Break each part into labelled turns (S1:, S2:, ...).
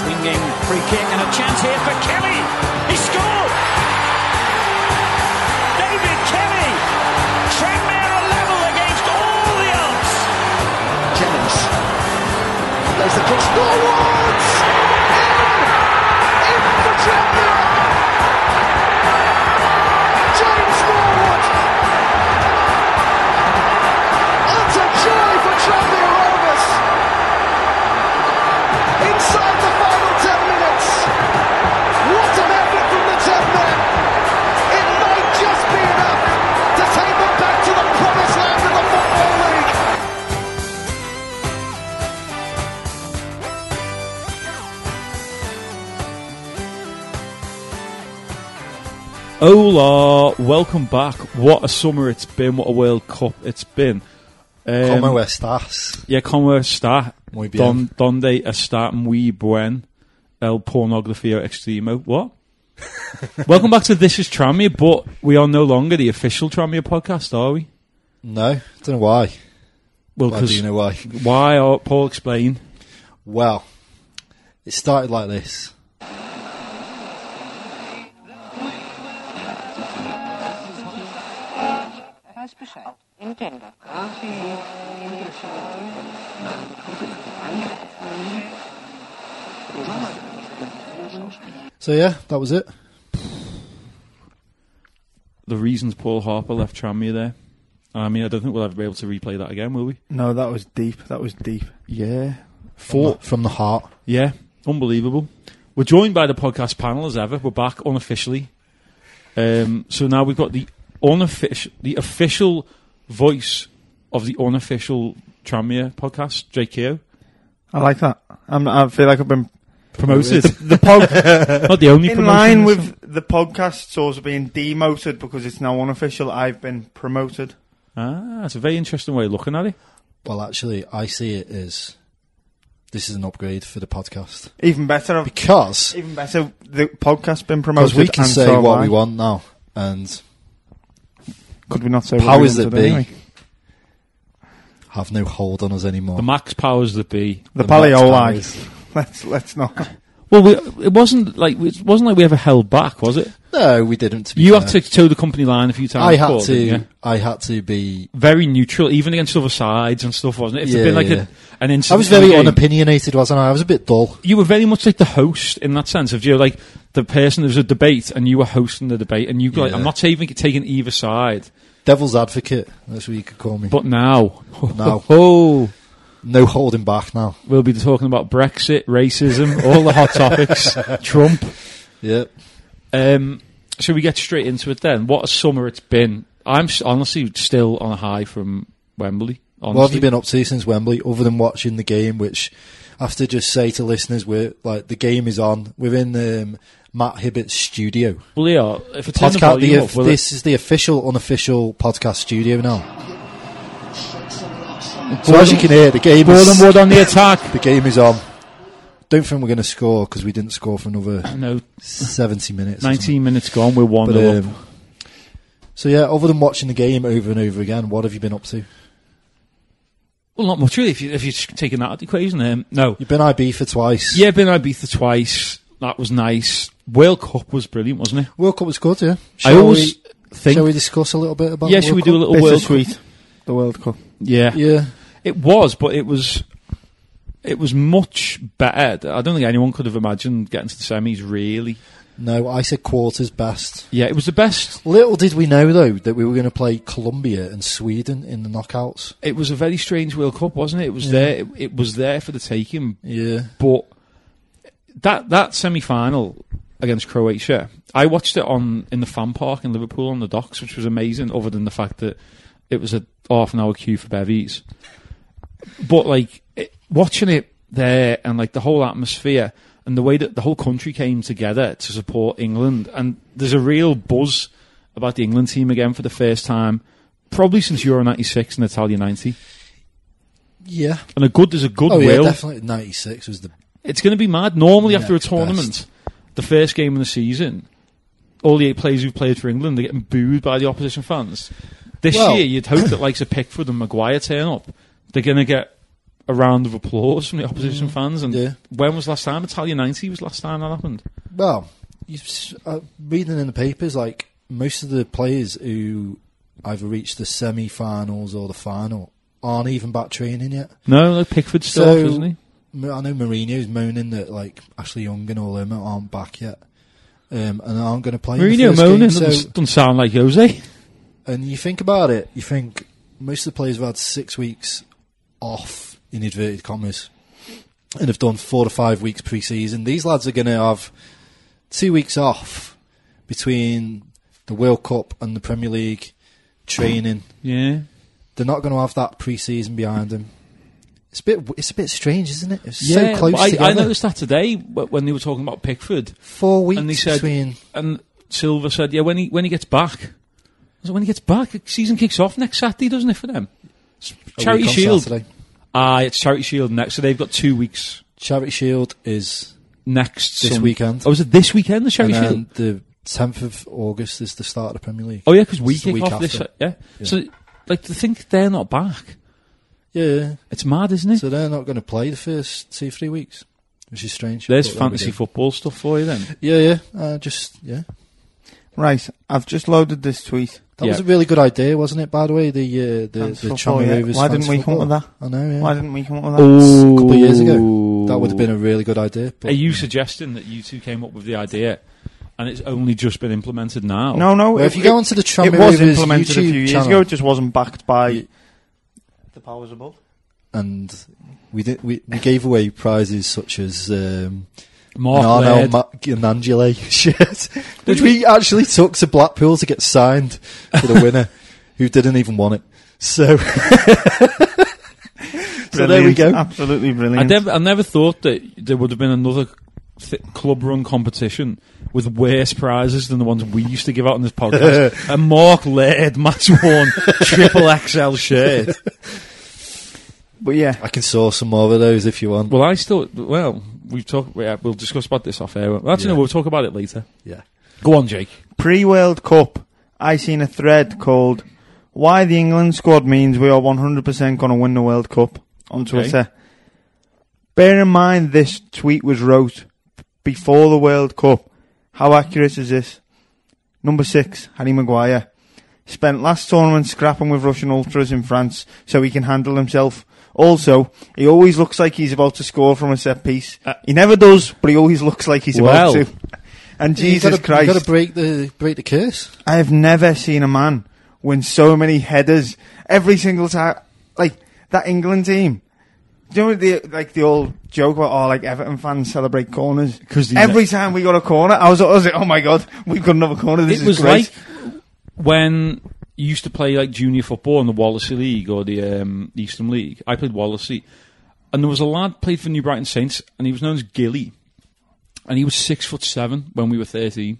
S1: swinging free kick and a chance here for Kelly. He scored! David Kelly! Tranmere are level against all the odds!
S2: Jennings. There's the cross. Forwards! In! In for Tranmere! James Forward! It's a joy for Tranmere Rovers! Inside the final 10 minutes! What an effort from the Tranmere! It might just be enough to take them back to the promised land of the Football League!
S3: Hola, welcome back. What a summer it's been, what a World Cup it's been. Um,
S4: ¿Cómo estás?
S3: Yeah, como está?
S4: Muy bien.
S3: Don, donde está muy buen el pornografía extremo? What? welcome back to This Is Tramia, but we are no longer the official Tramia podcast, are we?
S4: No, don't know why.
S3: Well,
S4: Why do you know why?
S3: why are Paul explain?
S4: Well, it started like this.
S5: Weiß Bescheid. Nintendo.
S4: So yeah, that was it.
S3: The reasons Paul Harper left Tramia there. I mean, I don't think we'll ever be able to replay that again, will we?
S6: No, that was deep. That was deep.
S3: Yeah.
S4: From
S3: Four.
S4: the, from the heart.
S3: Yeah, unbelievable. We're joined by the podcast panel as ever. We're back unofficially. Um, so now we've got the unofficial, the official voice of the unofficial Tramia podcast, JKO.
S6: I like that. I'm, I feel like I've been
S3: Promoted.
S6: the pod
S3: Not the only
S6: in
S3: promotion
S6: line
S3: this
S6: with
S3: time.
S6: the podcast's also being demoted because it's now unofficial. I've been promoted.
S3: Ah, that's a very interesting way of looking at it.
S4: Well, actually, I see it as this is an upgrade for the podcast
S6: Even better. I've,
S4: because
S6: even better. The podcast's been promoted.
S4: because we can
S6: and
S4: say
S6: so have
S4: what
S6: I.
S4: we want now, and
S6: Could we not say what we
S4: powers that
S6: wanted
S4: be
S6: anyway?
S4: have no hold on us anymore.
S3: The max powers that be.
S6: The,
S4: The Max
S6: Paleolite.
S4: powers.
S6: Let's let's not.
S3: Well, we, it wasn't like it wasn't like we ever held back, was it?
S4: No, we didn't. To be
S3: You
S4: fair.
S3: had to toe the company line a few times.
S4: I had
S3: Paul,
S4: to.
S3: didn't you?
S4: I had to be.
S3: Very neutral, even against other sides and stuff, wasn't it? If there'd
S4: Yeah,
S3: been like
S4: yeah.
S3: a, an incident
S4: I was
S3: in the
S4: very
S3: game-
S4: unopinionated, wasn't I? I was a bit dull.
S3: you were very much like the host in that sense of you're like the person there was a debate and you were hosting the debate and you were like
S4: Yeah.
S3: I'm not even taking either side
S4: Devil's advocate. That's what you could call me.
S3: but now
S4: Now.
S3: oh
S4: no holding back now.
S3: we'll be talking about Brexit racism all the hot topics Trump
S4: Yep.
S3: um, should we get straight into it then what a summer it's been I'm s- honestly still on a high from Wembley honestly
S4: What have you been up to since Wembley, other than watching the game? Which I have to just say to listeners, we're like the game is on. We're in um, Matt Hibbett's studio.
S3: Well, yeah, if it's in the
S4: Podcast. The,
S3: volume up,
S4: if-
S3: will it-
S4: this is the official, unofficial podcast studio now. So as you can hear, the game is
S3: Bournemouth on the attack
S4: the game is on. Don't think we're going to score because we didn't score for another
S3: no
S4: seventy minutes. or
S3: 19 minutes gone we're 1
S4: something.
S3: nil
S4: But,
S3: up
S4: um, so yeah, other than watching the game over and over again, what have you been up to?
S3: well not much really if, you, if you're taking that out of the equation um, no
S4: You've been IB for twice.
S3: Yeah, been Ibiza twice. That was nice. World Cup was brilliant, wasn't it?
S4: World Cup was good, yeah.
S3: I
S4: Shall
S3: always
S4: we-
S3: think.
S4: Shall we discuss a little bit about?
S3: yeah,
S4: the
S3: should we
S4: World
S3: do a
S4: Cup?
S3: little World Cup?
S6: Bittersweet. The World Cup.
S3: Yeah.
S4: Yeah,
S3: it was, but it was it was much better. I don't think anyone could have imagined getting to the semis. Really?
S4: no, I said quarters best.
S3: Yeah, it was the best.
S4: Little did we know though that we were going to play Colombia and Sweden in the knockouts.
S3: It was a very strange World Cup, wasn't it? It was there. It, it was there for the taking,
S4: Yeah,
S3: but that that semi final against Croatia, I watched it on in the fan park in Liverpool on the docks, which was amazing. Other than the fact that it was a half an hour queue for bevies, but like it, watching it there and like the whole atmosphere and the way that the whole country came together to support England, and there's a real buzz about the England team again for the first time. Probably since Euro '96 and Italia '90,
S4: yeah.
S3: and a good there's a good
S4: Oh yeah,
S3: will
S4: definitely. Ninety six was the
S3: it's going to be mad. Normally, after a
S4: Next
S3: tournament,
S4: best.
S3: the first game of the season, all the eight players who've played for England are getting booed by the opposition fans. This
S4: Well-
S3: year, you'd hope that likes a Pickford and Maguire turn up. They're going to get a round of applause from the opposition fans. And
S4: Mm, Yeah.
S3: when was last time? Italian 90 was last time that happened.
S4: Well, you, s- uh, reading in the papers, like most of the players who either reached the semi-finals or the final aren't even back training yet.
S3: No, no Pickford's still
S4: So-
S3: off, isn't he?
S4: M- I know Mourinho's moaning that like Ashley Young and all them aren't back yet, um, and aren't going to play. in the
S3: Mourinho
S4: first
S3: moaning
S4: game, so-
S3: doesn't, doesn't sound like Jose.
S4: and you think about it, you think most of the players have had six weeks off in inverted commas and have done four to five weeks pre season. These lads are going to have two weeks off between the World Cup and the Premier League training.
S3: Yeah.
S4: They're not going to have that pre season behind them. It's a bit, it's a bit strange, isn't it? It's so close
S3: but I, I
S4: together.
S3: noticed that today wh- when they were talking about Pickford.
S4: Four
S3: And they
S4: weeks
S3: said,
S4: between.
S3: and Silver said, "Yeah, when he when he gets back, I was like, when he gets back, the season kicks off next Saturday, doesn't it for them? It's
S4: a
S3: Charity
S4: week on
S3: Shield,
S4: Saturday.
S3: ah, it's Charity Shield next, so they've got two weeks
S4: Charity Shield is
S3: next
S4: This
S3: Sun-
S4: weekend.
S3: Oh, is it this weekend the
S4: and
S3: Charity Shield?
S4: then the 10th of August is the start of the Premier League.
S3: Oh yeah, because we
S4: It's the
S3: kick
S4: week
S3: off this.
S4: after.
S3: Yeah. so like to think they're not back,
S4: Yeah.
S3: it's mad, isn't it?
S4: So they're not going to play the first two, three weeks, which is strange.
S3: There's
S4: But there we
S3: fantasy
S4: go.
S3: football stuff for you then.
S4: Yeah, yeah. Uh, just yeah.
S6: Right, I've just loaded this tweet.
S4: That
S3: Yeah.
S4: was a really good idea, wasn't it? By the way, the uh, the, the
S6: Fantasy football,
S4: Chummy
S6: yeah.
S4: Rovers.
S6: Why didn't
S4: fantasy
S6: we come up with
S4: football. I know. Yeah.
S6: Why didn't we come up with that?
S4: a couple of years ago, that would have been a really good idea. But
S3: Are you suggesting that you two came up with the idea, and it's only just been implemented now?
S6: No, no.
S4: Oh. Well, if you go onto the Tramway
S6: it was
S4: Rovers
S6: implemented a
S4: YouTube
S6: few years
S4: channel.
S6: ago. It just wasn't backed by the powers above.
S4: and we did. We, we gave away prizes such as um, an
S3: Mark
S4: Arnel
S3: Laird.
S4: Ma- Nangele shirt, which we actually took to Blackpool to get signed for the winner, who didn't even want it. So, so there we
S6: Brilliant.
S4: go.
S6: Absolutely
S3: I
S6: brilliant.
S3: never, I never thought that there would have been another th- club run competition with worse prizes than the ones we used to give out on this podcast. a Mark Laird match worn triple XL shirt.
S6: But yeah,
S4: I can source some more of those if you want.
S3: Well, I still, well, we've talked, yeah, we'll discuss about this off air. Well, Actually, no,
S4: Yeah.
S3: we'll talk about it later.
S4: yeah.
S3: Go on, Jake.
S6: pre World Cup, I seen a thread called "Why the England Squad Means We Are 100% Going to Win the World Cup" on Twitter. Bear in mind, this tweet was wrote before the World Cup. How accurate is this? Number six, Harry Maguire. Spent last tournament scrapping with Russian ultras in France so he can handle himself. Also, he always looks like he's about to score from a set piece.
S3: Uh,
S6: he never does, but he always looks like he's
S3: Well.
S6: about to. And Jesus
S4: you gotta,
S6: Christ.
S4: You got to break the break the curse.
S6: I have never seen a man win so many headers every single time. Like that England team. Do you know the like the old joke about oh like Everton fans celebrate corners?
S3: 'Cause you
S6: every time we got a corner, I was, I was like, oh my god, we've got another corner. This
S3: it
S6: is
S3: was like
S6: great.
S3: when you used to play like junior football in the Wallasey League or the um, Eastern League. I played Wallasey, and there was a lad played for New Brighton Saints, and he was known as Gilly, and he was six foot seven when we were thirteen.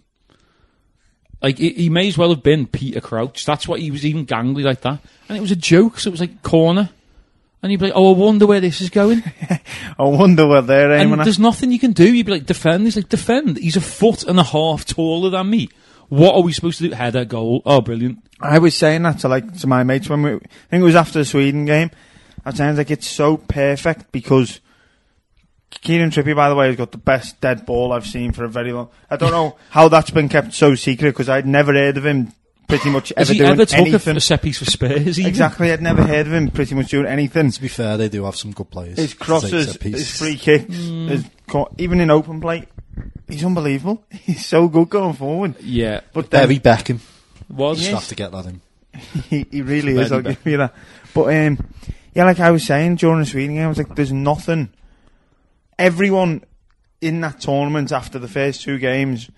S3: Like he, he may as well have been Peter Crouch. That's what he was even gangly like that, and it was a joke. So it was like corner, and you'd be like, "Oh, I wonder where this is going."
S6: I wonder where they're aiming
S3: and
S6: at.
S3: there's nothing you can do. You'd be like, defend. He's like, defend. He's a foot and a half taller than me. What are we supposed to do? Header, goal. Oh, brilliant.
S6: I was saying that to like to my mates when we. I think it was after the Sweden game. I was saying like it's so perfect because Keenan Trippy, by the way, has got the best dead ball I've seen for a very long. I don't know how that's been kept so secret because I'd never heard of him pretty much
S3: Has
S6: ever
S3: he
S6: doing
S3: ever took a,
S6: anything.
S3: a set piece for Spurs? Even?
S6: exactly, I'd never heard of him pretty much doing anything.
S4: To be fair, they do have some good players.
S6: His
S4: Takes
S6: crosses,
S3: Mm.
S4: set pieces.
S6: his free kicks, his co- even in open play, he's unbelievable. He's so good going forward.
S3: Yeah.
S6: But then
S4: Barry Beckham.
S3: Was
S4: Just have to get that in.
S6: he, he really
S3: Very
S6: is. I'll
S3: bad.
S6: give you that. But um, yeah, like I was saying during the Sweden game, I was like, "There's nothing." Everyone in that tournament after the first two games,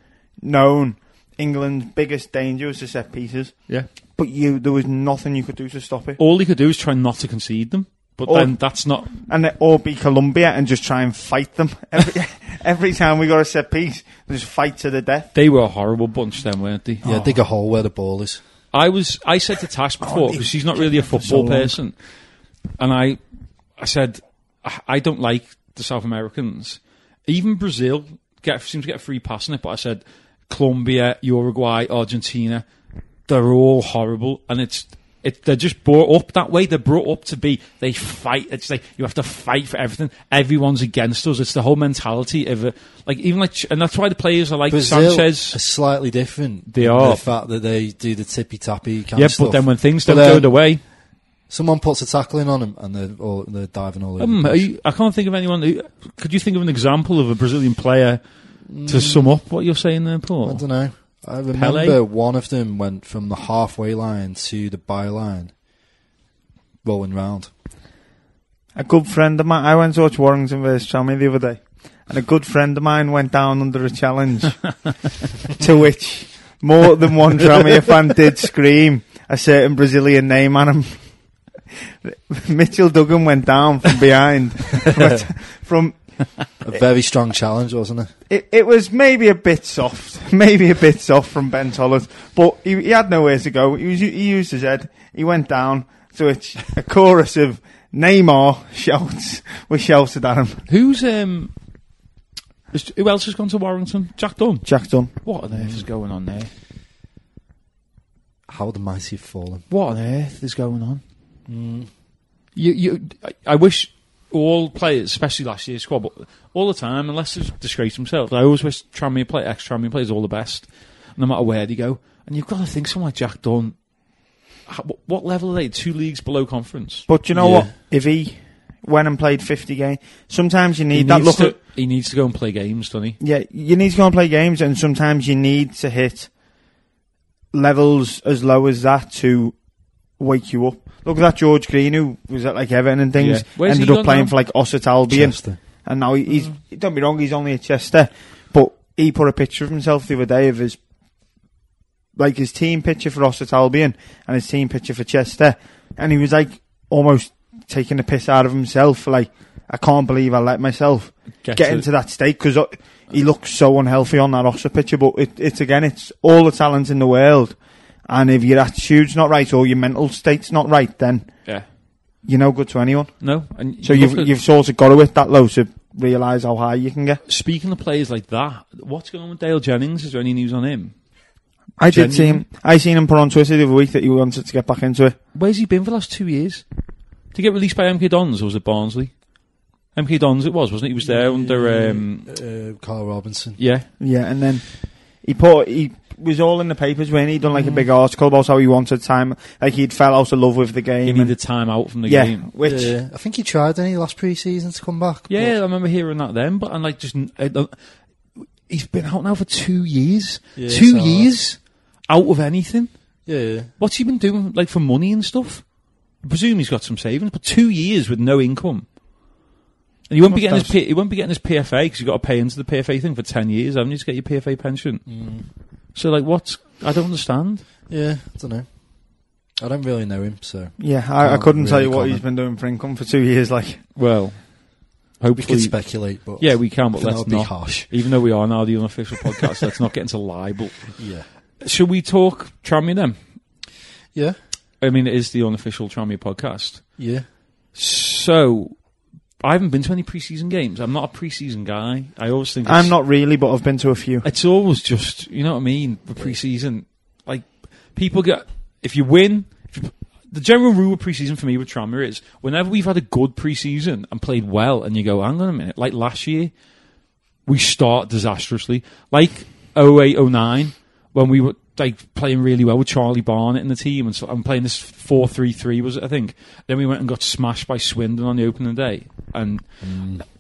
S6: known England's biggest danger was the set pieces,
S3: yeah.
S6: but you there was nothing you could do to stop it,
S3: All he could do is try not to concede them. But
S6: Or-
S3: then that's not.
S6: and then- or be Colombia and just try and fight them every every time we got a set piece, just fight to the death.
S3: They were a horrible bunch then, weren't they?
S4: Yeah, dig a hole where the ball is.
S3: I was. I said to Tash
S4: Oh,
S3: before
S6: they
S3: because she's not really a football
S6: so long.
S3: person, and I, I said, "I- I don't like the South Americans. Even Brazil get seems to get a free pass in it, but I said Colombia, Uruguay, Argentina, they're all horrible, and it's It, they're just brought up that way. They're brought up to be they fight. It's like you have to fight for everything. Everyone's against us. It's the whole mentality of a, like even like and that's why the players are like
S4: Brazil
S3: Sanchez.
S4: are slightly different.
S3: They
S4: in
S3: are.
S4: The fact that they do the tippy tappy kind
S3: Yeah,
S4: of stuff.
S3: but then when things
S4: But
S3: don't go
S4: then
S3: the way,
S4: someone puts a tackle in on them and they're, all, they're diving all over.
S3: um,
S4: the
S3: are
S4: place.
S3: you, I can't think of anyone. Who, could you think of an example of a Brazilian player to sum up what you're saying there,
S4: I
S3: Paul?
S4: don't know. I remember
S3: Pele?
S4: one of them went from the halfway line to the byline, rolling round.
S6: A good friend of mine, I went to watch Warrington versus Chami the other day, and a good friend of mine went down under a challenge, to which more than one Chami fan did scream a certain Brazilian name at him. Mitchell Duggan went down from behind, but from
S4: A
S6: Eh.
S4: very strong challenge, wasn't it?
S6: it, it was maybe a bit soft, maybe a bit soft from Ben Tollett, but he, he had nowhere to go. He, was, he used his head. He went down. So it's a chorus of Neymar shouts were shouted at him.
S3: Who's um, is- who else has gone to Warrington? Jack Dunn.
S6: Jack Dunn.
S3: What on earth is going on there?
S4: How the mighty have fallen.
S3: What on earth is going on? Mm. You, you, I, I wish all players, especially last year's squad, but all the time, unless they disgrace themselves, I always wish Tranmere play, ex Tranmere players, all the best, no matter where they go. And you've got to think someone like Jack Dunn. how- what- What level are they? Two leagues below conference.
S6: But you know
S4: Yeah.
S6: what? If he went and played 50 games, sometimes you need that
S3: needs
S6: look
S3: to,
S6: at,
S3: he needs to go and play games, doesn't he?
S6: yeah, you need to go and play games and sometimes you need to hit levels as low as that to wake you up. Look at that George Green who was at like Everton and things,
S3: Yeah. Where's
S6: ended
S3: he
S6: up
S3: gone
S6: playing
S3: now?
S6: for like Ossett Albion.
S4: Chester.
S6: And now he- he's, don't be wrong, he's only a Chester, but he put a picture of himself the other day of his, like his team picture for Ossett Albion and his team picture for Chester. And he was like almost taking the piss out of himself. Like, I can't believe I let myself
S3: Get
S6: get,
S3: to-
S6: into that state because he looks so unhealthy on that Ossett picture. But it, it's again, it's all the talent in the world. And if your attitude's not right or your mental state's not right, then
S3: Yeah.
S6: you're no good to anyone.
S3: No. And
S6: So
S3: you
S6: you've
S3: look at-
S6: you've sort of got to hit that low to realise how high you can get.
S3: speaking of players like that, what's going on with Dale Jennings? Is there any news on him?
S6: I did see
S3: Genuine.
S6: him. I seen him put on Twitter the other week that he wanted to get back into it.
S3: Where's he been for the last two years? Did he get released by MK Dons or was it Barnsley? MK Dons it was, wasn't it? He was there under um
S4: Uh, Carl Robinson.
S3: yeah.
S6: Yeah, and then he put he was all in the papers when he done like a big article about how he wanted time, like he'd fell out of love with the
S3: He
S6: game. and-
S3: needed time out from the
S6: yeah,
S3: game.
S6: which
S4: Yeah, I think he tried any last pre-season to come back.
S3: Yeah, I remember hearing that then, but and like just I don't- he's been out now for two years.
S4: Yeah, it's
S3: two
S4: all right.
S3: years out of anything.
S4: but- yeah.
S3: What's he been doing like for money and stuff? I presume he's got some savings, but two years with no income. And he won't be getting his
S6: Must have-
S3: P- he won't be getting his PFA because you've got to pay into the PFA thing for ten years, haven't you, to get your PFA pension? So like, what's I don't understand.
S4: Yeah, I don't know. I don't really know him, so
S6: yeah, I, I
S4: Can't
S6: couldn't tell
S4: Oh, really
S6: you what he's
S4: comment.
S6: been doing for income for two years. Like
S3: Well,
S4: we
S3: hopefully,
S4: could speculate. But
S3: yeah, we can,
S4: I
S3: but
S4: think that
S3: let's
S4: would be
S3: not.
S4: harsh.
S3: Even though we are now the unofficial podcast, let's not get into libel.
S4: Yeah,
S3: Should we talk Trammy then?
S4: yeah,
S3: I mean, it is the unofficial Trammy podcast.
S4: yeah.
S3: So, I haven't been to any preseason games. I'm not a preseason guy. I always think it's-
S6: I'm not really, but I've been to a few.
S3: It's always just you know what I mean. The preseason, like people get if you win. If you, the general rule of preseason for me with Tranmere is whenever we've had a good preseason and played well, and you go, hang on a minute, like last year, we start disastrously, like 08, 09, when we were like playing really well with Charlie Barnett in the team, and so I'm playing this four three three was it, I think. Then we went and got smashed by Swindon on the opening day, and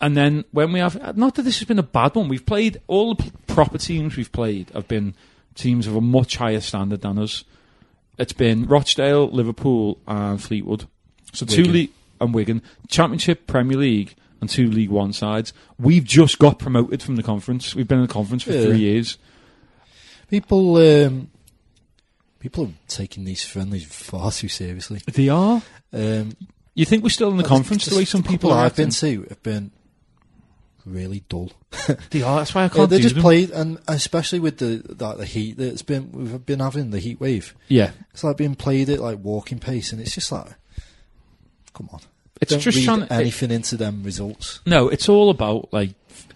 S3: and then when we have not that this has been a bad one, we've played all the p- proper teams we've played have been teams of a much higher standard than us. It's been Rochdale, Liverpool, and Fleetwood. So two
S4: Wigan.
S3: league and Wigan, Championship, Premier League, and two League One sides. We've just got promoted from the conference. We've been in the conference for
S4: Yeah.
S3: three years.
S4: People, um, people are taking these friendlies far too seriously.
S3: They are.
S4: Um,
S3: You think we're still in the conference the way
S4: just
S3: some people are?
S4: I've been
S3: acting?
S4: to have been really dull.
S3: They are. That's why I
S4: Yeah,
S3: can't
S4: they
S3: do
S4: just
S3: them.
S4: played, and especially with the like the heat that's been we've been having the heat wave.
S3: yeah,
S4: It's like being played at like walking pace, and it's just like, come on.
S3: it's
S4: Don't
S3: just
S4: read
S3: trying. to-
S4: anything into them results.
S3: No, it's all about like f-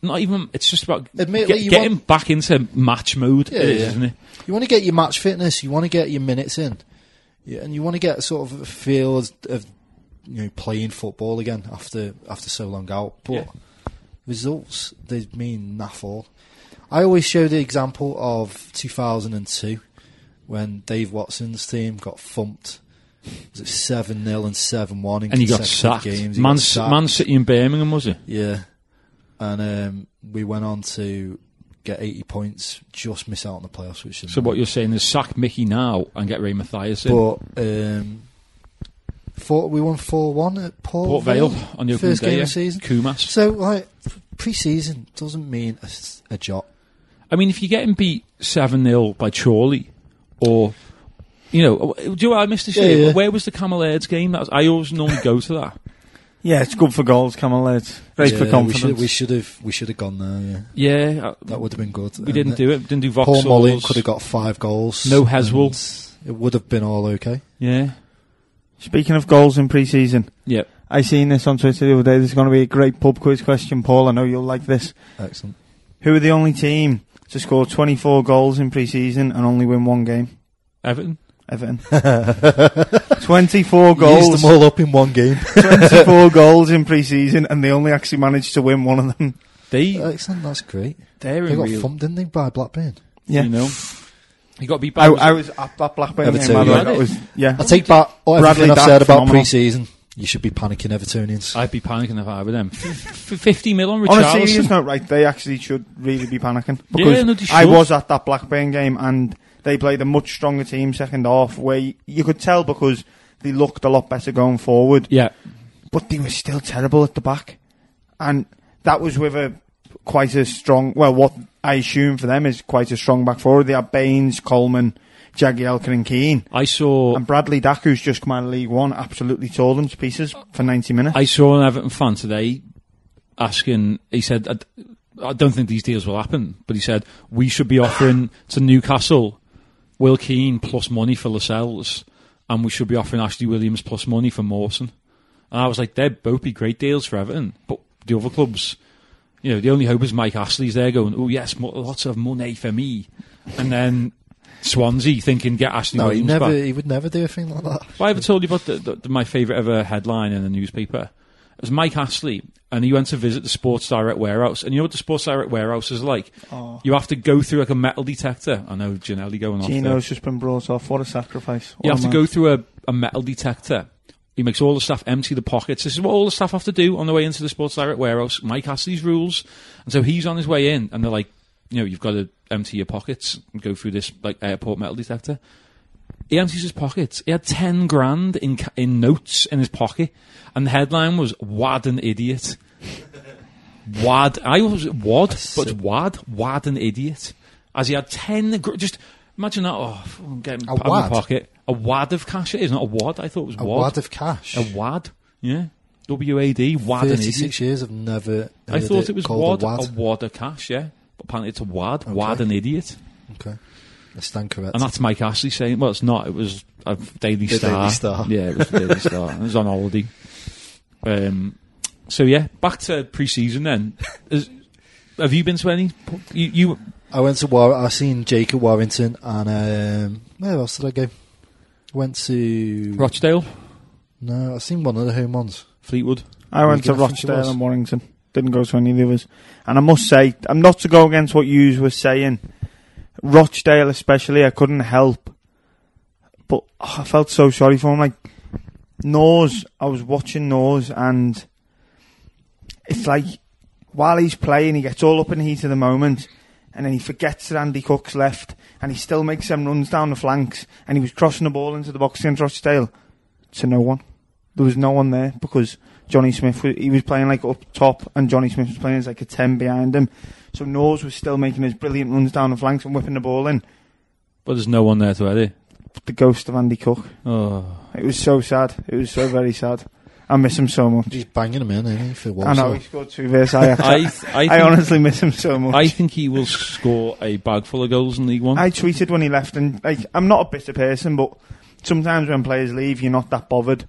S3: not even. It's just about
S4: Admittedly,
S3: get-
S4: you
S3: getting
S4: want-
S3: back into match mode.
S4: Yeah,
S3: it is,
S4: yeah.
S3: isn't it?
S4: You want to get your match fitness. You want to get your minutes in. Yeah, and you want to get a sort of a feel as- of you know playing football again after after so long out, but
S3: Yeah.
S4: results they mean naffle. I always show the example of 2002 when Dave Watson's team got thumped. Was it seven 0 and seven one?
S3: And he got sacked.
S4: Games. He
S3: Man,
S4: got sacked.
S3: Man City in Birmingham, was it?
S4: Yeah. And um, we went on to get 80 points, just miss out on the playoffs, which is
S3: So what you're saying is sack Mickey now and get Ray Matthias in.
S4: But um, four, we won 4 1 at Port,
S3: Port Vale on the opening
S4: First
S3: day
S4: game
S3: yeah.
S4: of season.
S3: Kumas.
S4: So, like, pre season doesn't mean a, s- a jot.
S3: I mean, if you're getting beat 7 0 by Chorley or. You know, do you know what I missed this
S4: Yeah,
S3: year?
S4: yeah.
S3: Where was the Camel Aids game? That was, I always normally go to that.
S6: Yeah, it's good for goals, Camel. It's great for
S4: Yeah,
S6: confidence.
S4: We should have we should have gone there, yeah.
S3: Yeah, I-
S4: That would have been good.
S3: Uh, we didn't do it. Didn't do Vauxhall.
S4: Paul Molly could have got five goals.
S3: No Haswell.
S4: and It would have been all okay.
S3: Yeah,
S6: Speaking of goals in pre-season,
S3: yeah.
S6: I seen this on Twitter the other day. There's going to be a great pub quiz question, Paul. I know you'll like this.
S4: Excellent.
S6: Who are the only team to score 24 goals in pre-season and only win one game?
S3: Everton.
S6: Everton. 24 goals.
S4: Used them all up in one game.
S6: 24 goals in pre-season and they only actually managed to win one of them.
S3: They
S4: Excellent, that's great.
S3: they're
S4: Uh, They
S3: in
S4: got
S3: real.
S4: thumped, didn't they, by Blackburn?
S6: Yeah.
S3: You know, he got beat by.
S6: I, I was at that Blackburn game.
S4: Everton,
S6: by the way.
S3: yeah.
S6: That was, yeah.
S4: I take back oh, everything
S6: Bradley
S4: I've
S6: Dack,
S4: said about
S6: phenomenal.
S4: pre-season. You should be panicking Evertonians.
S3: I'd be panicking if I were them. F- f- Fifty mil on
S6: On a serious
S3: Richarlison.
S6: note, right, they actually should really be panicking.
S3: Yeah,
S6: Because
S3: no, they
S6: I
S3: should.
S6: was at that Blackburn game and they played a much stronger team second half where y- you could tell because they looked a lot better going forward,
S3: Yeah,
S6: but they were still terrible at the back. And that was with a quite a strong, well, what I assume for them is quite a strong back forward. They had Baines, Coleman, Jagielka and Keane.
S3: I saw.
S6: And Bradley Dack, who's just come out of League One, absolutely tore them to pieces for 90 minutes.
S3: I saw an Everton fan today asking. He said, I, d- "I don't think these deals will happen," but he said we should be offering to Newcastle Will Keane plus money for Lascelles, and we should be offering Ashley Williams plus money for Mawson. And I was like, "They'd both be great deals for Everton, but the other clubs." You know, the only hope is Mike Astley's there going, oh, yes, mo- lots of money for me. And then Swansea thinking, get Ashley
S4: no, he
S3: Williams
S4: never.
S3: back.
S4: He would never do a thing like that.
S3: Have I ever told you about the, the, the- my favourite ever headline in the newspaper? It was Mike Astley, and he went to visit the Sports Direct warehouse. And you know what the Sports Direct warehouse is like? You have to go through like a metal detector. I know Ginelli going off. there.
S6: Gino's just been brought off. What a sacrifice.
S3: You
S6: What
S3: have
S6: a
S3: to go
S6: man.
S3: through a, a metal detector. He makes all the staff empty the pockets. This is what all the staff have to do on the way into the Sports Direct warehouse. Mike has these rules, and so he's on his way in, and they're like, you know, you've got to empty your pockets and go through this like airport metal detector. He empties his pockets. He had ten grand in ca- in notes in his pocket, and the headline was "Wad an idiot." Wad. I was wad, but it's wad. Wad an idiot. As he had ten. Gr- just imagine that. Oh, fucking get
S4: A
S3: a wad.
S4: wad?
S3: pocket. A wad of cash. It is not a wad. I thought it was
S4: A
S3: wad.
S4: wad of cash.
S3: a wad. Yeah. W A D. Wad an idiot.
S4: Thirty-six years. I've never.
S3: I
S4: heard
S3: thought it was
S4: called
S3: wad.
S4: a
S3: A wad. of cash. Yeah. But apparently it's a wad. Wad
S4: Okay.
S3: an idiot.
S4: Okay, I stand corrected.
S3: Oh. And that's Mike Ashley saying, well, it's not. It was a Daily
S4: The
S3: Star.
S4: Daily Star.
S3: Yeah, it was the Daily Star. It was on holiday. Um, so, yeah, back to pre season then. Is, have you been to any? You, you
S4: I went to War. I seen Jacob Warrington, and um, where else did I go? Went to
S3: Rochdale,
S4: no. I seen one of the home ones.
S3: Fleetwood.
S6: I went to
S4: Wigan, I think it was.
S6: Rochdale and Warrington. Didn't go to any of the others. And I must say, I'm not to go against what you were saying. Rochdale, especially, I couldn't help. But oh, I felt so sorry for him. Like, Nors, I was watching Nors, and it's like while he's playing, he gets all up in the heat of the moment. And then he forgets that Andy Cook's left, and he still makes them runs down the flanks. And he was crossing the ball into the box against Rochdale to no one. There was no one there because Johnny Smith was, he was playing like up top, and Johnny Smith was playing as like a ten behind him. So Knowles was still making his brilliant runs down the flanks and whipping the ball in.
S3: But there's no one there to edit.
S6: The ghost of Andy Cook.
S3: Oh.
S6: It was so sad. It was so very sad. I miss him so much.
S4: He's banging them in, isn't he? For
S6: I know
S4: Walsall.
S6: he scored two versus Ajax.
S3: I,
S6: I,
S3: th- I, think,
S6: honestly miss him so much.
S3: I think he will score a bag full of goals in League One.
S6: I tweeted when he left, and like I'm not a bitter person, but sometimes when players leave, you're not that bothered.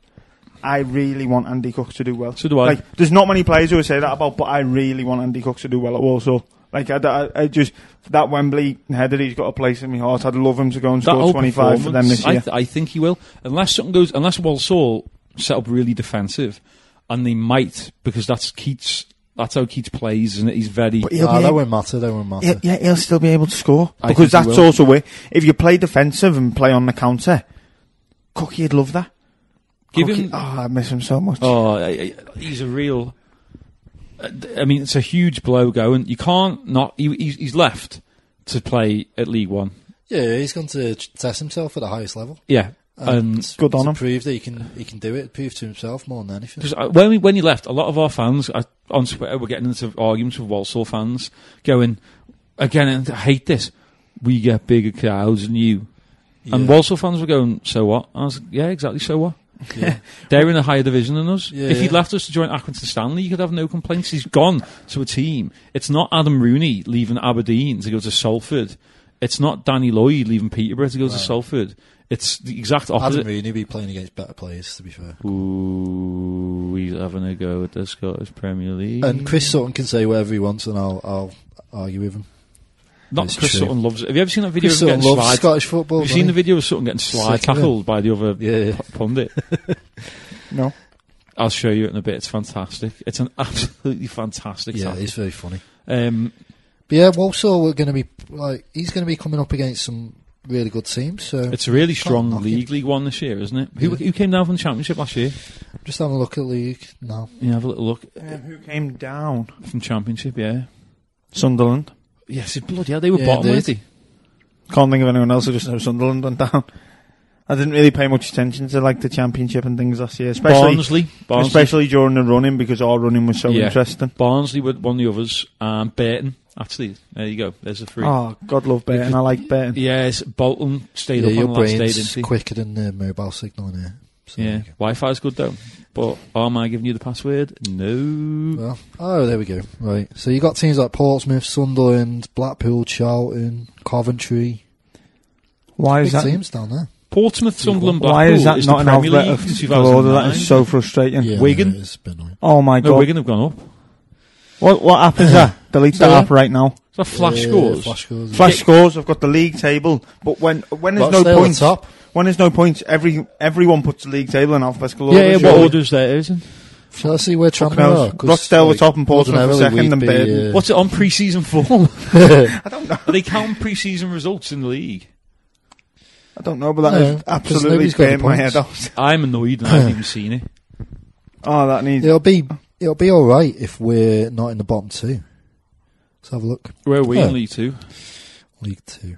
S6: I really want Andy Cook to do well.
S3: So do I.
S6: Like, there's not many players who would say that about, but I really want Andy Cook to do well at Walsall. Like I, I, I just that Wembley header, he's got a place in my heart. I'd love him to go and
S3: That
S6: score
S3: whole
S6: twenty five for them
S3: performance,
S6: this year.
S3: I, th- I think he will, unless something goes. Unless Walsall set up really defensive, and they might because that's Keats. That's how Keats plays, and he's very.
S6: But he'll
S4: Ah,
S6: be
S4: that
S6: able-
S4: won't matter. That won't matter.
S6: yeah, yeah, he'll still be able to score
S3: I
S6: because
S3: think he
S6: that's
S3: will.
S6: also where if you play defensive and play on the counter, Cookie'd love that.
S3: Give
S6: Cookie-
S3: him-
S6: oh, I miss him so much.
S3: Oh, I- I- he's a real. I mean, it's a huge blow going. You can't not. He, he's, he's left to play at League One.
S4: Yeah, he's going to t- test himself at the highest level.
S3: Yeah,
S6: Um,
S3: and
S6: good on
S4: to
S6: him.
S4: prove that he can he can do it. Prove to himself more than anything.
S3: Because uh, when we, when he left, a lot of our fans uh, on Twitter were getting into arguments with Walsall fans, going again. And I hate this. We get bigger crowds than you, and
S4: Yeah.
S3: Walsall fans were going. So what? I was like, yeah, exactly. So what?
S4: Yeah.
S3: They're in a higher division than us.
S4: Yeah,
S3: if he'd
S4: yeah.
S3: left us to join Accrington Stanley, you could have no complaints. He's gone to a team. It's not Adam Rooney leaving Aberdeen to go to Salford. It's not Danny Lloyd leaving Peterborough to go to Salford. It's the exact opposite.
S4: Adam Rooney be playing against better players, to be fair.
S3: Ooh, he's having a go at the Scottish Premier League.
S4: And Chris Sutton can say whatever he wants, and I'll I'll argue with him.
S3: Not
S4: It's
S3: Chris
S4: true.
S3: Sutton loves it. Have you ever seen that video
S4: Chris
S3: of him
S4: Sutton
S3: getting
S4: loves
S3: slide?
S4: Scottish football.
S3: Have you seen the
S4: doesn't
S3: video of Sutton getting slide
S4: Sick of it.
S3: tackled by the other
S4: Yeah.
S3: p- pundit?
S6: No,
S3: I'll show you it in a bit. It's fantastic. It's an absolutely fantastic
S4: he? Yeah,
S3: tackle.
S4: he's very funny.
S3: Um,
S4: But yeah, Walsall are going to be like he's going to be coming up against some really good teams. So
S3: it's a really strong
S4: knock it.
S3: league, League One this year, isn't it? Who,
S4: Yeah.
S3: who came down from the Championship last year?
S4: just having a look at league now.
S3: Yeah, have a little look
S6: who came down?
S3: from Championship, yeah.
S6: Sunderland.
S3: Yes, it- bloody hell, they were
S4: Yeah,
S3: bottom,
S4: they-
S3: weren't they?
S6: Can't think of anyone else. I just know Sunderland went down. I didn't really pay much attention to like the championship and things last year, especially
S3: Barnsley. Barnsley.
S6: especially during the running because our running was so
S3: Yeah.
S6: interesting.
S3: Barnsley were one of the others. And Burton, actually, there you go. There's the three.
S6: Oh, God love Burton. I like Burton.
S3: Yes, Bolton stayed
S4: Yeah,
S3: up
S4: your
S3: on the last day,
S4: brain's Oh
S3: didn't he?
S4: quicker than the mobile signal in here. So
S3: Yeah,
S4: there you
S3: Wi Fi's good though. But am I giving you the password? No.
S4: go. Well, oh, there we go. Right. So you got teams like Portsmouth, Sunderland, Blackpool, Charlton, Coventry.
S6: Why is
S4: Big
S6: that?
S4: teams down there.
S3: Alportsmouth, Sunderland, Blackpool.
S6: Why is that
S3: is
S6: not
S3: the
S6: an
S3: Premier
S6: alphabet
S3: League
S6: of the
S3: 2009.
S6: order? That is so frustrating.
S4: Yeah,
S3: Wigan?
S4: It's been annoying.
S6: Oh my
S3: no,
S6: God!
S3: Wigan have gone up.
S6: What what app is that? Delete that
S3: Yeah.
S6: app right now.
S3: Is that flash
S4: Yeah,
S3: scores?
S4: Flash scores.
S6: Flash scores. I've got the league table, but when when there's
S4: Rochdale
S6: no
S4: at
S6: points,
S4: top.
S6: when there's no points, every everyone puts the league table in alphabetical order.
S3: yeah, yeah, what
S6: surely.
S3: order's there, isn't
S4: Shall I see where Tranmere
S6: knows?
S4: are? 'Cause,
S6: Rochdale were top and Portsmouth were
S4: ordinarily
S6: second
S4: we'd
S6: and
S4: be,
S6: Baden.
S4: uh,
S3: What's it on pre season form? I don't know. Are they counting pre season results in the league?
S6: I don't know, but that
S4: No,
S6: is
S4: 'cause
S6: absolutely
S4: nobody's got any
S6: burnt my
S4: points.
S6: head off.
S3: I'm annoyed and I haven't even seen it.
S6: Oh, that needs.
S4: It'll be it'll be all right if we're not in the bottom two. Let's have a look.
S3: Where are we
S4: Yeah.
S3: in League Two?
S4: League two.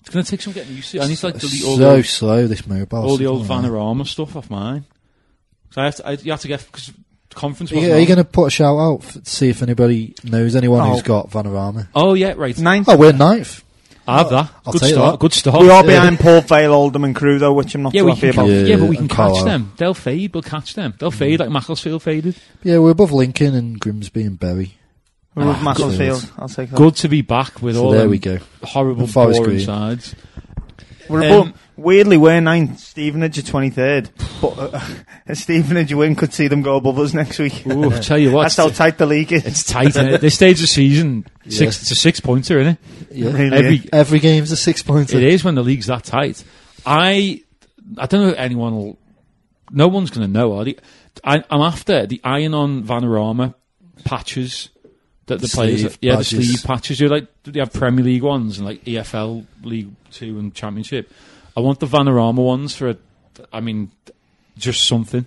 S3: It's going to take some getting used to. I need to like, delete all
S4: so
S3: the
S4: slow this mobile.
S3: all the
S4: signal,
S3: old
S4: man.
S3: Vanarama stuff off mine. So I have to, I, you have to get because conference.
S4: Are
S3: Wasn't
S4: you, are you
S3: on.
S4: going to put a shout out f- to see if anybody knows anyone
S6: Oh.
S4: who's got Vanarama?
S3: Oh yeah, right.
S6: Ninth.
S4: Oh, we're ninth.
S3: I have that.
S4: I'll
S3: good
S4: take
S3: start.
S4: that.
S3: Good start.
S6: We are
S4: yeah.
S6: behind Paul Vale, Oldham, and Crew though, which I'm not
S3: Yeah,
S6: too
S3: we
S6: happy
S3: can
S6: about.
S3: catch,
S4: Yeah,
S3: yeah, but we can
S4: and
S3: catch
S4: Carlisle.
S3: them. They'll fade. We'll catch them. They'll fade like Macclesfield faded.
S4: Mm. Yeah, we're above Lincoln and Grimsby and Berry.
S6: We're with
S4: Ah,
S6: Macclesfield.
S4: good.
S6: I'll take that.
S3: Good to be back with
S4: So
S3: all
S4: there
S3: them
S4: we go.
S3: horrible
S4: And Forest
S3: boring
S4: Green.
S3: sides.
S6: We're
S3: Um,
S6: above- weirdly, we're ninth. Stevenage are 23rd. But uh, a Stevenage win could see them go above us next week.
S3: Ooh, I tell you what,
S6: That's
S3: it's,
S6: how tight the league is.
S3: it's tight. Isn't it? This stage of the season, six
S4: Yeah.
S3: it's a six pointer, isn't it?
S4: Yeah.
S6: Really
S3: Every
S6: is.
S4: Every game's a six pointer.
S3: it is when the league's that tight. I I don't know if anyone will. No one's going to know. Are they? I, I'm after the iron on Vanarama patches that the
S4: Sleeve
S3: players, yeah,
S4: badges.
S3: the sleeve patches. You like they have Premier League ones and like EFL League Two and Championship. I want the Vanarama ones for a. I mean, just something.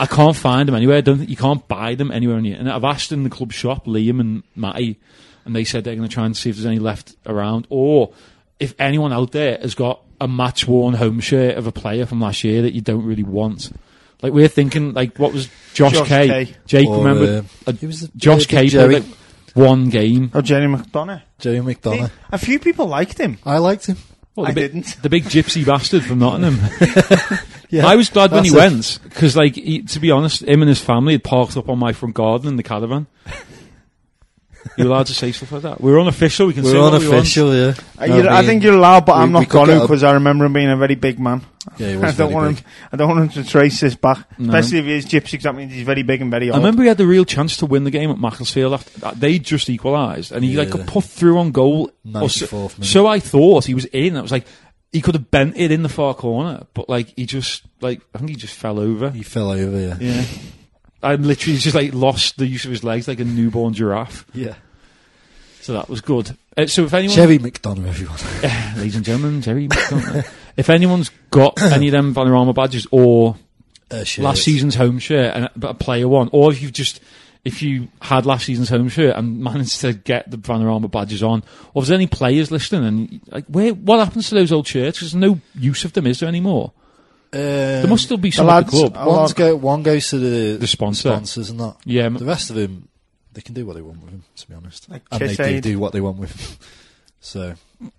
S3: I can't find them anywhere. I don't think you can't buy them anywhere on the internet. I've asked in the club shop, Liam and Matty, and they said they're going to try and see if there's any left around, or if anyone out there has got a match worn home shirt of a player from last year that you don't really want. Like we're thinking, like what was Josh,
S6: Josh
S3: K?
S6: Kay.
S3: Jake,
S4: Or,
S3: remember
S4: uh,
S3: a-
S4: who was the-
S3: Josh
S4: uh,
S3: K played
S4: Jerry?
S3: like one game.
S6: Oh, Jerry McDonough.
S4: Joey McDonough.
S6: A few people liked him.
S4: I liked him.
S3: Well, the
S6: I
S3: big,
S6: didn't.
S3: The big gypsy bastard from Nottingham.
S4: Yeah.
S3: I was glad when he
S4: That's it.
S3: went because, like, he, to be honest, him and his family had parked up on my front garden in the caravan. You're allowed to say stuff like that. We're unofficial. We can say
S4: We're
S3: what
S4: unofficial, yeah.
S6: Uh, you're- I think you're allowed, but
S4: we-
S6: I'm
S4: we
S6: not
S4: could
S6: going
S4: get
S6: to
S4: a-
S6: because I remember him being a very big man.
S4: Yeah, he was
S6: I don't
S4: very
S6: want
S4: big.
S6: him. I don't want him to trace this back,
S3: No.
S6: especially if he is gypsy. Because that means he's very big and very
S3: I
S6: old.
S3: remember he had the real chance to win the game at Macclesfield. After uh, they just equalised, and he like
S4: Yeah.
S3: got put through on goal. Or so,
S4: 94th minute.
S3: so I thought he was in. I was like, he could have bent it in the far corner, but like he just like I think he just fell over.
S4: He fell over, yeah.
S3: Yeah, I literally just like lost the use of his legs like a newborn giraffe.
S4: Yeah.
S3: So that was good. Uh, so if anyone,
S4: Chevy McDonough, everyone.
S3: ladies and gentlemen, Jerry, McDonough. if anyone's got any of them Vanarama badges or
S4: Uh, shit.
S3: last season's home shirt and but a player one, or if you've just if you had last season's home shirt and managed to get the Vanarama badges on, or if there's any players listening and like where what happens to those old shirts? 'Cause There's no use of them, is there anymore?
S4: Um,
S3: There must still be some at
S6: lads-
S3: the club.
S6: Uh, I
S4: One's
S6: like-
S4: go, one goes to the,
S3: The sponsor. Mm.
S4: sponsors and that.
S3: Yeah, m-
S4: The rest of them, they can do what they want with them, to be honest.
S6: Like
S4: and they
S6: Kiss
S4: do
S6: Aid.
S4: do what they want with them. So,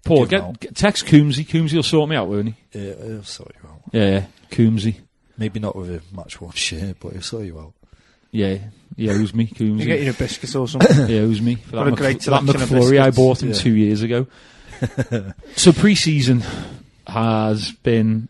S3: Paul,
S4: give 'em
S3: get,
S4: out.
S3: get text Coombsy. Coombsy will sort me out, won't he?
S4: yeah, it'll sort you out.
S3: Yeah, yeah. Coombsy.
S4: Maybe not with a match one shirt, but it'll sort you out.
S3: Yeah, yeah. Who's me,
S6: you get
S3: Coombsy?
S6: your biscuits or something.
S3: Yeah, it was me. For
S6: What
S3: that,
S6: a great
S3: Mc, that
S6: selection of
S3: McFlurry I
S6: biscuits.
S3: bought him
S4: Yeah.
S3: two years ago. so pre-season has been.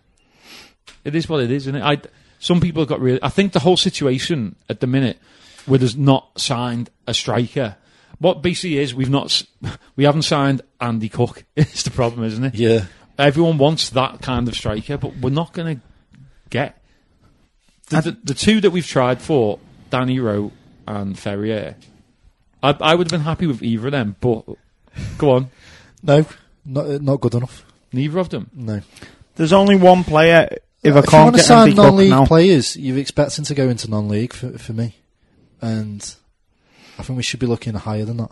S3: It is what it is, isn't it? I some people have got really. I think the whole situation at the minute, where there's not signed a striker. What BC is, we've not, s- we haven't signed Andy Cook. It's the problem, isn't it?
S4: Yeah.
S3: Everyone wants that kind of striker, but we're not going to get the, the, the two that we've tried for Danny Rowe and Ferrier. I, I would have been happy with either of them, but go on,
S4: No, not, uh, not good enough.
S3: neither of them.
S4: No.
S6: There's only one player. If I
S4: if you
S6: can't
S4: want to
S6: get
S4: sign
S6: Andy Cook
S4: non-league
S6: now,
S4: players, you're expecting to go into non-league for, for me, and I think we should be looking higher than that.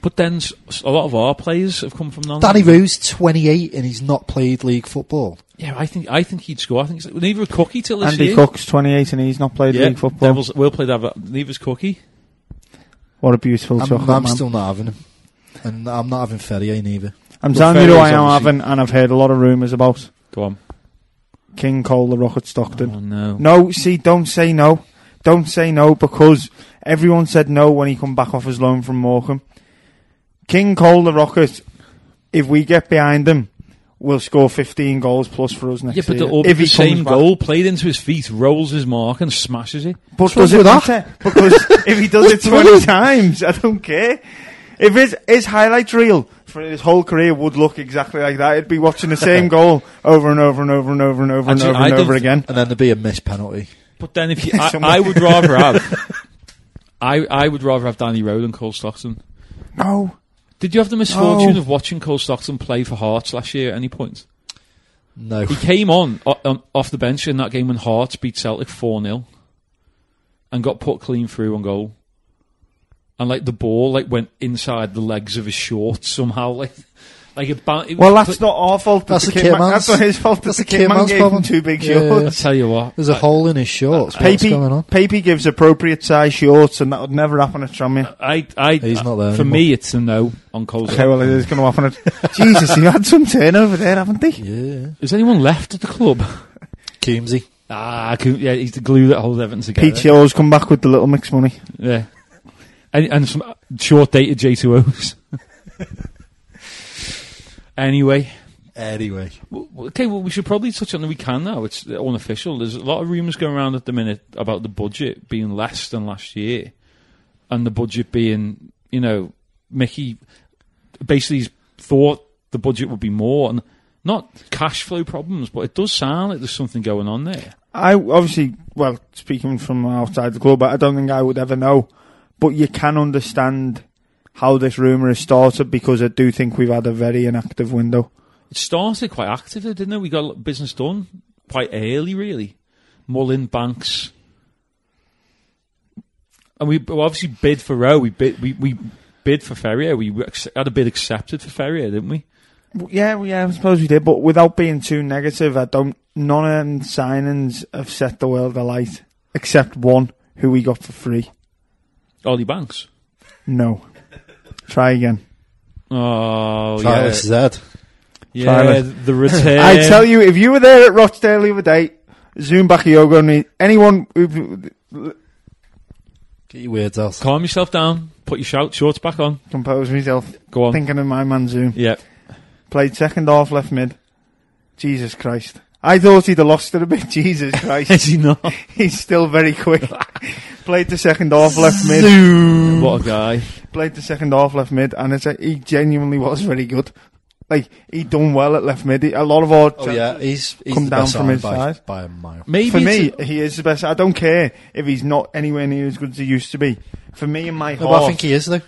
S3: But then s- a lot of our players have come from non.
S4: Danny Rowe's 28 and he's not played league football.
S3: Yeah, I think I think he'd score. I think he's, neither of Cookie till this
S6: Andy
S3: year.
S6: Cook's 28 and he's not played
S3: yeah,
S6: league football.
S3: Devils will play that. Neither's Cookie.
S6: What a beautiful
S4: I'm,
S6: chocolate
S4: I'm
S6: man.
S4: still not having him, and I'm not having Ferrier neither.
S6: I'm
S3: Well,
S6: telling you who I
S3: Ferrier's
S6: am
S3: obviously-
S6: having, and I've heard a lot of rumours about
S3: Go on.
S6: King Cole, the Rocket Stockton.
S3: Oh no.
S6: No, see, don't say no. Don't say no because everyone said no when he come back off his loan from Morecambe. King Cole the Rocket, if we get behind him, will score 15 goals plus for us next
S3: Yeah, but
S6: year.
S3: the, all,
S6: if
S3: the same
S6: comes back.
S3: goal played into his feet, rolls his mark and smashes it.
S6: But
S4: wrong
S6: does it
S4: with that?
S6: matter? Because if he does it 20 times, I don't care. If his, his highlight reel for his whole career would look exactly like that, it'd be watching the same goal over and over and over and over and over and
S3: Actually,
S6: over
S3: I
S6: and
S3: don't
S6: over
S3: th-
S6: again.
S4: And then there'd be a missed penalty.
S3: But then if you, I,
S6: Someone-
S3: I would rather have, I I would rather have Danny Rowe than Cole Stockton.
S6: No.
S3: Did you have the misfortune
S4: Oh.
S6: No.
S3: of watching Cole Stockton play for Hearts last year at any point?
S4: No,
S3: He came on o- um, off the bench in that game when Hearts beat Celtic 4 0 and got put clean through on goal. And like the ball like went inside the legs of his shorts somehow. Like, like it, ba- it
S6: Well,
S3: was-
S6: that's not our fault. that
S4: That's
S6: the
S4: the
S6: kid man-
S4: Kidman's-
S6: That's not his fault. that
S4: that's
S6: the
S4: the
S6: kid man
S4: Kidman's
S6: gave him
S4: problem.
S6: two big
S4: Yeah, yeah,
S3: I
S6: shorts.
S3: tell you what,
S4: there's a hole in his
S6: Uh,
S4: shorts. What's going on?
S6: Papey, Papey gives appropriate size shorts, and that would never happen at Tranmere.
S3: I, I,
S4: He's not there
S3: for
S4: anymore.
S3: me, it's a no on Cole.
S6: Okay, well, it is going to happen at. Jesus, you had some turnover there, haven't they?
S4: Yeah,
S3: Is anyone left at the club?
S4: Coombsy.
S3: Ah, I couldn't- yeah, he's the glue that holds Everton together.
S6: Pete Shaw's come back with the little mixed money.
S3: Yeah. And, and some short dated J2Os. anyway.
S4: Anyway,
S3: W- w- Okay, well, we should probably touch on the we can now. It's unofficial. There's a lot of rumours going around at the minute about the budget being less than last year and the budget being, you know, Mickey basically he's thought the budget would be more and not cash flow problems, but it does sound like there's something going on there.
S6: I obviously, well, speaking from outside the club, I don't think I would ever know. But you can understand how this rumour has started because I do think we've had a very inactive window.
S3: It started quite actively, didn't it? We got a lot of business done quite early, really. Mullin, Banks. And we we obviously bid for Rowe. We bid, we, we bid for Ferrier. We ac- had a bid accepted for Ferrier, didn't we?
S6: Well, Yeah, well, yeah, I suppose we did, but without being too negative, I don't. None of the signings have set the world alight, except one who we got for free.
S3: Ollie Banks.
S6: No, try again.
S3: Oh,
S4: Silas Zed.
S3: yeah. Yeah,
S6: Silas.
S3: the return.
S6: I tell you, if you were there at Rochdale the other day, Zoom Bakayoko and anyone who
S4: Get your words out.
S3: Calm yourself down. Put your shout shorts back on.
S6: compose myself,
S3: Go on.
S6: thinking of my man Zoom,
S3: yeah.
S6: played second half left mid. Jesus Christ. I thought he'd have lost it a bit. Jesus Christ.
S3: Is he not?
S6: He's still very quick. Played the second half left mid.
S3: what a guy.
S6: played the second half left mid, and it's a, he genuinely was very good. Like he done well at left mid. He- A lot of our
S4: Oh yeah, he's, he's
S6: Come
S4: the
S6: down
S4: best
S6: from
S4: arm
S6: his
S4: by,
S6: side.
S4: by a mile.
S3: Maybe
S6: for
S3: it's
S6: me,
S3: a-
S6: he is the best. I don't care if he's not anywhere near as good as he used to be. For me, in my
S4: No,
S6: heart,
S4: but I think he is though.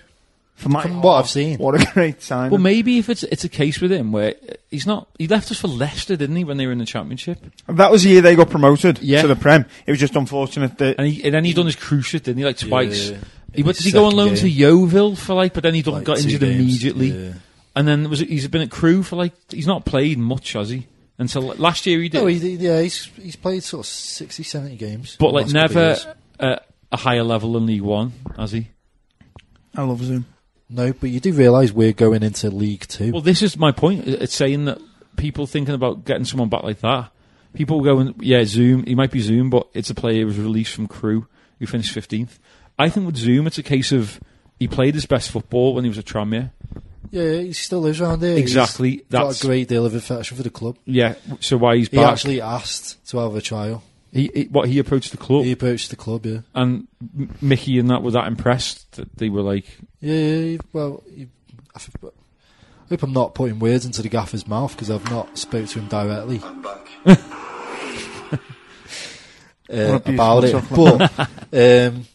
S6: for my
S4: from what
S6: heart,
S4: I've seen.
S6: what a great sign.
S3: well, maybe if it's it's a case with him where he's not. He left us for Leicester, didn't he, when they were in the championship?
S6: that was the year they got promoted
S3: Yeah.
S6: to the Prem. It was just unfortunate that
S3: And, he, and then he done his cruciate, didn't he? Like twice.
S4: Yeah.
S3: He,
S4: In
S3: but
S4: his
S3: did he go on
S4: second
S3: loan to
S4: game.
S3: Yeovil for like? But then he done,
S4: Like,
S3: got
S4: two
S3: injured
S4: games,
S3: immediately.
S4: yeah.
S3: And then was it, he's been at Crew for like he's not played much, has he? Until last year he did.
S4: No, he, he- yeah, he's he's played sort of 60, 70 games.
S3: but
S4: in
S3: like
S4: the last couple
S3: never
S4: of years.
S3: uh, a higher level than League One, has he?
S6: I love Zoom.
S4: No, but you do realise we're going into League Two.
S3: Well, this is my point. It's saying that people thinking about getting someone back like that. People going, yeah, Zoom. He might be Zoom, but it's a player who was released from Crew who finished fifteenth. I think with Zoom, it's a case of he played his best football when he was at Tranmere.
S4: yeah, he still lives around here.
S3: Exactly,
S4: He's
S3: that's-
S4: got a great deal of affection for the club.
S3: Yeah, so why he's
S4: He
S3: back?
S4: actually asked to have a trial.
S3: he, he what he approached the club
S4: He approached the club. Yeah,
S3: and M- Mickey and that were that impressed that they were like,
S4: yeah. yeah, he- well, he, I, f- I hope I'm not putting words into the gaffer's mouth because I've not spoke to him directly. uh,
S6: What a
S4: about it.
S6: beautiful
S4: But um,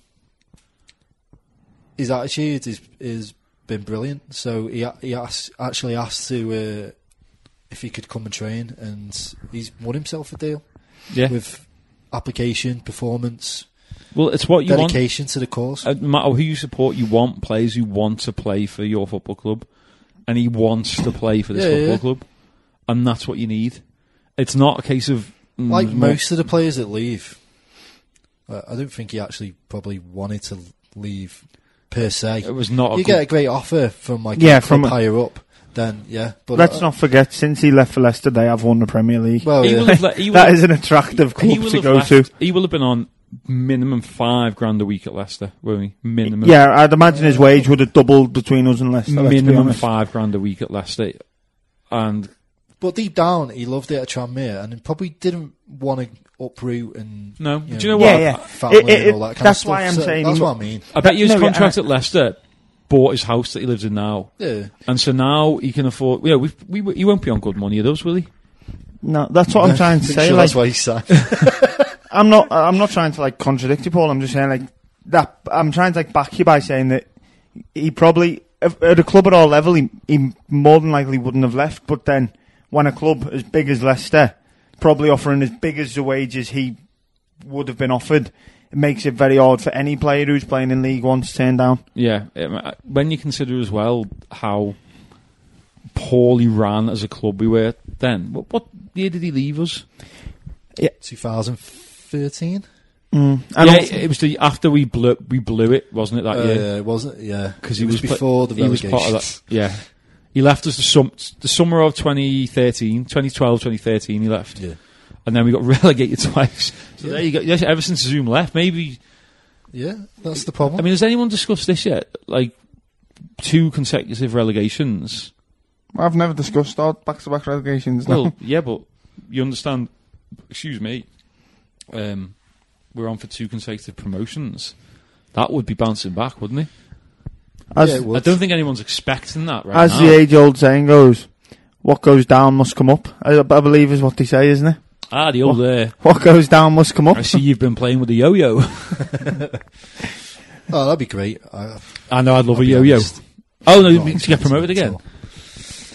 S4: his attitude is has been brilliant. So he a- he asked, actually asked to uh, if he could come and train, and he's won himself a deal
S3: yeah,
S4: with application, performance,
S3: well, it's what you want.
S4: dedication to the cause.
S3: Uh, no matter who you support, you want players who want to play for your football club, and he wants to play for this
S4: Yeah,
S3: football
S4: yeah.
S3: club, and that's what you need. It's not a case of mm,
S4: like
S3: mo-
S4: most of the players that leave, uh, I don't think he actually probably wanted to leave per se.
S3: It was not. A
S4: You
S3: good,
S4: get a great offer from like
S6: Yeah,
S4: a club
S6: from a-
S4: higher up, then yeah. But
S6: Let's
S4: uh,
S6: not forget, since he left for Leicester, they have won the Premier League.
S4: Well,
S3: he
S4: yeah.
S3: will have le- he will
S6: that
S3: have-
S6: is an
S3: he
S6: attractive club
S3: will
S6: to
S3: have
S6: go
S3: left-
S6: to.
S3: He will have been on minimum five grand a week at Leicester, won't he? Minimum.
S6: Yeah, I'd imagine his wage would have doubled between us and Leicester. let's be
S3: minimum
S6: honest.
S3: five grand a week at Leicester, and
S4: But deep down, he loved it at Tranmere, and he probably didn't want to uproot and
S3: No. Do you know
S6: Yeah,
S3: what?
S6: yeah.
S4: family
S6: It- it-
S4: and all that kind of
S6: that's
S4: stuff.
S6: why I'm
S4: So
S6: saying
S4: that's
S6: he-
S4: what I mean.
S3: I bet
S6: That-
S3: you his
S6: no, yeah,
S3: contract
S6: I-
S3: at Leicester bought his house that he lives in now,
S4: Yeah,
S3: and so now he can afford. Yeah, we've, we we- he won't be on good money, those will he?
S6: No, that's what I'm trying to
S4: Pretty
S6: say.
S4: sure
S6: like,
S4: that's why he signed.
S6: I'm not. uh, I'm not trying to like contradict you, Paul. I'm just saying like that. I'm trying to like back you by saying that he probably if- at a club at our level, he, he more than likely wouldn't have left. But then, when a club as big as Leicester, probably offering as big as the wages he would have been offered, it makes it very hard for any player who's playing in League One to turn down.
S3: Yeah. um, I- When you consider as well how poorly ran as a club we were then, what, what year did he leave us?
S4: 2013.
S6: And
S3: yeah,
S6: also-
S3: it was the after we blew we blew it, wasn't it that
S4: Uh,
S3: year?
S4: yeah, it wasn't. Yeah,
S3: because
S4: It
S3: he was, pla-
S4: before the
S3: he was
S4: relegation.
S3: part of that. Yeah, he left us the, sum- the summer of 2013, 2012, 2013 He left,
S4: Yeah.
S3: and then we got relegated twice. So
S4: Yeah.
S3: there you go. Yes, ever since Zoom left, maybe.
S4: Yeah, that's the problem.
S3: I mean, has anyone discussed this yet? Like two consecutive relegations.
S6: I've never discussed our back-to-back relegations. no.
S3: Well, yeah, but you understand. Excuse me. Um, we're on for two consecutive promotions. That would be bouncing back, wouldn't it?
S6: As-
S4: yeah, it
S3: I
S4: would.
S3: don't think anyone's expecting that right
S6: As
S3: now.
S6: the age old saying goes, what goes down must come up. I, I believe is what they say, isn't it?
S3: ah, the old. Uh,
S6: What goes down must come up.
S3: I see you've been playing with the yo-yo.
S4: Oh, that'd be great. I,
S3: I know I'd love
S4: I'll
S3: a
S4: be
S3: yo-yo.
S4: honest.
S3: Oh no,
S4: I'm
S3: you
S4: not
S3: mean to get
S4: expecting
S3: promoted
S4: it at
S3: again.
S4: all.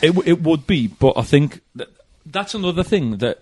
S3: It w- it would be, but I think that, that's another thing that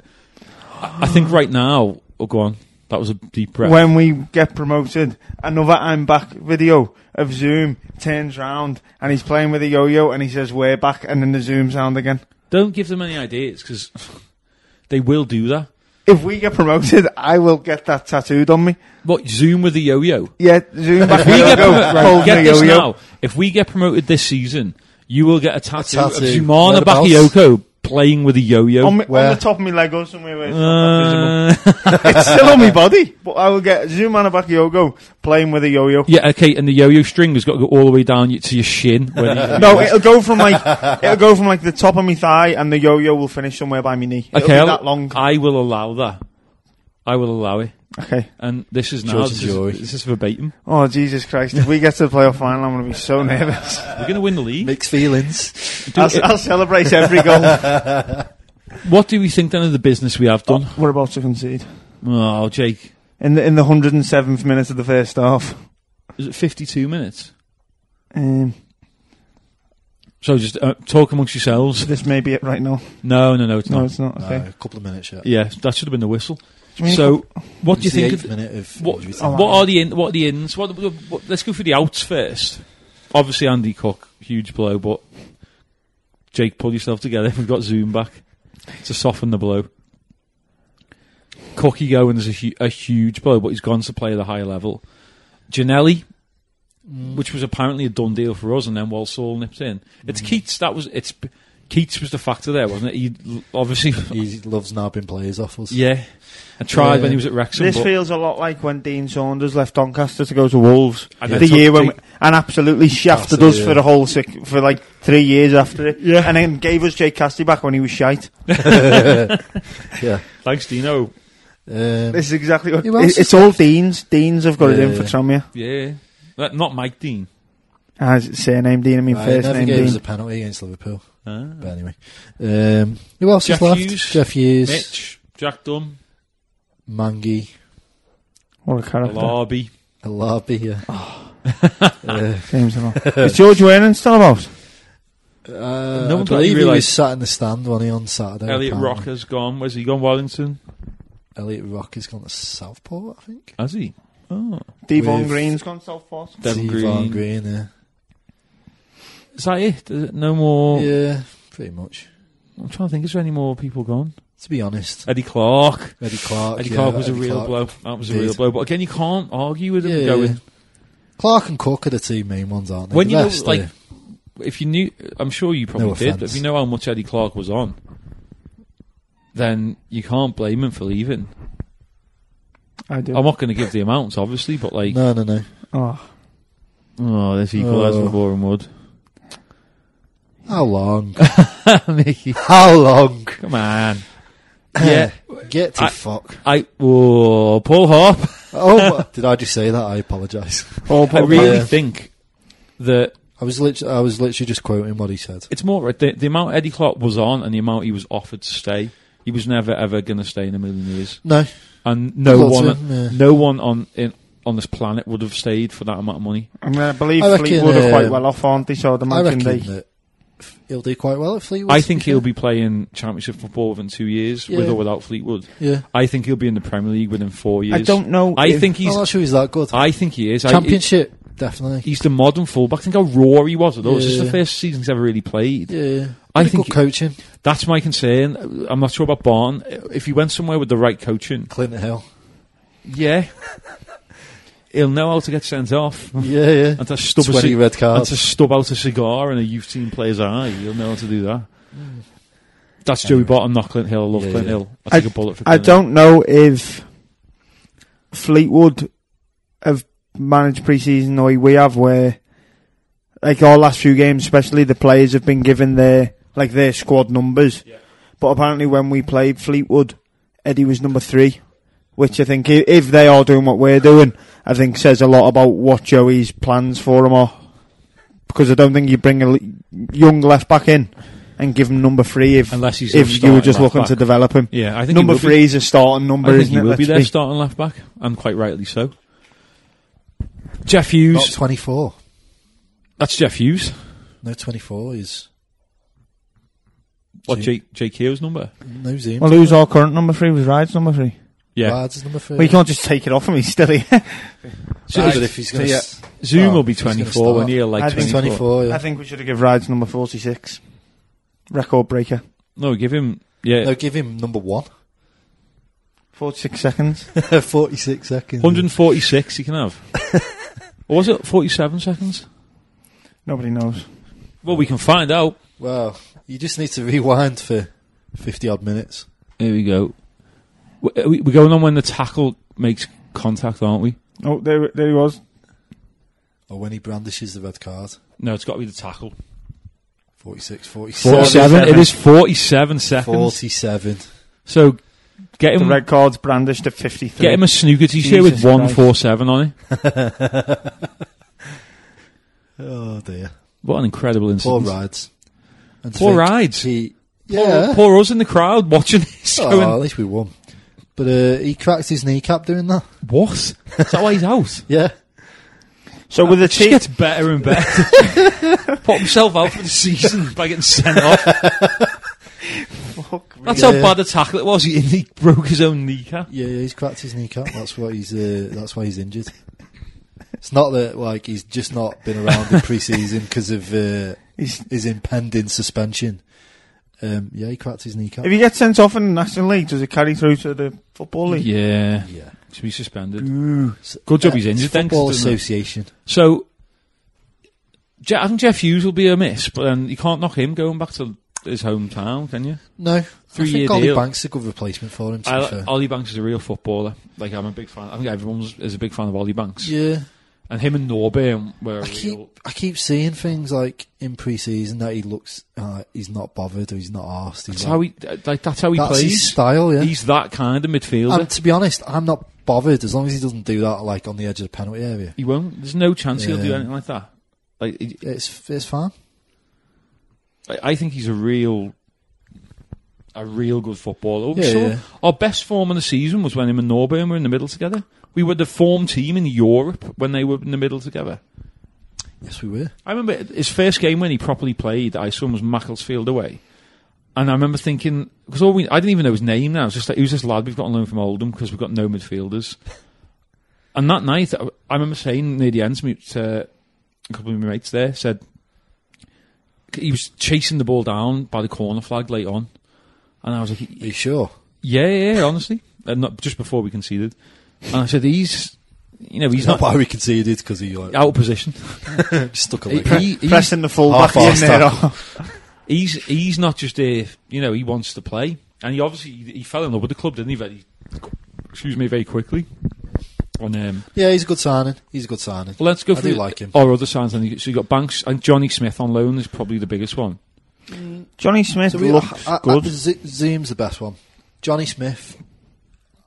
S3: I, I think right now. Oh, go on. That was a deep breath.
S6: when we get promoted, another I'm back video of Zoom turns round and he's playing with a yo-yo and he says we're back and then the Zoom sound again.
S3: Don't give them any ideas because they will do that.
S6: If we get promoted, I will get that tattooed on me.
S3: What Zoom with the yo-yo?
S6: Yeah, Zoom back
S3: If we get,
S6: yo-yo,
S3: promo- right,
S6: holding
S3: get
S6: a
S3: this
S6: yo-yo.
S3: now. If we get promoted this season, you will get a tattoo,
S4: tattoo.
S3: of Zumana
S4: Whereabouts?
S3: Bakayoko playing with a yo-yo.
S6: on, me, on
S4: Where?
S6: the top of my leg or somewhere where it's not that visible.
S3: Uh,
S6: it's still on my body, but I will get Zumana Bakayogo playing with a yo-yo.
S3: yeah, okay, and the yo-yo string has got to go all the way down y- to your shin. Where the-
S6: No, it'll go from like it'll go from like the top of my thigh, and the yo-yo will finish somewhere by my knee. It'll
S3: okay,
S6: be
S3: I'll-
S6: that long.
S3: I will allow that. I will allow it.
S6: Okay.
S3: And this is now
S4: George
S3: this
S4: and Joey.
S3: is, this is verbatim.
S6: Oh Jesus Christ! If we get to the playoff final, I'm going to be so nervous.
S3: We're going to win the
S6: Uh,
S3: league.
S4: Mixed feelings.
S6: I'll, I'll celebrate every goal.
S3: What do we think then of the business we have done?
S6: We're about to concede
S3: Oh, Jake,
S6: in the in the 107th minute of the first half.
S3: is it 52 minutes?
S6: Um,
S3: So just uh, talk amongst yourselves.
S6: this may be it right now.
S3: No, no, no, it's
S6: No,
S3: not.
S6: it's not. Okay.
S4: Uh, a couple of minutes yet.
S3: Yeah, that should have been the whistle.
S6: you mean-
S3: So, what do you
S4: It's the
S3: think? Of
S4: eighth minute of
S3: what, oh.
S4: injury time.
S3: what are the in, what are the ins? What, what, what- let's go for the outs first. Obviously, Andy Cook, huge blow, but Jake, pull yourself together. We've got Zoom back to soften the blow. Cookie going is a, hu- a huge blow, but he's gone to play at a high level. Janelli, which was apparently a done deal for us, and then Walsall nipped in. It's Keats that was it's Keats was the factor there, wasn't it? He l- obviously,
S4: He loves nabbing players off us.
S3: yeah, and tried
S4: Yeah.
S3: when he was at Wrexham.
S6: This
S3: but-
S6: feels a lot like when Dean Saunders left Doncaster to go to Wolves.
S3: And
S6: the
S3: then took
S6: year when
S3: the-
S6: we- and absolutely shafted
S4: Absolutely,
S6: us
S4: yeah.
S6: for the whole six, for like three years after it. Yeah. And then gave us Jake Casty back when he was shite.
S4: yeah.
S3: thanks, Dino.
S4: Um,
S6: This is exactly what
S4: Who else
S6: it-
S4: is
S6: it's all Deans. Deans have got it in
S4: Yeah.
S6: for Tramier.
S3: Yeah. That- not Mike Dean.
S6: Ah, is it surname Dean, I mean
S4: right,
S6: first
S4: never
S6: name
S4: gave
S6: Dean.
S4: us a penalty against Liverpool.
S3: Ah.
S4: But anyway, um, who else
S3: Jeff
S4: is left?
S3: Hughes.
S4: Jeff Hughes,
S3: Mitch, Jack Dunn,
S4: Mangi,
S6: What a character.
S3: Larby.
S4: Alabi. Yeah.
S3: Ah.
S6: James Hall. is George Wernan still about?
S4: Uh,
S3: No
S4: I
S3: one thought
S4: believe
S3: you
S4: he was
S3: realised-
S4: sat in the stand when he on Saturday.
S3: Elliot
S4: apparently.
S3: Rock has gone. Where's he gone? Wellington?
S4: Elliot Rock has gone to Southport, I think.
S3: Has he? Oh.
S6: Devon
S4: With-
S6: Green's gone Southport.
S3: Devon
S4: Devon
S3: Green.
S4: Green, yeah.
S3: Is that it? Is it no more.
S4: Yeah, pretty much.
S3: I'm trying to think. Is there any more people gone?
S4: To be honest,
S3: Eddie Clark.
S4: Eddie Clark.
S3: Eddie
S4: yeah,
S3: Clark was
S4: Eddie
S3: a real
S4: Clark.
S3: blow. That was a
S4: Indeed.
S3: real blow. But again, you can't argue with him
S4: Yeah,
S3: going.
S4: yeah. Clark and Cook are the two main ones, aren't they?
S3: When
S4: The
S3: you know,
S4: rest
S3: like,
S4: are-
S3: if you knew, I'm sure you probably
S4: No
S3: did, but
S4: offence.
S3: if you know how much Eddie Clark was on, then you can't blame him for leaving.
S6: I do.
S3: I'm not going to give the amounts, obviously, but like,
S4: no, no, no.
S6: oh.
S3: oh, this equaliser
S4: Oh.
S3: for Boreham Wood.
S4: How long?
S3: Mickey.
S4: How long?
S3: Come on. Yeah,
S4: Get to
S3: I-
S4: fuck.
S3: I whoa, Paul Harp.
S4: Oh, my- did I just say that? I apologise.
S3: Oh,
S6: Paul
S3: I
S6: Pogba.
S3: really
S4: Yeah.
S3: think that
S4: I was literally, I was literally just quoting what he said.
S3: it's more the, the amount Eddie Clark was on and the amount he was offered to stay. He was never ever going to stay in a million years,
S4: No,
S3: and no
S4: Lots
S3: one,
S4: of them, yeah.
S3: no one on in, on this planet would have stayed for that amount of money.
S6: I, mean, I believe
S4: I reckon,
S6: Fleetwood are
S4: uh,
S6: quite well off, aren't they? So I'd
S4: I
S6: imagine
S4: reckon
S6: they.
S4: that f- he'll do quite well at Fleetwood.
S3: I
S4: to
S3: think
S4: fair.
S3: he'll be playing Championship football within two years, with
S4: Yeah.
S3: or without Fleetwood.
S4: Yeah.
S3: I think he'll be in the Premier League within four years.
S6: I don't know.
S3: I
S6: if-
S3: think
S4: I'm
S3: he's.
S4: not sure he's that good.
S3: I think he is. I- he-
S4: Championship, definitely.
S3: he's the modern fullback. Think how raw he was at us. This is the
S4: Yeah.
S3: first season he's ever really played.
S4: yeah,
S3: I
S4: Pretty
S3: think
S4: good coaching.
S3: That's my concern. I'm not sure about Barn. If he went somewhere with the right coaching,
S4: Clinton Hill.
S3: yeah, he'll know how to get sent off
S4: Yeah, yeah.
S3: and to stub a,
S4: Twenty
S3: cig-
S4: red
S3: and
S4: cards.
S3: to stub out a cigar in a youth team player's eye. He'll know how to do that. That's Joey Barton, not Clint Hill. I love
S4: Yeah,
S3: Clint
S4: yeah.
S3: Hill. I
S6: I-
S3: take a bullet for.
S6: I
S3: Clint Hill.
S6: don't know if Fleetwood have managed pre-season the way we have, where like our last few games, especially the players have been given their like their squad numbers. But apparently, when we played Fleetwood, Eddie was number three, which I think i- if they are doing what we're doing, I think says a lot about what Joey's plans for them are. Because I don't think you bring a l- young left back in and give him number three if
S3: Unless he's
S6: if you were just
S3: starting
S6: looking
S3: left
S6: to
S3: back.
S6: develop him.
S3: Yeah, I think
S6: number
S3: he will be-
S6: three is a starting number,
S3: I think
S6: isn't
S3: he
S6: it?
S3: will be
S6: Let's
S3: their starting left back, and quite rightly so. Jeff
S4: Not
S3: Hughes.
S4: twenty four.
S3: That's Jeff Hughes.
S4: No, twenty four is
S3: What
S4: Zoom.
S3: Jake Jake Hughes' number?
S4: no Zoom.
S6: Well, who's our current number three? Was Ride's number three?
S3: Yeah,
S4: Bards is number three.
S6: Well, you can't just take it off him. He's still here.
S3: So
S4: Right,
S3: if-
S4: if he's gonna
S6: so, yeah.
S4: s-
S3: Zoom
S4: Oh,
S3: will be
S4: he's gonna
S3: 24 when
S4: start.
S3: you're
S6: I
S3: like 24.
S6: think
S4: 24, yeah.
S6: I think we should have given Ride's number forty-six. Record breaker.
S3: No, give him. Yeah,
S4: No, give him number one.
S6: Forty-six seconds.
S4: 46 seconds.
S3: 146 he can have. or was it 47 seconds?
S6: Nobody knows.
S3: Well, we can find out.
S4: Wow. You just need to rewind for 50 odd minutes.
S3: Here we go. We- are we- We're going on when the tackle makes contact, aren't we?
S6: Oh, there, there he was.
S4: Or when he brandishes the red card.
S3: No, it's got to be the tackle.
S4: 46, 47.
S3: 47. It is 47 seconds.
S4: 47.
S3: So get
S6: The
S3: him,
S6: red card's brandished at 53.
S3: get him a snooker t-shirt with
S6: Jesus Christ.
S3: 147 on it.
S4: Oh dear.
S3: What an incredible
S4: Poor
S3: incident.
S4: rides. And to
S3: Poor
S4: think
S3: rides?
S4: He,
S3: Poor,
S4: yeah.
S3: poor us in the crowd watching this.
S4: Oh,
S3: going,
S4: at least we won. But uh, he cracked his kneecap doing that.
S3: what? Is that why he's out?
S4: Yeah.
S6: So with the
S3: She
S6: team,
S3: gets better and better. Put himself out for the season by getting sent off. That's how
S4: Yeah.
S3: bad a tackle it was. He, he broke his own kneecap.
S4: Yeah, yeah, he's cracked his kneecap. That's what he's. Uh, that's why he's injured. It's not that like he's just not been around in pre-season because of uh,
S6: He's-
S4: his impending suspension. Um, yeah, he cracked his kneecap.
S6: if he gets sent off in the National League, does it carry through to the Football League?
S3: Yeah.
S4: yeah,
S3: Should be suspended.
S6: Ooh.
S3: Good job
S4: Uh,
S3: he's injured then. 'cause
S4: Football
S3: it doesn't-
S4: Association.
S3: So, Je- I think Jeff Hughes will be a miss, but then you can't knock him going back to his hometown, can you?
S4: No, I
S3: Three-year
S4: think Ollie
S3: deal.
S4: Banks is a good replacement for him. To be
S3: I, oh.
S4: fair.
S3: Ollie Banks is a real footballer. Like, I'm a big fan. I think everyone is a big fan of Ollie Banks.
S4: yeah,
S3: And him and Norby were a
S4: I
S3: real...
S4: keep I keep seeing things like in pre-season that he looks uh, he's not bothered or he's not arsed. He's
S3: That's
S4: like-
S3: how he, like, that's how he
S4: that's
S3: plays.
S4: his style. Yeah,
S3: He's that kind of midfielder.
S4: and to be honest, I'm not bothered as long as he doesn't do that like on the edge of the penalty area.
S3: He won't. There's no chance he'll do
S4: Yeah.
S3: anything like that. Like he-
S4: It's it's fine.
S3: I I think he's a real, a real good footballer. We
S4: Yeah,
S3: saw-
S4: yeah.
S3: Our best form of the season was when him and Norburn were in the middle together. We were the form team in Europe when they were in the middle together.
S4: Yes, we were.
S3: I remember his first game when he properly played. I saw him was Macclesfield away, and I remember thinking because all we I didn't even know his name. Now I was just like, who's this lad we've got on loan from Oldham because we've got no midfielders. And that night, I, I remember saying near the end to, me, to a couple of my mates there said he was chasing the ball down by the corner flag late on, and I was like,
S4: Are you sure?
S3: yeah, yeah, yeah, honestly, and not just before we conceded, and I said he's. You know he's
S4: Not
S3: not
S4: why we conceded because he like,
S3: out of position.
S4: stuck a
S3: He,
S4: leg.
S3: he, he's-
S6: Pressing the full back in
S4: Half-assed
S6: there.
S3: he's he's not just a you know he wants to play, and he obviously he, he fell in love with the club, didn't he? Very, excuse me, very quickly. And um,
S4: yeah, he's a good signing. He's a good signing.
S3: well, let's go
S4: I
S3: through
S4: do like him.
S3: Or other signs, and you- so you got Banks and Johnny Smith on loan is probably the biggest one.
S6: Johnny Smith
S4: So we-
S6: looks
S4: I- I-
S6: good.
S4: Z- Zoom's the best one. Johnny Smith,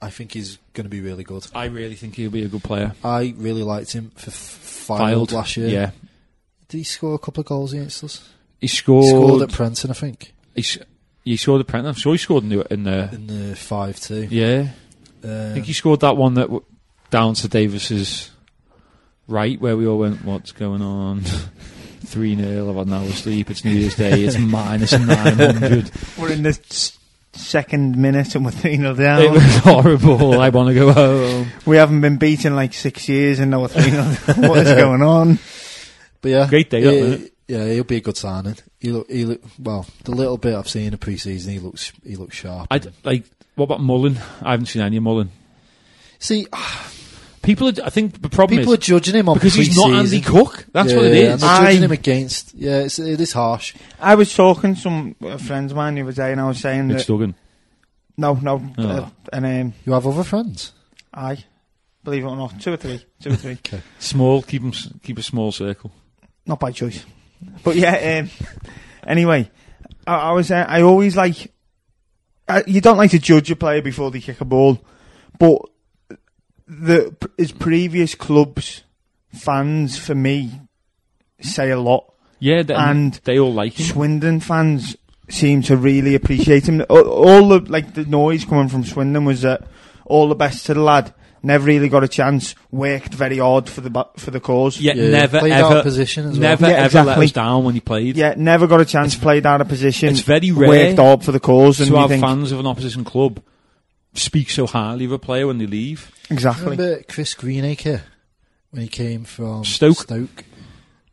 S4: I think he's going to be really good.
S3: I really think he'll be a good player.
S4: I really liked him for f- filed last year.
S3: yeah.
S4: Did he score a couple of goals against us?
S3: He
S4: He scored
S3: scored.
S4: at Prenton, I think,
S3: He, s- he scored the penalty. I'm sure he scored in the, in the
S4: in the five two.
S3: yeah. I think he scored that one that w- down to Davis's right, where we all went, "What's going on?" Three 0 I've had an hour's sleep. It's New Year's Day. It's minus nine hundred.
S6: We're in the s- second minute and we're 3 0
S4: Oh.
S3: It
S6: down.
S3: was horrible. I want to go home.
S6: We haven't been beaten like six years and now we're 3 0 down. What is going on?
S4: But yeah,
S3: Great day, that,
S4: he-
S3: wasn't
S4: yeah, he'll be a good signing. He look, he look, well, the little bit I've seen of pre-season, he looks, he looks sharp.
S3: I like. What about Mullen? I haven't seen any of Mullen.
S4: See,
S3: People, are, I think the problem
S4: people are
S3: is
S4: judging him on
S3: because he's
S4: pre-season.
S3: not Andy Cook. That's
S4: Yeah,
S3: what it
S4: And
S3: is.
S4: they're judging
S6: I-
S4: him against. Yeah, it's, it is harsh.
S6: I was talking to some uh, friends of mine the other day and I was saying
S3: It's
S6: that.
S3: Duggan.
S6: No, no.
S3: Oh.
S6: Uh, and um,
S4: You have other friends.
S6: I, believe it or not, two or three. Two or three.
S3: Small. Keep him. s- Keep a small circle.
S6: not by choice. But yeah. Um, anyway, I, I was. Uh, I always like. Uh, you don't like to judge a player before they kick a ball, but the his previous clubs fans for me say a lot.
S3: Yeah, they, and
S6: And-
S3: they all like him.
S6: Swindon fans seem to really appreciate him. All, all the like the noise coming from Swindon was that all the best to the lad. Never really got a chance. Worked very hard for the ba- for the cause.
S3: Yet
S4: Yeah,
S3: never
S4: played
S3: ever
S4: out of position as well.
S3: never
S6: Yeah,
S3: ever let
S6: exactly.
S3: us down when he played.
S6: Yeah, never got a chance to play down a position.
S3: it's very rare
S6: Worked hard for the cause, and
S3: to
S6: you
S3: have
S6: think
S3: fans of an opposition club speak so highly of a player when they leave.
S6: exactly.
S4: Remember Chris Greenacre when he came from
S3: Stoke.
S4: Stoke,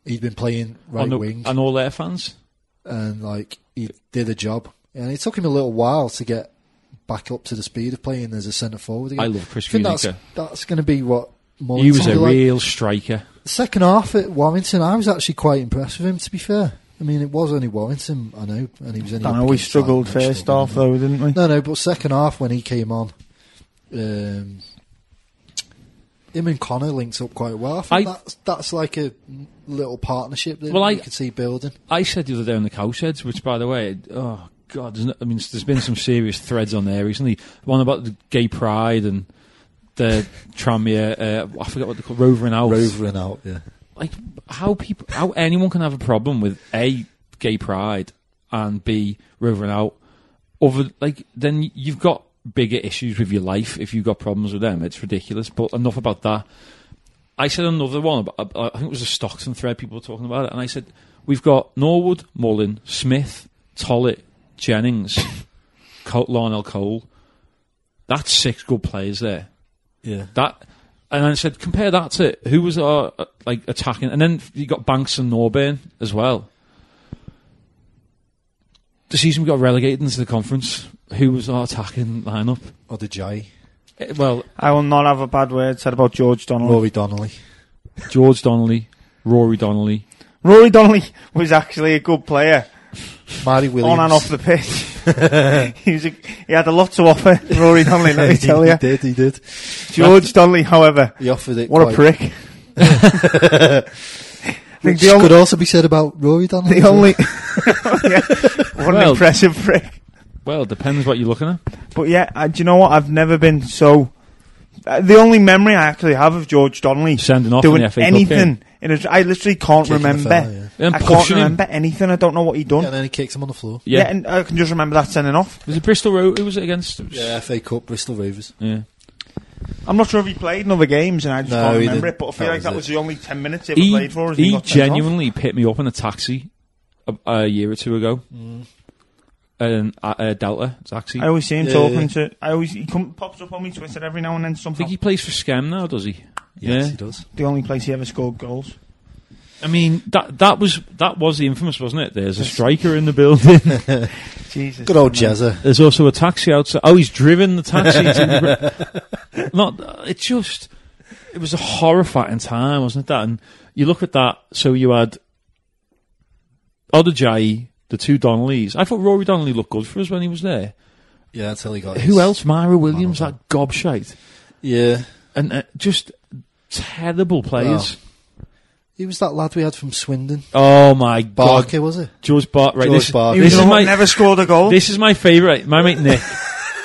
S4: he'd been playing
S3: on
S4: right
S3: the-
S4: wing,
S3: and all their fans.
S4: and like he did a job. And it took him a little while to get back up to the speed of playing as a centre forward. Again.
S3: I love Chris
S4: I think that's,
S3: Greenacre.
S4: that's going to be what.
S3: He
S4: Mullen's
S3: was a
S4: gonna be like.
S3: real striker.
S4: second half at Warrington. I was actually quite impressed with him. To be fair, I mean, it was only Warrington, I know, and he was only.
S6: I
S4: up
S6: know we
S4: against that
S6: struggled
S4: much,
S6: first
S4: struggled,
S6: half though, didn't we?
S4: No, no, but second half when he came on, um, him and Connor linked up quite well. I think
S3: I-
S4: that's, that's like a little partnership that
S3: Well, I-
S4: you could see building.
S3: I said the other day on the Cowsheds, which by the way, oh god, there's no, I mean, there's been some serious threads on there recently. One about the gay pride and the Tramier, uh, I forget what they call Rover and Out.
S4: Rovering out, yeah.
S3: Like how people, how anyone can have a problem with a gay pride and b Rover and Out. Over like then you've got bigger issues with your life if you've got problems with them. It's ridiculous. But enough about that. I said another one. ab- ab- I think it was a Stockton thread. People were talking about it, and I said we've got Norwood, Mullen, Smith, Tollett, Jennings, Col- Lionel Cole. That's six good players there.
S4: Yeah.
S3: That, and I said compare that to who was our uh, like attacking, and then you got Banks and Norburn as well. The season we got relegated into the conference. Who was our attacking lineup?
S4: Or the Jay.
S3: Eh, Well,
S6: I will not have a bad word said about George Donnelly.
S4: Rory Donnelly.
S3: George Donnelly, Rory Donnelly,
S6: Rory Donnelly was actually a good player
S4: Mary Williams.
S6: on and off the pitch. he, was a, he had a lot to offer, Rory Donnelly, let me tell you.
S4: he did, he did.
S6: George Donnelly, however,
S4: He offered it.
S6: what a
S4: quite-
S6: prick. I
S4: Which
S6: think the,
S4: could
S6: on,
S4: also be said about Rory Donnelly.
S6: the only. yeah, what an
S3: Well-
S6: impressive prick.
S3: Well, it depends what you're looking at.
S6: But yeah, I, do you know what? I've never been so. Uh, the only memory I actually have of George Donnelly
S3: Sending off in
S6: doing
S3: the FA Cup
S6: anything, in a, I literally can't
S4: Kicking the
S6: remember.
S4: fella,
S3: yeah. And
S6: I can't
S3: pushing him.
S6: remember anything. I don't know what he done.
S4: and then he kicks him on the floor.
S3: game.
S6: Yeah.
S3: Yeah,
S6: and I can just remember that sending off.
S3: was it Bristol Road? Who was it against? It was-
S4: Yeah, FA Cup, Bristol Rovers.
S3: yeah.
S6: I'm not sure if he played in other games, and I just
S4: No,
S6: can't
S4: he
S6: remember
S4: didn't.
S6: it. But I feel
S4: That
S6: like
S4: was
S6: that
S4: it.
S6: was the only ten minutes he, ever
S3: He,
S6: played for us. and
S3: he
S6: got sent off.
S3: genuinely picked me up in a taxi a, a year or two ago.
S6: Mm.
S3: And uh, uh, Delta taxi.
S6: I
S3: I
S6: always see him
S4: Yeah,
S6: talking
S4: yeah.
S6: to. I always he come, pops up on me Twitter every now and then. Something.
S3: think he plays for Scam now, does he?
S4: Yes,
S3: yeah.
S4: he does.
S6: the only place he ever scored goals.
S3: I mean that that was that was the infamous, wasn't it? There's a striker in the building.
S6: Jesus.
S4: Good old Jezza.
S3: There's also a taxi outside. Oh, he's driven the taxi. to the... Not. It just. It was a horrifying time, wasn't it? That and you look at that. So you had Odajayi, the two Donnellys. I thought Rory Donnelly looked good for us when he was there.
S4: Yeah, until he got his-
S3: Who else? Myra Williams, that gobshite,
S4: Yeah.
S3: and uh, just terrible players.
S4: He was that lad we had from Swindon.
S3: Oh my god,
S4: Barker, was it?
S3: George Bart. Right,
S4: George
S3: this,
S4: Barker.
S3: this
S6: This
S3: is my
S6: never scored a goal.
S3: This is my favourite. My mate Nick.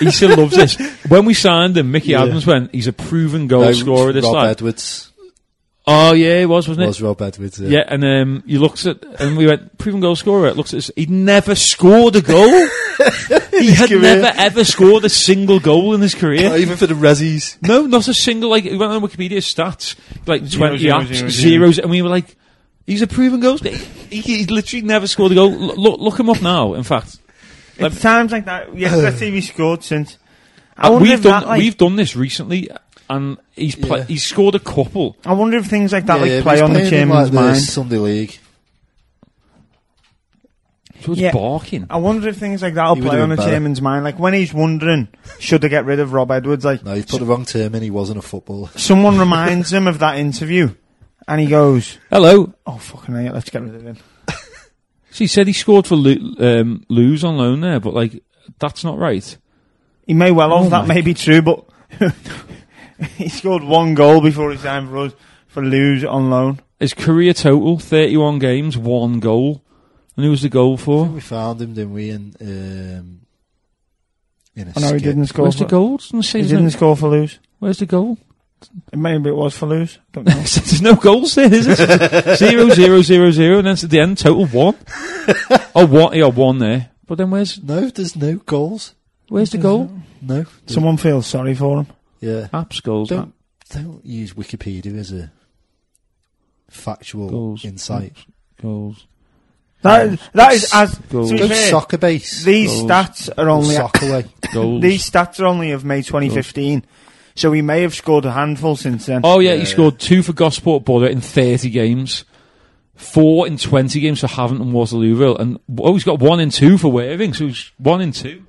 S3: He still loves this. When we signed him, Mickey Adams went, he's a proven goal
S4: No,
S3: scorer this
S4: Rob
S3: time.
S4: Edwards.
S3: Oh, yeah, he was, wasn't it?
S4: Was Rob Edwards.
S3: Yeah, and um, you looked at, and we went, proven goal scorer. Looked at this, he'd never scored a goal. he had
S4: career. Oh,
S3: never, ever scored a single goal in his career.
S4: Not even for the Rezzies.
S3: No, not a single. Like, we went on Wikipedia stats, like 20
S6: zero,
S3: apps,
S6: zero, zero.
S3: zeros, and we were like, he's a proven goal scorer. He, he literally never scored a goal. Look, look, look him up now, in fact.
S6: It's times like that. Yeah, let's see if he scored since.
S4: Uh,
S6: I
S3: And
S6: wonder
S3: we've
S6: if
S3: done
S6: that, like,
S3: we've done this recently, and he's pla
S4: Yeah.
S3: he's scored a couple.
S6: I wonder if things like that
S4: Yeah,
S6: like
S4: yeah,
S6: play
S4: he's
S6: on the
S4: playing in, like
S6: chairman's
S4: the
S6: mind.
S4: Sunday League.
S3: So it's
S6: Yeah.
S3: barking.
S6: I wonder if things like that'll
S4: He would've
S6: play on the
S4: been better.
S6: chairman's mind. Like when he's wondering, should they get rid of Rob Edwards? Like
S4: No, he put the wrong term in. He wasn't a footballer.
S6: someone reminds him of that interview, and he goes,
S3: Hello.
S6: "Oh fucking hell, let's get rid of him."
S3: So he said he scored for Lu- um, Lose on loan there, but like that's not right.
S6: He may well have.
S3: Oh
S6: that
S3: my
S6: may be true, but he scored one goal before he signed for us for lose on loan.
S3: His career total thirty one games, one goal, and who was the goal for?
S4: We found him, didn't we? In um, in a
S6: Oh, no, he
S4: skit.
S6: didn't score.
S3: Where's the
S6: For,
S3: goal? Doesn't say
S6: he
S3: there's no-
S6: didn't score for lose.
S3: Where's the goal?
S6: Maybe it was for lose. Don't know.
S3: there's no goals there, is it? zero zero zero zero, and then at the end total one. oh, one, yeah, one there. But then where's
S4: No, there's no goals.
S3: where's the goal?
S4: No.
S6: Someone feels sorry for him.
S4: Yeah.
S3: Apps goals.
S4: Don't don't use Wikipedia as a factual
S3: Goals.
S4: insight.
S3: Goals.
S6: That is, that is as
S3: Goals.
S6: to be
S4: Go
S6: fair,
S4: soccer base.
S6: these
S3: Goals.
S6: stats are
S4: Or
S6: only
S4: sock away.
S3: Goals.
S6: these stats are only of May 2015, so he may have scored a handful since then.
S3: Oh yeah, he scored two for Gosport Borough in thirty games, four in twenty games for Havant and Waterlooville, and oh, he's got one in two for Worthing. So he's one in two.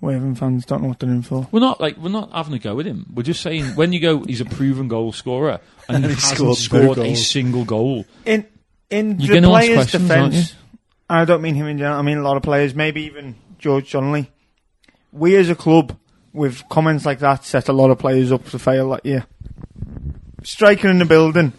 S6: Waving fans don't know what they're in for.
S3: We're not like we're not having a go with him. We're just saying when you go, he's a proven goal scorer, and, he
S4: he
S3: hasn't
S4: scored no
S3: scored, a
S4: goals.
S3: single goal.
S6: In in
S3: You're
S6: the
S3: going to ask
S6: player's
S3: questions, aren't you?
S6: defence, I don't mean him in general. I mean a lot of players, maybe even George Donnelly. We as a club, with comments like that, set a lot of players up for fail that year. Striker in the building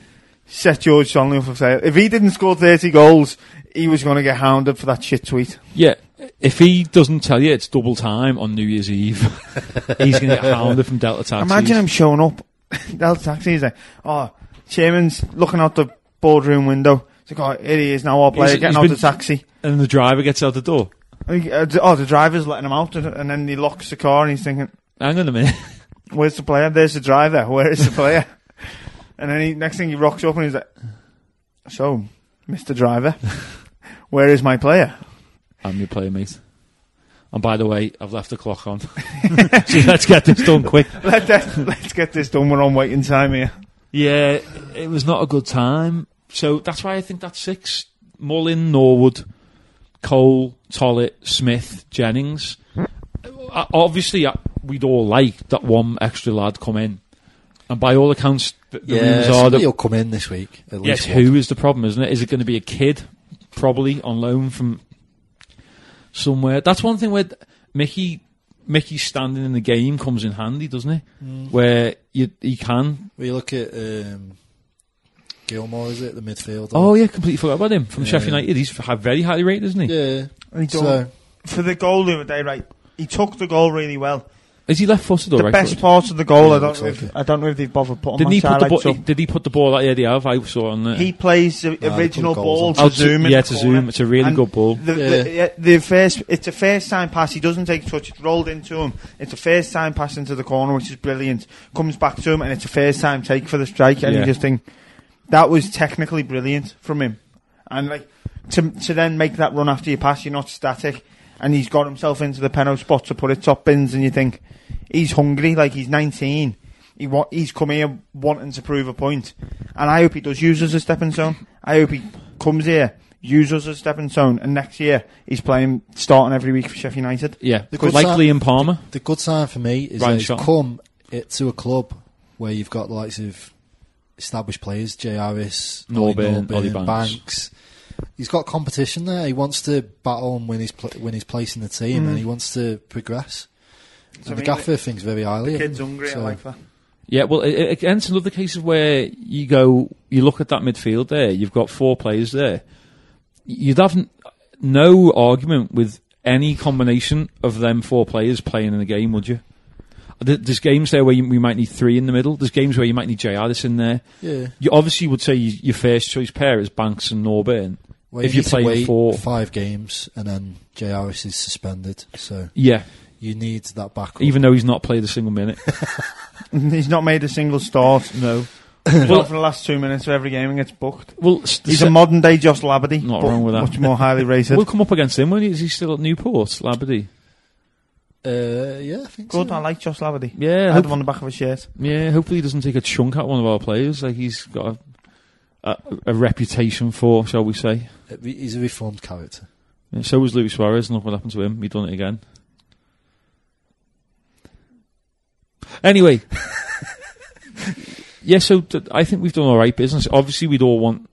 S6: set George Donnelly up for fail. If he didn't score thirty goals, he was going to get hounded for that shit tweet.
S3: Yeah, if he doesn't tell you it's double time on New Year's Eve, he's going to get hounded from Delta Taxis.
S6: Imagine him showing up. Del Taxi is like, oh, chairman's looking out the boardroom window. It's like, oh, here he is now, our player
S3: He's-
S6: getting
S3: he's
S6: out
S3: been-
S6: the taxi.
S3: and the driver gets out the door.
S6: Like, uh, d- Oh, the driver's letting him out, and- and then he locks the car, and he's thinking,
S3: Hang on a minute.
S6: where's the player? There's the driver. Where is the player? and then he, next thing he rocks up, and he's like, so, Mr. Driver, where is my player?
S3: I'm your player, mate. And by the way, I've left the clock on. so let's get this done quick.
S6: Let that, let's get this done. We're on waiting time here.
S3: Yeah, it was not a good time. So that's why I think that's six. Mullin, Norwood, Cole, Tollett, Smith, Jennings. Uh, Obviously, uh, we'd all like that one extra lad come in. And by all accounts, th- the rumours are
S4: somebody
S3: that
S4: will come in this week. At
S3: Yes,
S4: least one.
S3: who is the problem, isn't it? Is it going to be a kid, probably on loan from somewhere? That's one thing where th- Mickey, Mickey standing in the game comes in handy, doesn't it?
S4: Mm.
S3: Where you, he can.
S4: We look at um, Gilmore, is it the midfielder?
S3: Oh yeah, completely forgot about him from Sheffield
S4: Yeah.
S3: United. He's ha- very highly rated, isn't he?
S4: yeah.
S6: And he done-
S4: So
S6: for the goal the other day, right? He took the goal really well.
S3: Is he left footed or
S6: the
S3: right
S6: best
S3: footed?
S6: part of the goal,
S4: Yeah,
S6: I don't
S4: looks
S6: know.
S4: like
S6: If,
S4: it.
S6: I don't know if they've bothered putting.
S3: Didn't he put the
S6: highlights
S3: ball?
S6: up.
S3: Did he put the ball? Yeah, they have. I saw on the
S6: He plays the
S4: Ah, put
S6: original
S4: goals
S6: ball
S4: on.
S6: to
S3: Oh, to-
S6: zoom. in
S3: yeah,
S6: the
S3: to
S6: corner.
S3: zoom. It's a really
S6: And
S3: good ball.
S6: The, the, yeah, the first, it's a first time pass. He doesn't take touch. It's rolled into him. It's a first time pass into the corner, which is brilliant. Comes back to him, and it's a first time take for the strike. And
S3: Yeah.
S6: you just think that was technically brilliant from him. And like to to then make that run after you pass, you're not static. And he's got himself into the penalty spot to put it top bins, and you think he's hungry. Like he's 19. He wa- he's come here wanting to prove a point, and I hope he does use us as a stepping stone. I hope he comes here, uses us as a stepping stone, and next year he's playing starting every week for Sheffield United.
S3: yeah,
S4: The good
S3: like
S4: side-
S3: Liam Palmer.
S4: the good sign for me is
S3: Ryan
S4: that he's
S3: Shotton.
S4: come it to a club where you've got the likes of established players, J. Harris, Ollie
S3: Norburn, Ollie
S4: Norburn,
S3: Banks.
S4: Banks. He's got competition there. He wants to battle and win his pl- win his place in the team,
S3: Mm.
S4: and he wants to progress.
S6: So
S4: and
S6: I
S4: the
S6: mean,
S4: gaffer thinks very highly.
S6: the
S4: of
S6: kid's
S4: him,
S6: hungry.
S4: so-
S6: I like that.
S3: Yeah, well, it, it, again, it's another case of where you go, you look at that midfield there, you've got four players there. You'd have n- no argument with any combination of them four players playing in the game, would you? Th- There's games there where you, we might need three in the middle. There's games where you might need Jay Addis in there.
S4: Yeah.
S3: You obviously would say you, your first choice pair is Banks and Norburn.
S4: Well,
S3: if
S4: you
S3: you're
S4: need to
S3: playing
S4: wait
S3: four,
S4: five games, and then J. Harris is suspended, so
S3: yeah,
S4: you need that backup.
S3: even though he's not played a single minute.
S6: He's not made a single start.
S3: no,
S6: Well, for the last two minutes of every game, and gets booked.
S3: well, s-
S6: He's
S3: s-
S6: a modern day Josh Labadie.
S3: Not
S6: but
S3: wrong with that.
S6: Much more highly rated.
S3: we'll come up against him. When is he still at Newport, Labadie?
S4: uh, yeah, I think
S6: Good.
S4: so.
S6: I like Josh Labadie.
S3: Yeah,
S6: I had him on the back of a shirt.
S3: Yeah, hopefully he doesn't take a chunk out of one of our players. Like he's got a, a, a reputation for, shall we say?
S4: Uh, He's a reformed character.
S3: And so was Luis Suarez. and Look what happened to him. He done it again. Anyway, yeah. So th- I think we've done all right business. Obviously, we'd all want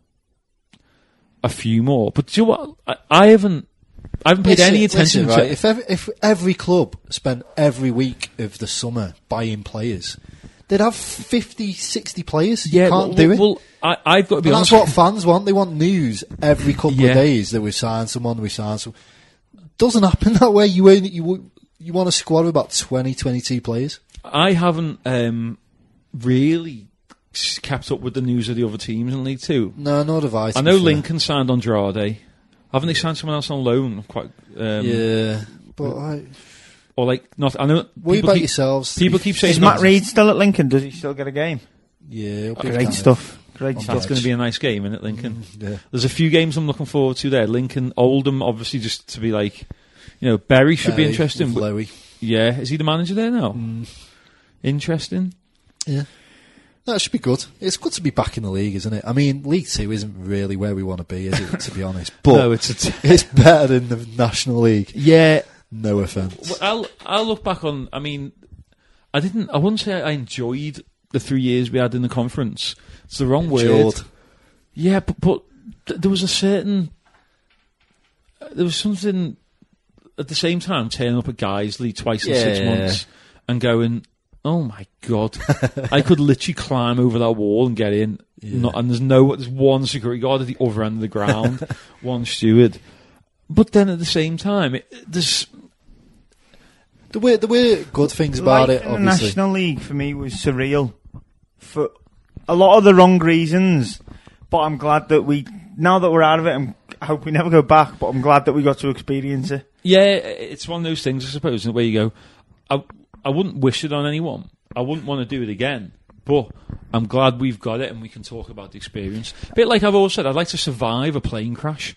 S3: a few more, but do you know what? I, I haven't. I haven't paid
S4: Listen,
S3: any attention
S4: listen, right,
S3: to.
S4: if every, if every club spent every week of the summer buying players, they'd have 50, 60 players. You
S3: yeah,
S4: can't
S3: well,
S4: do it.
S3: Well, I, I've got to be
S4: and
S3: honest.
S4: that's what fans want. They want news every couple
S3: Yeah.
S4: of days that we sign someone, we sign someone. Doesn't happen that way. You only, you you want a squad of about 20, 22 players.
S3: I haven't um, really s- kept up with the news of the other teams in League Two.
S4: No, nor have I. to
S3: I
S4: be
S3: know
S4: fair.
S3: Lincoln signed Andrade. Haven't they signed someone else on loan? Quite um,
S4: Yeah, but I,
S3: or like not. I know
S4: worry
S3: people
S4: about
S3: keep,
S4: yourselves.
S3: people keep saying
S6: Is Matt
S3: not-
S6: Reid still at Lincoln? Does he still get a game?
S4: yeah, it'll be
S6: Great
S4: kind of-
S6: stuff. Great
S4: on
S6: stuff.
S3: That's going to be a nice game, isn't it, Lincoln?
S4: yeah.
S3: There's a few games I'm looking forward to there. Lincoln, Oldham, obviously, just to be like, you know, Berry should be
S4: Barry Mm.
S3: interesting.
S4: with
S3: but-
S4: Lowy.
S3: yeah, is he the manager there now? Interesting.
S4: Yeah. That should be good. It's good to be back in the league, isn't it? I mean, League Two isn't really where we want to be, is it, to be honest? But
S3: no, it's a t-
S4: it's better than the National League.
S3: yeah.
S4: No offence.
S3: Well, I'll I'll look back on. I mean, I didn't. I wouldn't say I enjoyed the three years we had in the conference. It's the wrong word.
S4: Jord.
S3: Yeah, but, but th- there was a certain there was something at the same time turning up at Geisley twice in six
S7: Yeah.
S3: months and going, oh my god, I could literally climb over that wall and get in. Not, and there's no there's one security guard at the other end of the ground, one steward. But then at the same time, it, there's
S4: There were there were good things about
S6: Life
S4: it,
S6: in the
S4: obviously.
S6: National League for me was surreal for a lot of the wrong reasons. But I'm glad that we now that we're out of it. I'm, I hope we never go back. But I'm glad that we got to experience it.
S3: yeah, it's one of those things I suppose where you go, I I wouldn't wish it on anyone. I wouldn't want to do it again. But I'm glad we've got it and we can talk about the experience. bit like I've always said, I'd like to survive a plane crash.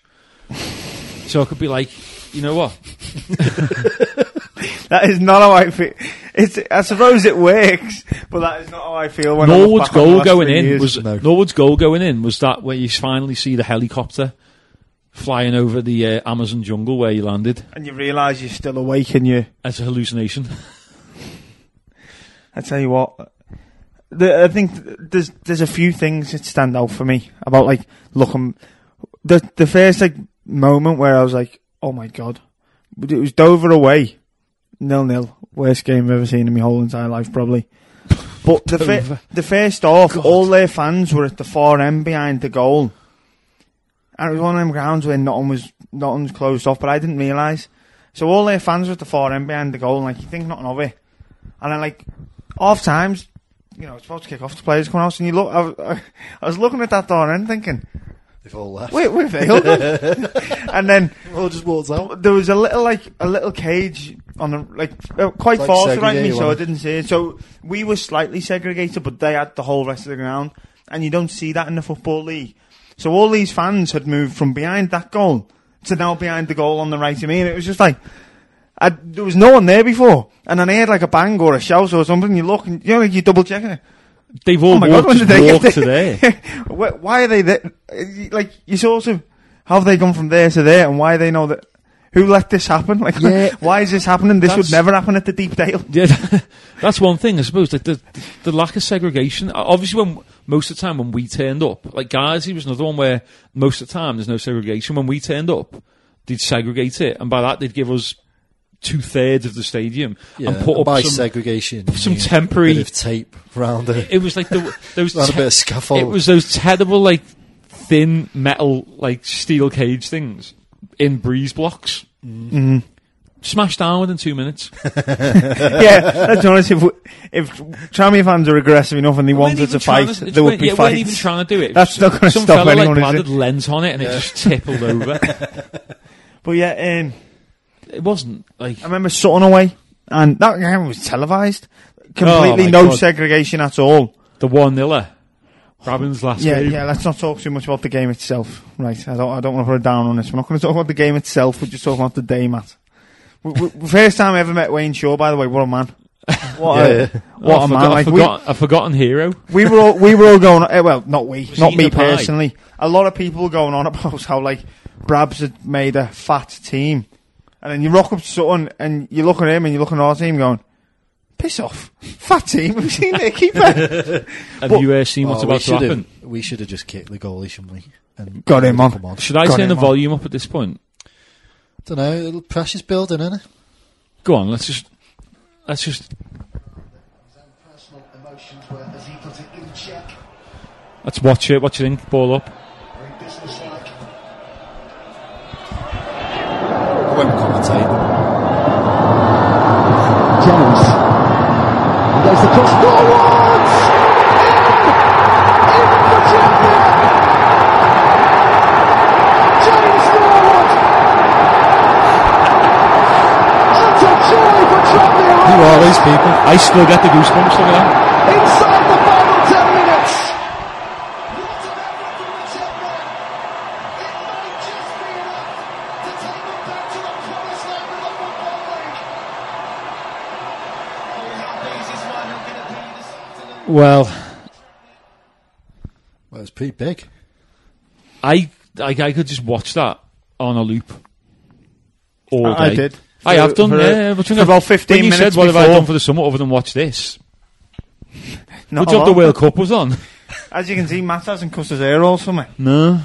S3: so I could be like, you know what?
S6: That is not how I feel. It's. I suppose it works, but that is not how I feel when. I look
S3: Norwood's
S6: back on the
S3: goal
S6: last
S3: going
S6: three
S3: in
S6: years.
S3: was
S4: no.
S3: Norwood's goal going in was that where you finally see the helicopter flying over the uh, Amazon jungle where you landed
S6: and you realise you're still awake, and you.
S3: as a hallucination.
S6: I tell you what, the, I think th- there's there's a few things that stand out for me about like looking the the first like moment where I was like, oh my god, but it was Dover away, nil nil, worst game I've ever seen in my whole entire life probably. But the
S3: Dover.
S6: fir- the first off, all their fans were at the far end behind the goal, and it was one of them grounds where nothing was nothing was closed off, but I didn't realise. So all their fans were at the far end behind the goal, and, like you think nothing of it, and then like half times, you know, it's supposed to kick off the players coming out, and you look. I, was- I, I was looking at that far end thinking,
S4: They've all left.
S6: wait, we've failed them, and then
S4: all just walked out.
S6: there was a little like a little cage on the like uh, quite
S4: Like
S6: far to right me,
S4: segregated,
S6: so I
S4: wasn't
S6: didn't see it. So we were slightly segregated, but they had the whole rest of the ground, and you don't see that in the football league. So all these fans had moved from behind that goal to now behind the goal on the right of me, and it was just like. I, there was no one there before, and then I heard like a bang or a shout or something. You look, and you know, like you double checking it.
S3: They've
S6: Oh
S3: all
S6: my god,
S3: walked,
S6: when did they get
S3: walked to
S6: there?
S3: there.
S6: Why- why are they there? Like, you sort of, how have they gone from there to there, and why they know that? Who let this happen? Like,
S4: Yeah.
S6: why is this happening? This would
S3: That's-
S6: never happen at the Deep Dale.
S3: Yeah, that's one thing I suppose. Like the the lack of segregation. Obviously, when most of the time when we turned up, like guys, he was another one where most of the time there's no segregation. When we turned up, they'd segregate it, and by that they'd give us two thirds of the stadium
S4: Yeah,
S3: and put
S4: and
S3: up
S4: by
S3: some.
S4: segregation, you
S3: some
S4: mean
S3: temporary-
S4: a bit of tape round it.
S3: it was like the, those
S4: Around a
S3: te-
S4: bit of scaffold.
S3: It was those terrible like thin metal like steel cage things in breeze blocks.
S4: Mm-hmm.
S3: Smashed down within two minutes.
S6: yeah, let's be honest. If, we- if Trammy fans are aggressive enough and they
S3: Weren't
S6: wanted
S3: even
S6: to fight,
S3: trying to-
S6: there would be
S3: yeah, weren't even
S6: fights.
S3: trying to do it. It
S6: That's
S3: was
S6: not gonna
S3: some
S6: stop
S3: fella,
S6: anyone, is
S3: Like,
S6: it?
S3: planted lens on it, and it just tippled over.
S6: But yeah, um,
S3: It wasn't like
S6: I remember Sutton away, and that game was televised. Completely
S3: Oh my
S6: no
S3: God.
S6: segregation at all.
S3: the one niller. Robin's last
S6: Yeah,
S3: game.
S6: yeah. Let's not talk too much about the game itself, right? I don't, I don't want to put it down on this. We're not going to talk about the game itself. We're just talking about the day, Matt. We, we, first time I ever met Wayne Shaw, by the way. What a man! What a,
S4: Yeah.
S3: Oh,
S6: what a
S3: I
S6: man!
S3: forgot, I
S6: Like we,
S3: forgot, a forgotten hero.
S6: we were all we were all going. eh, Well, not we, not
S3: he
S6: me
S3: the pie?
S6: personally. A lot of people were going on about how like Brabs had made a fat team, and then you rock up to Sutton and you look at him and you look at our team going, "Piss off, fat team." We've seen their keeper.
S3: Have
S6: But-
S3: you uh, seen what's
S4: Oh, we
S3: about to
S4: should have-
S3: happen?
S4: We should have just kicked the goalie, shouldn't we? And
S6: Got him on.
S4: Come on.
S3: Should I
S6: Got
S3: turn
S6: him
S3: the
S6: on.
S3: volume up at this point?
S4: don't know. Pressure's building, isn't it?
S3: Go on, let's just let's just
S2: Personal emotions were, as he put it, in check.
S3: let's watch it. Watch it in ball up.
S2: Very businesslike.
S4: I won't commentate.
S8: Jones. And there's the cross forwards! In! In for champion! James forward! That's a joy for champion!
S4: Who are these people?
S3: I still get the goosebumps. Look at that.
S8: Inside the final 10 minutes!
S2: What an effort from the Timber! It might just be enough to take them back to the promised land of the Football League. Oh, how pleased is one who can appear this afternoon.
S3: Well,
S4: Well, it's pretty big.
S3: I like I could just watch that on a loop. All
S6: I- I
S3: day.
S6: did.
S3: I
S6: For-
S3: have done.
S6: for-
S3: yeah, but you
S6: for
S3: know,
S6: about 15
S3: when you
S6: minutes
S3: said what have I
S6: before-
S3: done for the summer other than watch this?
S6: Not
S3: Good
S6: a
S3: job the
S6: lot.
S3: World Cup was on.
S6: As you can see, Matt hasn't cussed his hair all summer.
S3: No.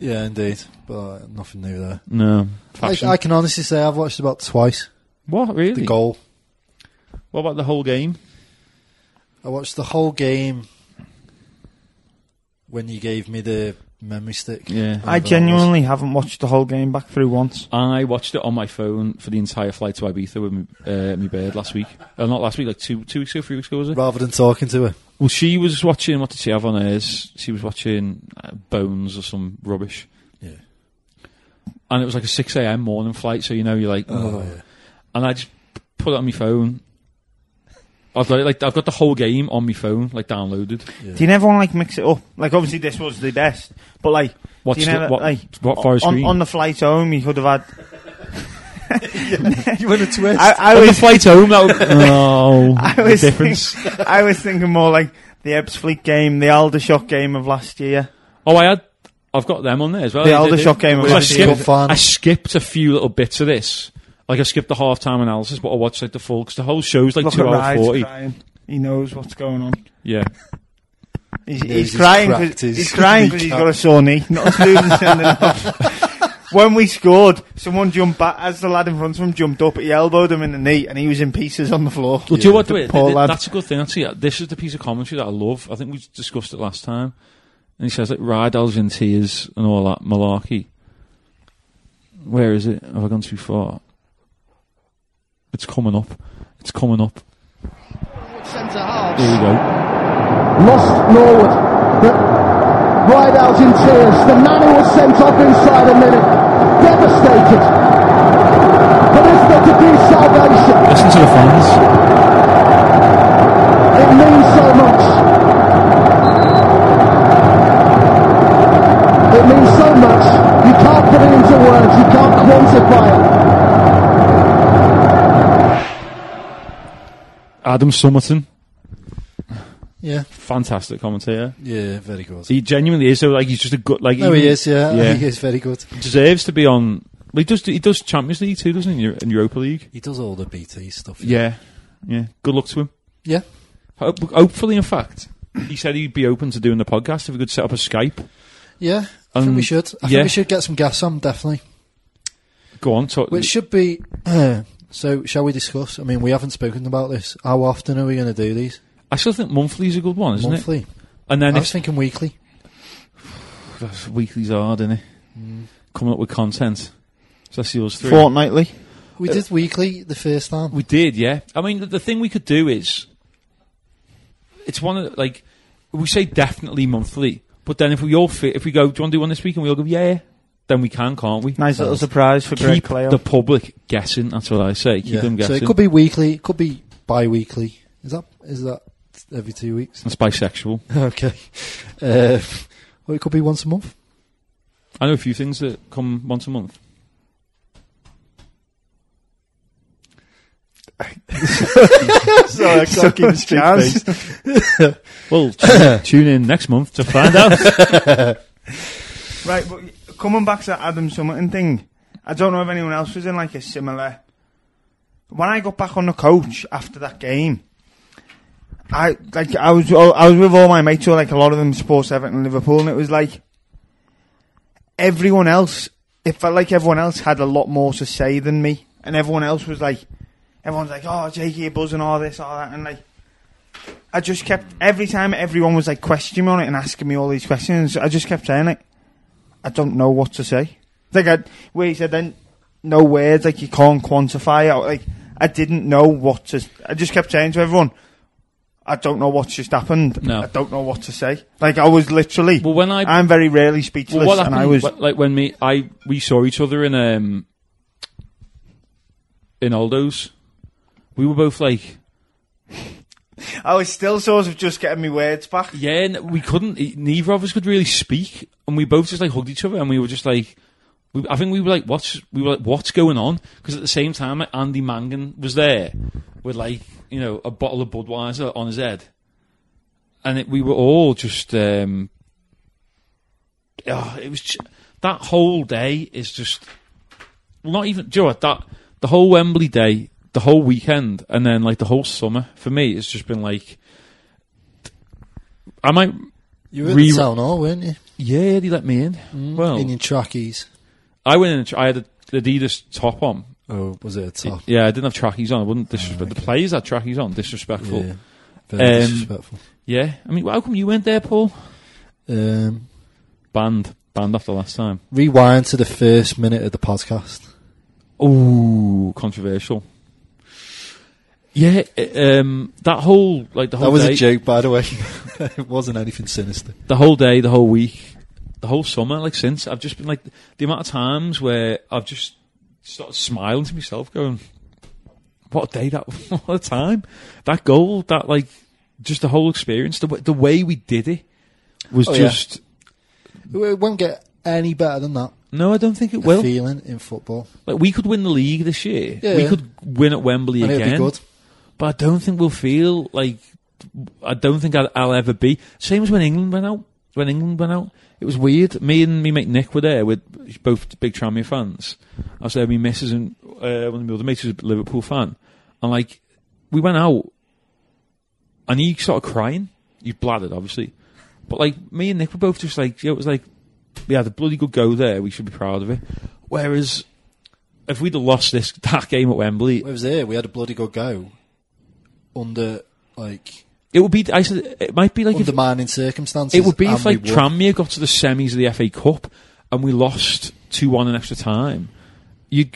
S4: Yeah, indeed. But uh, nothing new there.
S3: No.
S4: I,
S3: Faction.
S4: I can honestly say I've watched about twice
S3: what, really?
S4: the goal.
S3: What about the whole game?
S4: I watched the whole game when you gave me the memory stick.
S3: Yeah.
S4: Whatever
S6: I
S4: that was.
S6: genuinely haven't watched the whole game back through once.
S3: I watched it on my phone for the entire flight to Ibiza with my, uh, my bird last week. Uh, not last week, like two two weeks ago, three weeks ago, was it?
S4: rather than talking to her.
S3: Well, she was watching, what did she have on hers? She was watching uh, Bones or some rubbish.
S4: Yeah.
S3: And it was like a 6am morning flight, so you know, you're like,
S4: Oh,
S3: "Ugh."
S4: yeah.
S3: and I just put it on my phone. I've got it, like I've got the whole game on my phone, like downloaded.
S6: Do you never want to like mix it up? Like obviously this was the best, but like
S3: What's
S6: do you
S3: the-
S6: never,
S3: what-
S6: like
S3: what far is
S6: on,
S3: green?
S6: on the flight home? You could have had.
S4: You went a twist.
S6: I, I
S3: on the
S6: was
S3: flight home, that would, no,
S6: I was
S3: difference.
S6: Thinking, I was thinking more like the Ebbsfleet game, the Aldershot game of last year.
S3: Oh, I had. I've got them on there as well.
S6: The
S3: I did-
S6: Aldershot game of
S3: So I,
S6: last year.
S4: Cup
S3: skipped,
S4: final.
S3: I skipped a few little bits of this. Like I skipped the half time analysis, but I watched like the full because the whole show's like
S6: Look
S3: two
S6: at
S3: hours
S6: Rides
S3: forty.
S6: crying. He knows what's going on.
S3: Yeah,
S6: He's,
S4: knows
S6: he's
S4: he's
S6: crying. 'cause-
S4: cracked his
S6: He's crying because he's
S4: kneecap.
S6: got a sore knee. Not as good as sending off. When we scored, someone jumped back as the lad in front of him jumped up. He elbowed him in the knee, and he was in pieces on the floor.
S3: Well, do you know what?
S6: The
S3: do it-
S6: poor
S3: th- th-
S6: lad.
S3: That's a good thing. Actually, Uh, this is the piece of commentary that I love. I think we discussed it last time. And he says like Rydell's in tears and all that malarkey. Where is it? Have I gone too far? It's coming up. It's coming up.
S8: Centre half.
S3: Here we go.
S8: Lost Norwood. But right out in tears. The man who was sent off inside a minute. Devastated. But if there could be salvation,
S3: Listen to the fans.
S8: it means so much. It means so much. You can't put it into words. You can't quantify it.
S3: Adam Summerton,
S4: yeah,
S3: fantastic commentator.
S4: yeah, very good.
S3: He genuinely is. So like he's just a good like.
S4: No, he is. Yeah,
S3: Yeah.
S4: he is very good.
S3: deserves to be on. Well, he does. He does Champions League too, doesn't he? Euro- And Europa League.
S4: He does all the BT stuff.
S3: Yeah, yeah. Good luck to him.
S4: yeah.
S3: Hope, hopefully, in fact, he said he'd be open to doing the podcast if we could set up a Skype.
S4: Yeah, I
S3: Um,
S4: think we should. I
S3: yeah.
S4: think we should get some gas on definitely.
S3: Go on, talk.
S4: Which should be. so, shall we discuss? I mean, we haven't spoken about this. How often are we going to do these?
S3: I still think monthly is a good one, isn't
S4: Monthly.
S3: it? And then
S4: I was
S3: if
S4: thinking weekly.
S3: that's- weekly's hard, isn't it?
S4: Mm.
S3: Coming up with content. So that's yours three.
S6: Fortnightly.
S4: We did weekly the first time.
S3: Uh, We did, yeah. I mean, the, the thing we could do is, it's one of the- like we say definitely monthly, but then if we all fit, if we go, do you want to do one this week? And we all go, yeah, then we can, can't we?
S6: Nice little surprise for Greg
S3: Keep
S6: Clay.
S3: the public guessing. That's what I say. Keep
S4: Yeah.
S3: them
S4: So
S3: guessing.
S4: it could be weekly. It could be bi-weekly. Is that is that every two weeks?
S3: That's bisexual.
S4: okay. Uh, or it could be once a month.
S3: I know a few things that come once a month.
S6: Sorry, I can't keep his chance.
S3: Well, t- tune in next month to find out.
S6: Right, but coming back to that Adam Summerton thing, I don't know if anyone else was in like a similar. When I got back on the coach after that game, I like I was I was with all my mates who were like a lot of them sports Everton and Liverpool, and it was like everyone else. It felt like everyone else had a lot more to say than me, and everyone else was like, everyone's like, oh, Jakey, you're buzzing, all this, all that, and like. I just kept every time everyone was like questioning me on it and asking me all these questions. I just kept saying like, I don't know what to say. Like I, where he said then, no words. Like you can't quantify. it. Like I didn't know what to. I just kept saying to everyone, I don't know what's just happened.
S3: No.
S6: I don't know what to say. Like I was literally.
S3: Well, when I-
S6: I'm very rarely speechless,
S3: well, what
S6: and
S3: happened?
S6: I was.
S3: wh- like when me, I we saw each other in um in Aldo's. We were both like,
S6: I was Oh, still sort of just getting my words back.
S3: yeah, n- we couldn't. e- Neither of us could really speak, and we both just like hugged each other, and we were just like. We, I think we were like, what's we were like, what's going on? Because at the same time, like, Andy Mangan was there with like you know a bottle of Budweiser on his head, and it, we were all just um, oh, it was ju- that whole day is just well, not even do you know what, that the whole Wembley day, the whole weekend, and then like the whole summer for me, it's just been like I might
S4: You were at
S3: Re-
S4: the town hall, weren't you?
S3: Yeah, they let me in. well,
S4: Mm. in your trackies.
S3: I went in. And tr- I had an Adidas top on.
S4: Oh, was it a top?
S3: Yeah, I didn't have trackies on. I wouldn't disrespect the players had trackies on. Disrespectful.
S4: Oh, Yeah.
S3: Yeah.
S4: Very
S3: Um,
S4: disrespectful.
S3: I mean, how come you went there, Paul?
S4: Um,
S3: Banned. Banned after last time.
S4: rewind to the first minute of the podcast.
S3: Ooh, controversial. Yeah, i- um, that whole like the whole
S4: That was
S3: day,
S4: a joke, by the way. it wasn't anything sinister.
S3: the whole day, the whole week, the whole summer. Like since I've just been like the amount of times where I've just started smiling to myself, going, "What a day that! What a time! That goal! That like just the whole experience. The w- the way we did it was
S4: Oh, yeah.
S3: just."
S4: It won't get any better than that.
S3: No, I don't think it
S4: the
S3: will.
S4: feeling in football.
S3: Like we could win the league this year.
S4: Yeah,
S3: we
S4: yeah.
S3: could win at Wembley
S4: And
S3: again.
S4: it'll be good.
S3: But I don't think we'll feel like I don't think I'll, I'll ever be same as when England went out. When England went out, it was weird. Me and me mate Nick were there. We're both big Tranmere fans. I was there. with Me missus and uh, one of my other mates was a Liverpool fan, and like we went out, and he started crying. He bladdered, obviously, but like me and Nick were both just like yeah, it was like we had a bloody good go there. We should be proud of it. Whereas if we'd have lost this that game at Wembley,
S4: It was here. We had a bloody good go under like
S3: it would be. I said it might be like if
S4: undermining circumstances.
S3: It would be
S4: and
S3: if like
S4: we won.
S3: Tranmere got to the semis of the FA Cup and we lost two one in extra time. You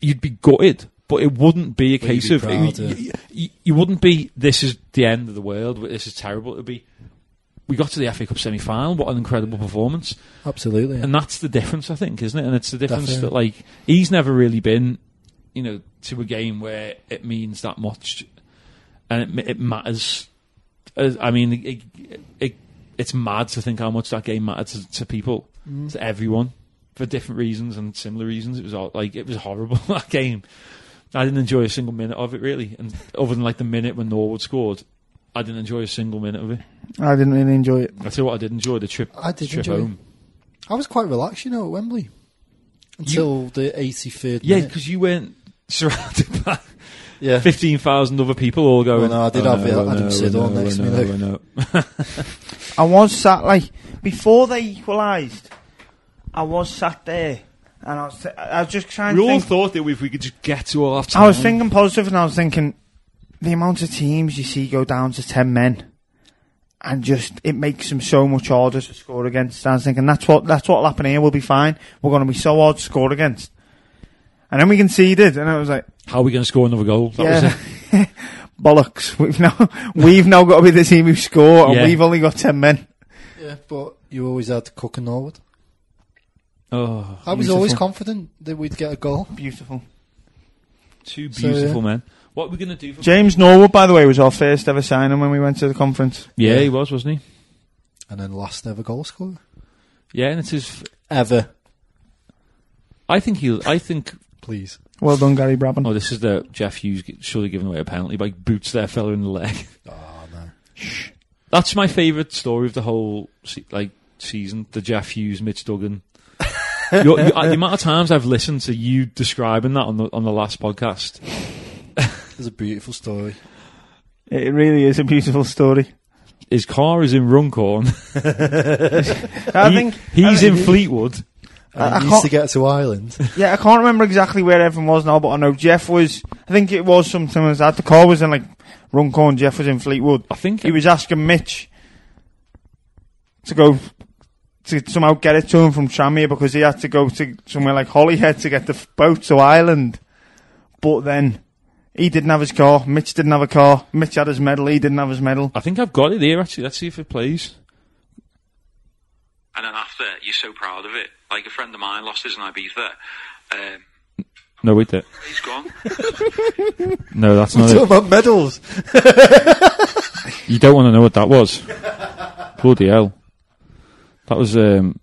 S3: you'd be gutted, but it wouldn't be a
S4: you'd
S3: case
S4: be
S3: of
S4: proud,
S3: you,
S4: yeah.
S3: you- you- you wouldn't be. This is the end of the world. This is terrible. It'd be. We got to the FA Cup semi final. What an incredible performance!
S4: absolutely.
S3: And that's the difference, I think, isn't it? And it's the difference
S4: Definitely.
S3: that like he's never really been, you know, to a game where it means that much, and it, ma- it matters. Uh, I mean, it, it it's mad to think how much that game mattered to, to people,
S4: Mm.
S3: to everyone, for different reasons and similar reasons. It was all, like it was horrible that game. I didn't enjoy a single minute of it really, and other than like the minute when Norwood scored, I didn't enjoy a single minute of it.
S6: I didn't really enjoy it.
S3: I tell you what, I did enjoy the trip.
S4: I did
S3: trip
S4: enjoy it.
S3: home.
S4: I was quite relaxed, you know, at Wembley until the 83rd.
S3: Yeah,
S4: minute.
S3: because you weren't surrounded by
S4: yeah.
S3: fifteen thousand other people all going. "Oh,
S4: Well, no, I did have Adam Siddall next to me, though."
S6: I was sat like before they equalised. I was sat there, and I was th- I was just trying
S3: We
S6: to
S3: all
S6: think.
S3: thought that if we could just get to half time,
S6: I was thinking positive, and I was thinking the amount of teams you see go down to ten men, and just it makes them so much harder to score against. I was thinking that's what that's what'll happen here. We'll be fine. We're going to be so hard to score against, and then we conceded, and I was like,
S3: how are we going to score another goal? That was
S6: yeah.
S3: it.
S6: Bollocks! We've now we've now got to be the team who score, and
S3: Yeah.
S6: we've only got ten men.
S4: Yeah, but you always had Cook and Norwood.
S3: Oh,
S4: I was always
S3: beautiful.
S4: confident that we'd get a goal.
S6: Beautiful.
S3: two
S4: So, yeah.
S3: beautiful men. What are we going to do? For-
S6: James Norwood, by the way, was our first ever signing when we went to the conference.
S3: yeah,
S4: Yeah.
S3: he was, wasn't he?
S4: And then last ever goal scorer.
S3: Yeah, and it's his.
S4: Ever.
S3: I think he'll. I think.
S4: Please.
S6: Well done, Gary Brabham.
S3: Oh, this is the Jeff Hughes g- surely giving away a penalty by boots their fella in the leg.
S4: Oh, no.
S3: That's my favourite story of the whole se- like season. The Jeff Hughes, Mitch Duggan. Your- your- the amount of times I've listened to you describing that on the on the last podcast.
S4: It's a beautiful story.
S6: It really is a beautiful story.
S3: His car is in Runcorn.
S6: I
S3: He-
S6: think
S3: he's in Fleetwood.
S4: And
S6: I
S4: it
S6: can't-
S4: used to get to Ireland.
S6: Yeah, I can't remember exactly where everyone was now, but I know Jeff was. I think it was something like that. The car was in like Runcorn. Jeff was in Fleetwood.
S3: I think
S6: He was asking Mitch to go to somehow get it to him from Tranmere because he had to go to somewhere like Holyhead to get the f- boat to Ireland. But then he didn't have his car. Mitch didn't have a car. Mitch had his medal. He didn't have his medal.
S3: I think I've got it here. Actually, let's see if it plays.
S7: and then after you're so proud of it. Like a friend of mine lost his in Ibiza. Um,
S3: No, wait there.
S7: he's gone.
S3: No, that's not
S4: Talking
S3: it.
S4: about medals.
S3: You don't want to know what that was. Bloody hell! That was um,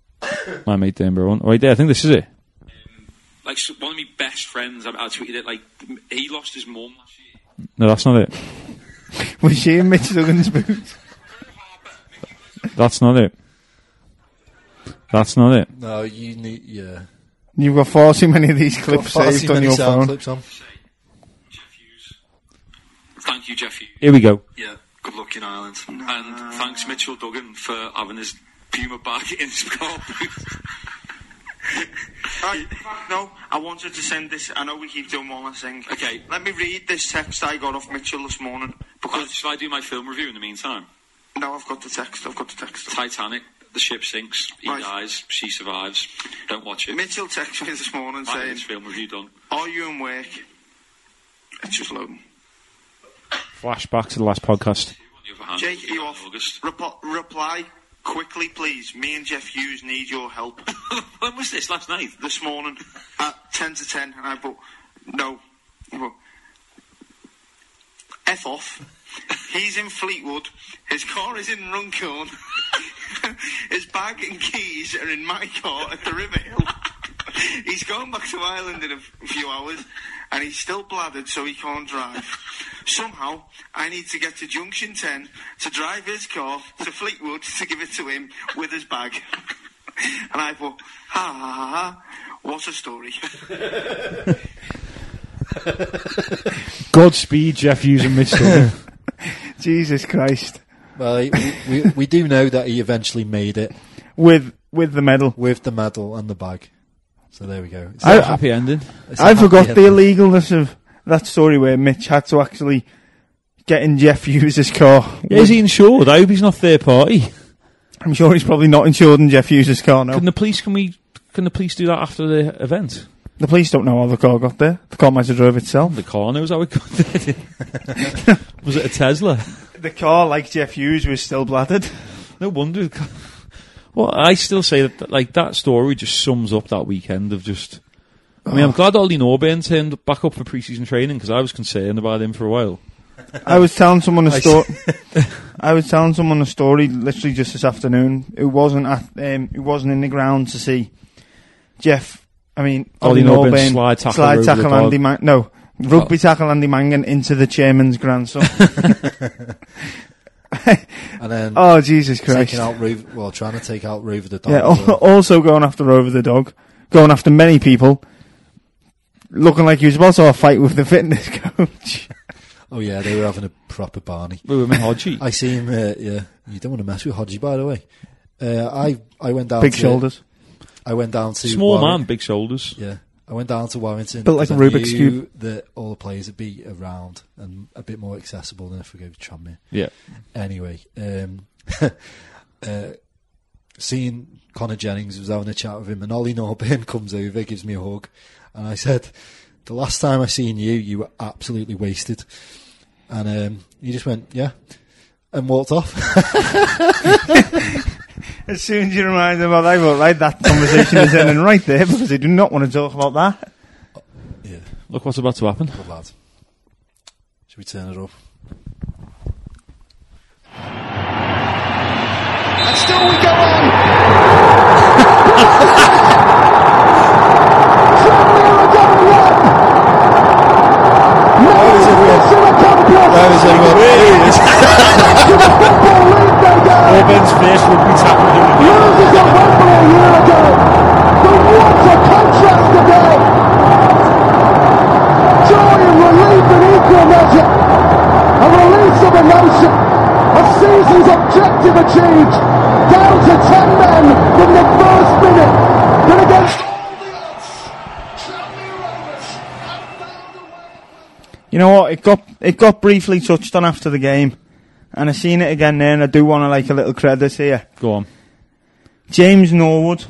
S3: my mate Denver one. Right there. I think this is it.
S7: Um, Like so- one of my best friends, I, I tweeted it. Like m- he lost his mum last year.
S3: No, that's not it.
S6: Was she in Mitch Duggan's boots?
S3: That's not it. That's not it.
S4: No, you need, yeah.
S6: You've got far too many of these clips
S4: Far too
S6: saved on
S4: many
S6: your
S4: sound
S6: phone.
S4: clips on.
S7: Jeff Hughes. Thank you, Jeff Hughes.
S3: Here we go.
S7: Yeah, good luck in Ireland. And thanks, Mitchell Duggan, for having his Puma back in Scotland.
S9: Right, fuck no, I wanted to send this. I know we keep doing one last thing.
S7: Okay.
S9: Let me read this text I got off Mitchell this morning
S7: Well,
S9: because
S7: Shall I do my film review in the meantime?
S9: now I've got the text. I've got the text.
S7: Titanic. The ship sinks. He
S9: Right.
S7: dies. She survives. Don't watch it.
S9: Mitchell texted me this morning
S7: Right,
S9: saying,
S7: this film review done.
S9: "Are you in work?" It's just loading.
S3: Flashback to the last podcast.
S7: On the other hand,
S9: Jake, are you
S7: in
S9: off?
S7: August.
S9: Repo- reply quickly, please. Me and Jeff Hughes need your help
S7: when was this? Last night.
S9: this morning at 10 to 10. And I but no. But, F off. He's in Fleetwood. His car is in Runcorn. His bag and keys are in my car at the River Hill. he's going back to Ireland in a few hours and he's still bladdered so he can't drive. Somehow, I need to get to Junction 10 to drive his car to Fleetwood to give it to him with his bag. And I thought, ha ha ha ha, what a story.
S3: Godspeed, Jeff Hughes and Mitchell.
S6: Jesus Christ.
S4: Well, he- we, we, we do know that he eventually made it
S6: With with the medal.
S4: with the medal and the bag. So there we go. It's
S6: I-
S4: a-
S3: Happy ending.
S4: it's a
S6: I
S4: happy
S6: forgot the
S4: ending.
S6: illegalness of that story where Mitch had to actually get in Jeff Hughes' car.
S3: Is he insured? I hope he's not third party.
S6: I'm sure he's probably not insured in Jeff Hughes' car now.
S3: Can the police? Can we? Can the police do that after the event?
S6: The police don't know how the car got there. The car might have drove itself.
S3: The car knows how it got there. was it a Tesla?
S6: The car, like Jeff Hughes, was still bladdered.
S3: No wonder. the car- Well, I still say that like that story just sums up that weekend of just. I mean, I'm glad Ollie Norburn turned back up for preseason training because I was concerned about him for a while.
S6: I was telling someone a story. I was telling someone a story literally just this afternoon. Who wasn't at, um, who wasn't in the ground to see Jeff. I mean,
S3: Ollie Norburn
S6: Ollie Norburn
S3: slide tackle over
S6: slide
S3: the
S6: tackle
S3: dog.
S6: Andy Man- no rugby tackle Andy Mangan into the chairman's grandson.
S4: And then
S6: oh Jesus Christ!
S4: taking out Rover, well, trying to take out Rover the dog.
S6: Yeah, oh,
S4: as
S6: al-
S4: well.
S6: also going after over the dog, going after many people, looking like he was about to have a fight with the fitness coach.
S4: Oh yeah, they were having a proper Barney.
S3: We were in Hodgie.
S4: I see him. Uh, yeah, you don't want to mess with Hodgie, by the way. Uh, I I went down.
S6: Big
S4: to,
S6: shoulders.
S4: I went down to
S3: Small
S4: Warwick-
S3: man, big shoulders.
S4: Yeah, I went down to Warrington.
S6: Built like
S4: 'cause
S6: a
S4: I
S6: Rubik's
S4: knew That all the players would be around and a bit more accessible than if we go to Tranmere.
S3: Yeah.
S4: Anyway, um, uh, seeing Connor Jennings was having a chat with him, and Ollie Norburn comes over, gives me a hug, and I said, "The last time I seen you, you were absolutely wasted." And um, he just went, "Yeah," and walked off.
S6: As soon as you remind them about that, well, right, that conversation is ending right there because they do not want to talk about that.
S4: yeah,
S3: Look what's about to happen.
S4: good lad. Should we turn it up?
S2: And still we go on.
S8: Tranmere again won. Manchester are champions. To the Football League they go. Losers at Wembley a year ago. But what a contrast today. Joy and relief in equal measure. A release of emotion. A season's objective achieved. Down to 10 men from the first minute. But against
S6: You know what? It got it got briefly touched on after the game, and I seen it again there, and I do want to like a little credit here.
S3: Go on.
S6: James Norwood.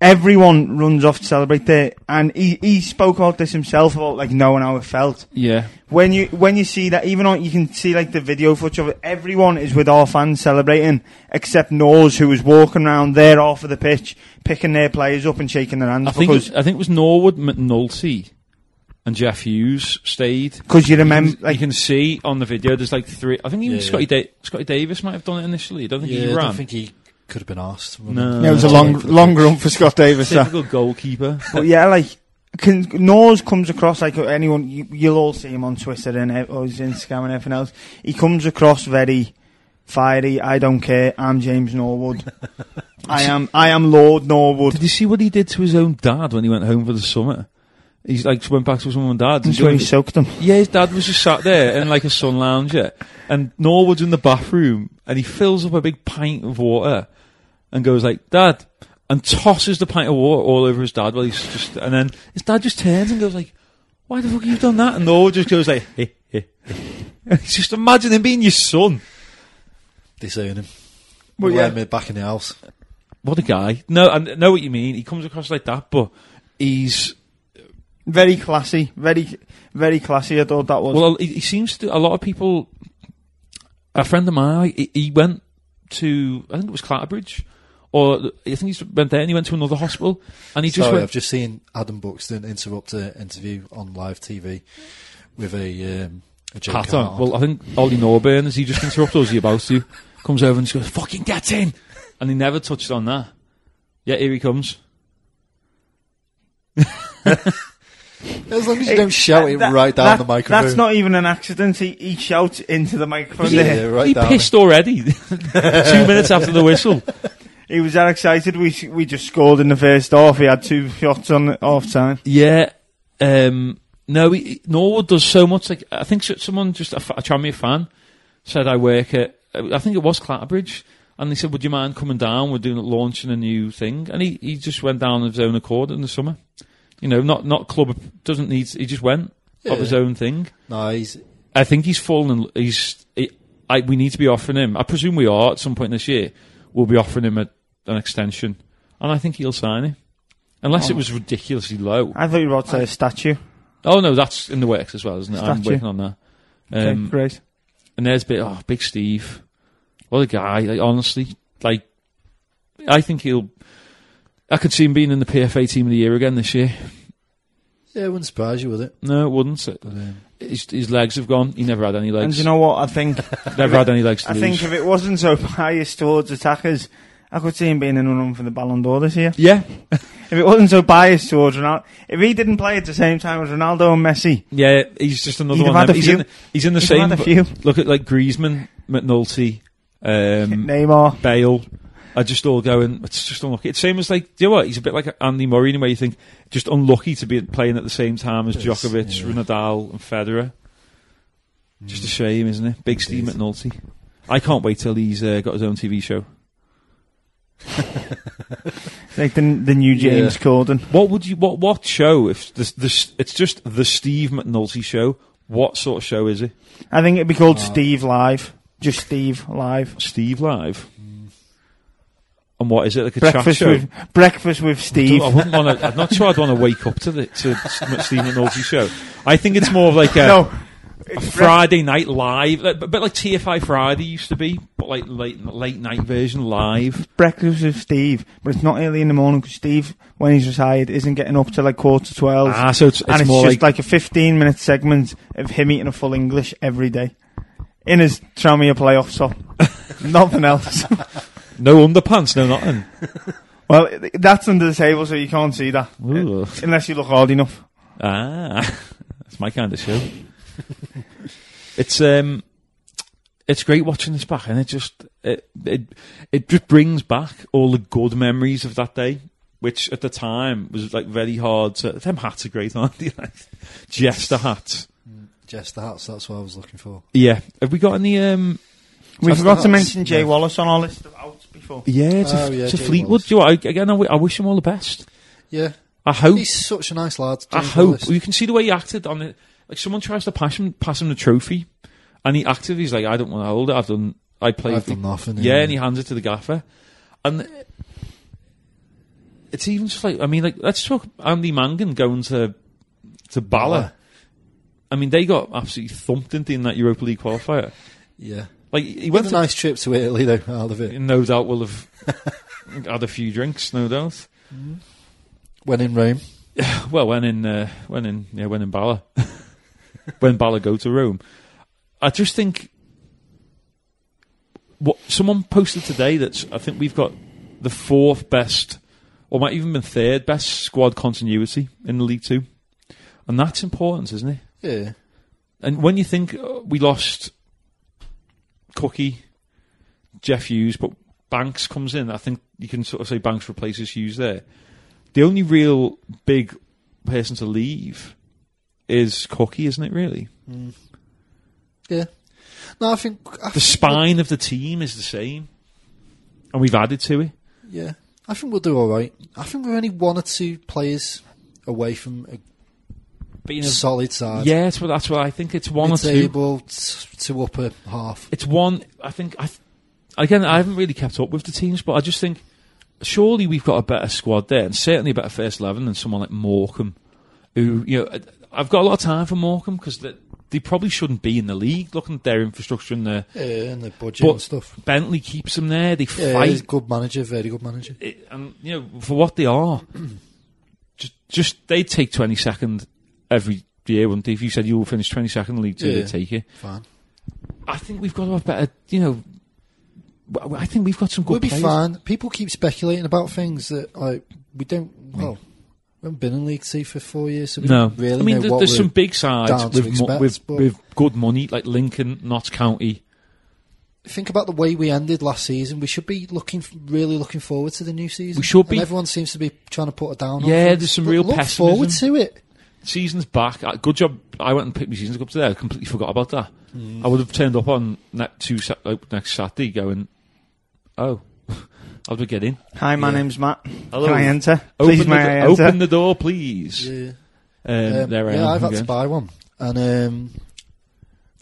S6: Everyone runs off to celebrate there, and he, he spoke about this himself about like knowing how it felt.
S3: Yeah.
S6: when you when you see that, even on you can see like the video footage of it. Everyone is with our fans celebrating, except Nors, who was walking around there off of the pitch, picking their players up and shaking their hands
S3: I think it
S6: because
S3: was, I think it was Norwood McNulty and Jeff Hughes stayed.
S6: because you remember
S3: you
S6: like
S3: can see on the video. There's like three. I think even
S4: Yeah.
S3: Scotty, da- Scotty Davis might have done it initially. I don't think
S4: yeah,
S3: he
S4: I
S3: ran.
S4: don't think he could have been asked.
S3: No.
S6: yeah, it was a
S4: Uh,
S6: long
S4: for the
S6: long
S4: pitch.
S6: run for Scott Davis. that.
S3: Typical goalkeeper.
S6: But yeah, like can, Nors comes across like anyone. You, you'll all see him on Twitter and ev- or his Instagram and everything else. He comes across very fiery. I don't care. I'm James Norwood. I am I am Lord Norwood.
S3: Did you see what he did to his own dad when he went home for the summer? He's like went back to his mum and dad.
S6: I'm
S3: and
S6: sure he
S3: joined-
S6: soaked them.
S3: yeah, his dad was just sat there in like a sun lounger, and Norwood's in the bathroom, and he fills up a big pint of water, and goes like, "Dad," and tosses the pint of water all over his dad while he's just, and then his dad just turns and goes like, "Why the fuck have you done that?" And Noel just goes like, "Hey, hey, hey." just imagine him being your son.
S4: They say him.
S6: Well,
S4: Let
S6: yeah.
S4: me back in the house.
S3: What a guy! No, I know what you mean. He comes across like that, but he's
S6: Very classy. Very, very classy. I thought that was.
S3: Well, he, he seems to. A lot of people. A friend of mine, he, he went to. I think it was Clatterbridge, or I think he s- went there and he went to another hospital, and he just
S4: Sorry,
S3: went.
S4: I've just seen Adam Buxton interrupt an interview on live TV with a, um, a joke
S3: Hat on. Well, I think Ollie Norburn, as he just interrupted, or is he about to? Comes over and just goes, fucking get in! And he never touched on that. Yeah, here he comes.
S4: as long as you don't shout it
S6: That-
S4: right down
S6: that-
S4: the microphone.
S6: That's not even an accident. He, he shouts into the microphone
S4: Yeah,
S6: there.
S4: right
S3: he
S4: down.
S3: pissed already. Two minutes after the whistle.
S6: He was that excited. We s- we just scored in the first half. He had two shots on at half time.
S3: Yeah. Um, no, he- he, Norwood does so much. Like I think so- someone just a, f- a Tranmere fan said I work at. uh, I think it was Clatterbridge, and they said, "Would you mind coming down? We're doing launching a new thing." And he, he just went down of his own accord in the summer. You know, not not club doesn't need. He just went of his own thing.
S4: No, he's
S3: I think he's fallen. in- He's. He, I, we need to be offering him. I presume we are at some point this year. We'll be offering him a, an extension, and I think he'll sign it, unless it was ridiculously low.
S6: I thought you were about to say a statue.
S3: Oh no, that's in the works as well, isn't it? I'm
S6: Statue.
S3: working on that.
S6: Okay,
S3: Um,
S6: great.
S3: and there's bit oh, Big Steve, what a guy! Like honestly, like I think he'll. I could see him being in the PFA team of the year again this year.
S4: yeah, it wouldn't surprise you with it.
S3: No, it wouldn't. It- his, his legs have gone. He never had any
S6: um, And
S3: legs.
S6: do you know what? I think
S3: never had any legs to
S6: I
S3: lose.
S6: think if it wasn't so biased towards attackers, I could see him being in a run for the Ballon d'Or this year.
S3: yeah,
S6: If it wasn't so biased towards Ronaldo, if he didn't play at the same time as Ronaldo and Messi,
S3: yeah. He's just another
S6: He'd have
S3: one.
S6: had a
S3: he's,
S6: few.
S3: In, he's in the
S6: He'd
S3: same.
S6: have had a few.
S3: Look at like Griezmann, McNulty,
S4: Mm.
S3: um,
S6: Neymar,
S3: Bale are just all going. It's just unlucky. It's same as like, do you know what? He's a bit like Andy Murray in a way. You think just unlucky to be playing at the same time as
S4: Yes,
S3: Djokovic,
S4: yeah. Hmm.
S3: Nadal, and Federer. Just a shame, isn't it? Big Steve
S4: Indeed.
S3: McNulty. I can't wait till he's uh, got his own TV show.
S6: like the, the new James
S4: Yeah.
S6: Corden.
S3: What would you? What what show? If this this, it's just the Steve McNulty show. What sort of show is it?
S6: I think it'd be
S3: Oh.
S6: called Steve Live. Just Steve Live.
S3: Steve Live.
S4: Hmm.
S3: And what is it like a chat
S6: Breakfast
S3: show?
S6: with breakfast with Steve.
S3: I wouldn't want to. I'm not sure I'd want to wake up to the to Steve McNulty's show. I think it's more of like a,
S6: no,
S3: a Friday night live, like, but, but like TFI Friday used to be, but like late late night version live.
S6: breakfast with Steve, but it's not early in the morning because Steve, when he's retired, isn't getting up till like quarter to twelve.
S3: Ah, so it's, it's
S6: and it's
S3: more
S6: just
S3: like,
S6: like, a 15 minute segment of him eating a full English every day in his Tramia playoff top. Nothing else.
S3: no underpants, no nothing.
S6: well, i- that's under the table, so you can't see that
S3: Ooh.
S6: unless you look hard enough.
S3: Ah, that's my kind of show. it's um, it's great watching this back, and it just it it it just brings back all the good memories of that day, which at the time was like very hard. To, them hats are great, aren't they? Like jester hats.
S4: Jess the Hats, that's what I was looking for.
S3: Yeah. Have we got any? Um,
S6: We
S4: That's
S6: forgot
S4: the
S6: to
S4: Hats,
S6: mention Jay
S4: yeah.
S6: Wallace on our list of outs before.
S3: yeah, it's,
S4: Oh,
S3: a,
S4: yeah,
S3: it's a
S4: Jay
S3: Fleetwood.
S4: Wallace.
S3: Do you know what? I, again, I, w- I wish him all the best.
S4: Yeah.
S3: I hope
S4: He's such a nice lad.
S3: I
S4: James
S3: hope
S4: Wallace.
S3: you can see the way he acted on it. Like someone tries to pass him, pass him the trophy, and he acted. He's like, I don't want to hold it. I've done. I played.
S4: I've
S3: the-"
S4: done nothing,
S3: Yeah,
S4: yeah.
S3: and he hands it to the gaffer, and it's even just like I mean, like let's talk Andy Mangan going to to Bala. I mean, they got absolutely thumped into in that Europa League qualifier.
S4: Yeah.
S3: Like he
S4: He went
S3: went
S4: a
S3: to
S4: nice trip to Italy, though, out of it.
S3: no doubt will have had a few drinks, no doubt.
S4: When in Rome.
S3: Well, when in uh, when in yeah, when in Bala, when Bala go to Rome, I just think what someone posted today that I think we've got the fourth best, or might even been third best squad continuity in the League Two, and that's important, isn't it?
S4: Yeah.
S3: And when you think uh, we lost Cookie, Jeff Hughes, but Banks comes in, I think you can sort of say Banks replaces Hughes there. The only real big person to leave is Cookie, isn't it, really?
S4: Yeah. No, I think. I
S3: The
S4: think-
S3: spine of the team is the same, and we've added to it.
S4: Yeah, I think we'll do all right. I think we're only one or two players away from a
S3: Being
S4: solid side.
S3: yeah, that's what that's what I think. It's one or two.
S4: Mid-table t- to upper half.
S3: It's one. I think. I th- again, I haven't really kept up with the teams, but I just think surely we've got a better squad there, and certainly a better first eleven than someone like Morecambe, who you know I've got a lot of time for Morecambe because they, they probably shouldn't be in the league. Looking at their infrastructure and their
S4: Yeah, and the budget
S3: but
S4: and stuff.
S3: Bentley keeps them there. They
S4: Yeah, he's
S3: fight,
S4: a good manager, very good manager.
S3: it, and you know for what they are, just just they take twenty second every year, wouldn't they? If you said you will finish twenty second in League Two,
S4: Yeah.
S3: they take it.
S4: Fine,
S3: I think we've got a lot better, you know. w- I think we've got some good
S4: we'll be
S3: players.
S4: fine. People keep speculating about things that like we don't. Well, we haven't been in League Two for four years, so we
S3: No,
S4: don't really
S3: I mean,
S4: know
S3: there-
S4: what
S3: there's
S4: we're
S3: some big
S4: down
S3: sides
S4: to
S3: with, mo-
S4: expect,
S3: with,
S4: but-
S3: with good money, like Lincoln, Notts County.
S4: think about the way we ended last season. We should be looking, really looking forward to the new season.
S3: We should be.
S4: And everyone seems to be trying to put a down. on
S3: Yeah,
S4: things,
S3: there's some
S4: but
S3: real
S4: look
S3: pessimism.
S4: forward to it.
S3: Season's back. Uh, Good job. I went and picked my season's up today. I completely forgot about that.
S4: Mm.
S3: I would have turned up on ne- two sa- uh, next Saturday going, oh, how do we get in?
S6: Hi, my name's Matt.
S3: Hello.
S6: Can I enter?
S3: Open,
S6: Please,
S3: the,
S6: may
S3: do-
S6: I enter?
S3: open the door, please. Um,
S4: Um,
S3: there I
S4: yeah,
S3: am.
S4: I've had to
S3: again.
S4: buy one, and um,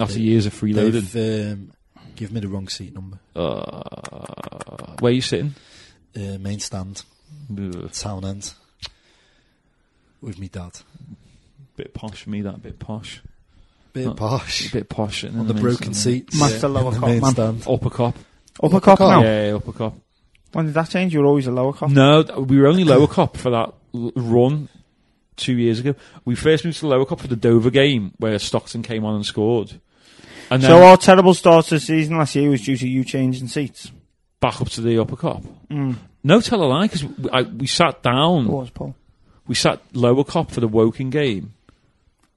S3: After years of freeloading.
S4: they've um, given me the wrong seat number.
S3: Uh, where are you sitting?
S4: Uh, main stand,
S3: Ugh,
S4: town end, with me dad.
S3: bit posh for me, that bit posh.
S4: Bit
S3: Oh,
S4: posh
S3: bit posh. and
S4: on
S3: then
S4: the
S3: main
S4: broken
S3: stand.
S4: seats.
S6: Master
S4: in
S6: lower
S4: the
S6: cop,
S4: main
S6: man.
S4: stand.
S3: Upper cop.
S6: Upper cop
S4: cop.
S6: now.
S3: Yeah, upper cop.
S6: When did that change? You were always a lower cop.
S3: No, th- we were only lower cop for that l- run two years ago. We first moved to lower cop for the Dover game where Stockton came on and scored, and then
S6: So our terrible start to the season last year was due to you changing seats.
S3: back up to the upper cop.
S6: Hmm.
S3: No tell a lie because we, I- we sat down.
S6: was Paul?
S3: We sat lower cop for the Woking game.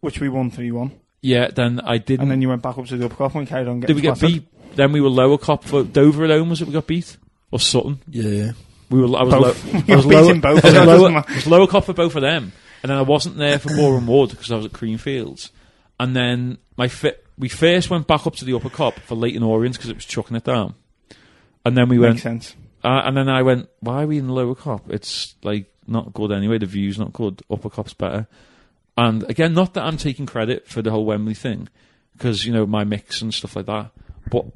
S6: Which we won three one,
S3: Yeah, then I didn't.
S6: and then you went back up to the upper cop and carried on
S3: did
S6: getting.
S3: we get
S6: flattered.
S3: beat? Then we were lower cop for Dover alone. Was it we got beat or Sutton?
S4: Yeah,
S3: We were. I was.
S6: Both.
S3: Low, I
S6: You
S3: was
S6: beat
S3: lower,
S6: him both,
S3: I was
S6: so it
S3: lower,
S6: doesn't matter.
S3: I was lower cop for both of them, and then I wasn't there for Boreham Wood because I was at Creamfields, and then my fi- we first went back up to the upper cop for Leighton Orient because it was chucking it down, and then we
S6: Makes
S3: went.
S6: sense.
S3: Uh, and then I went, why are we in the lower cop? It's like not good anyway. The view's not good. Upper cop's better. And again, not that I'm taking credit for the whole Wembley thing, because you know my mix and stuff like that. But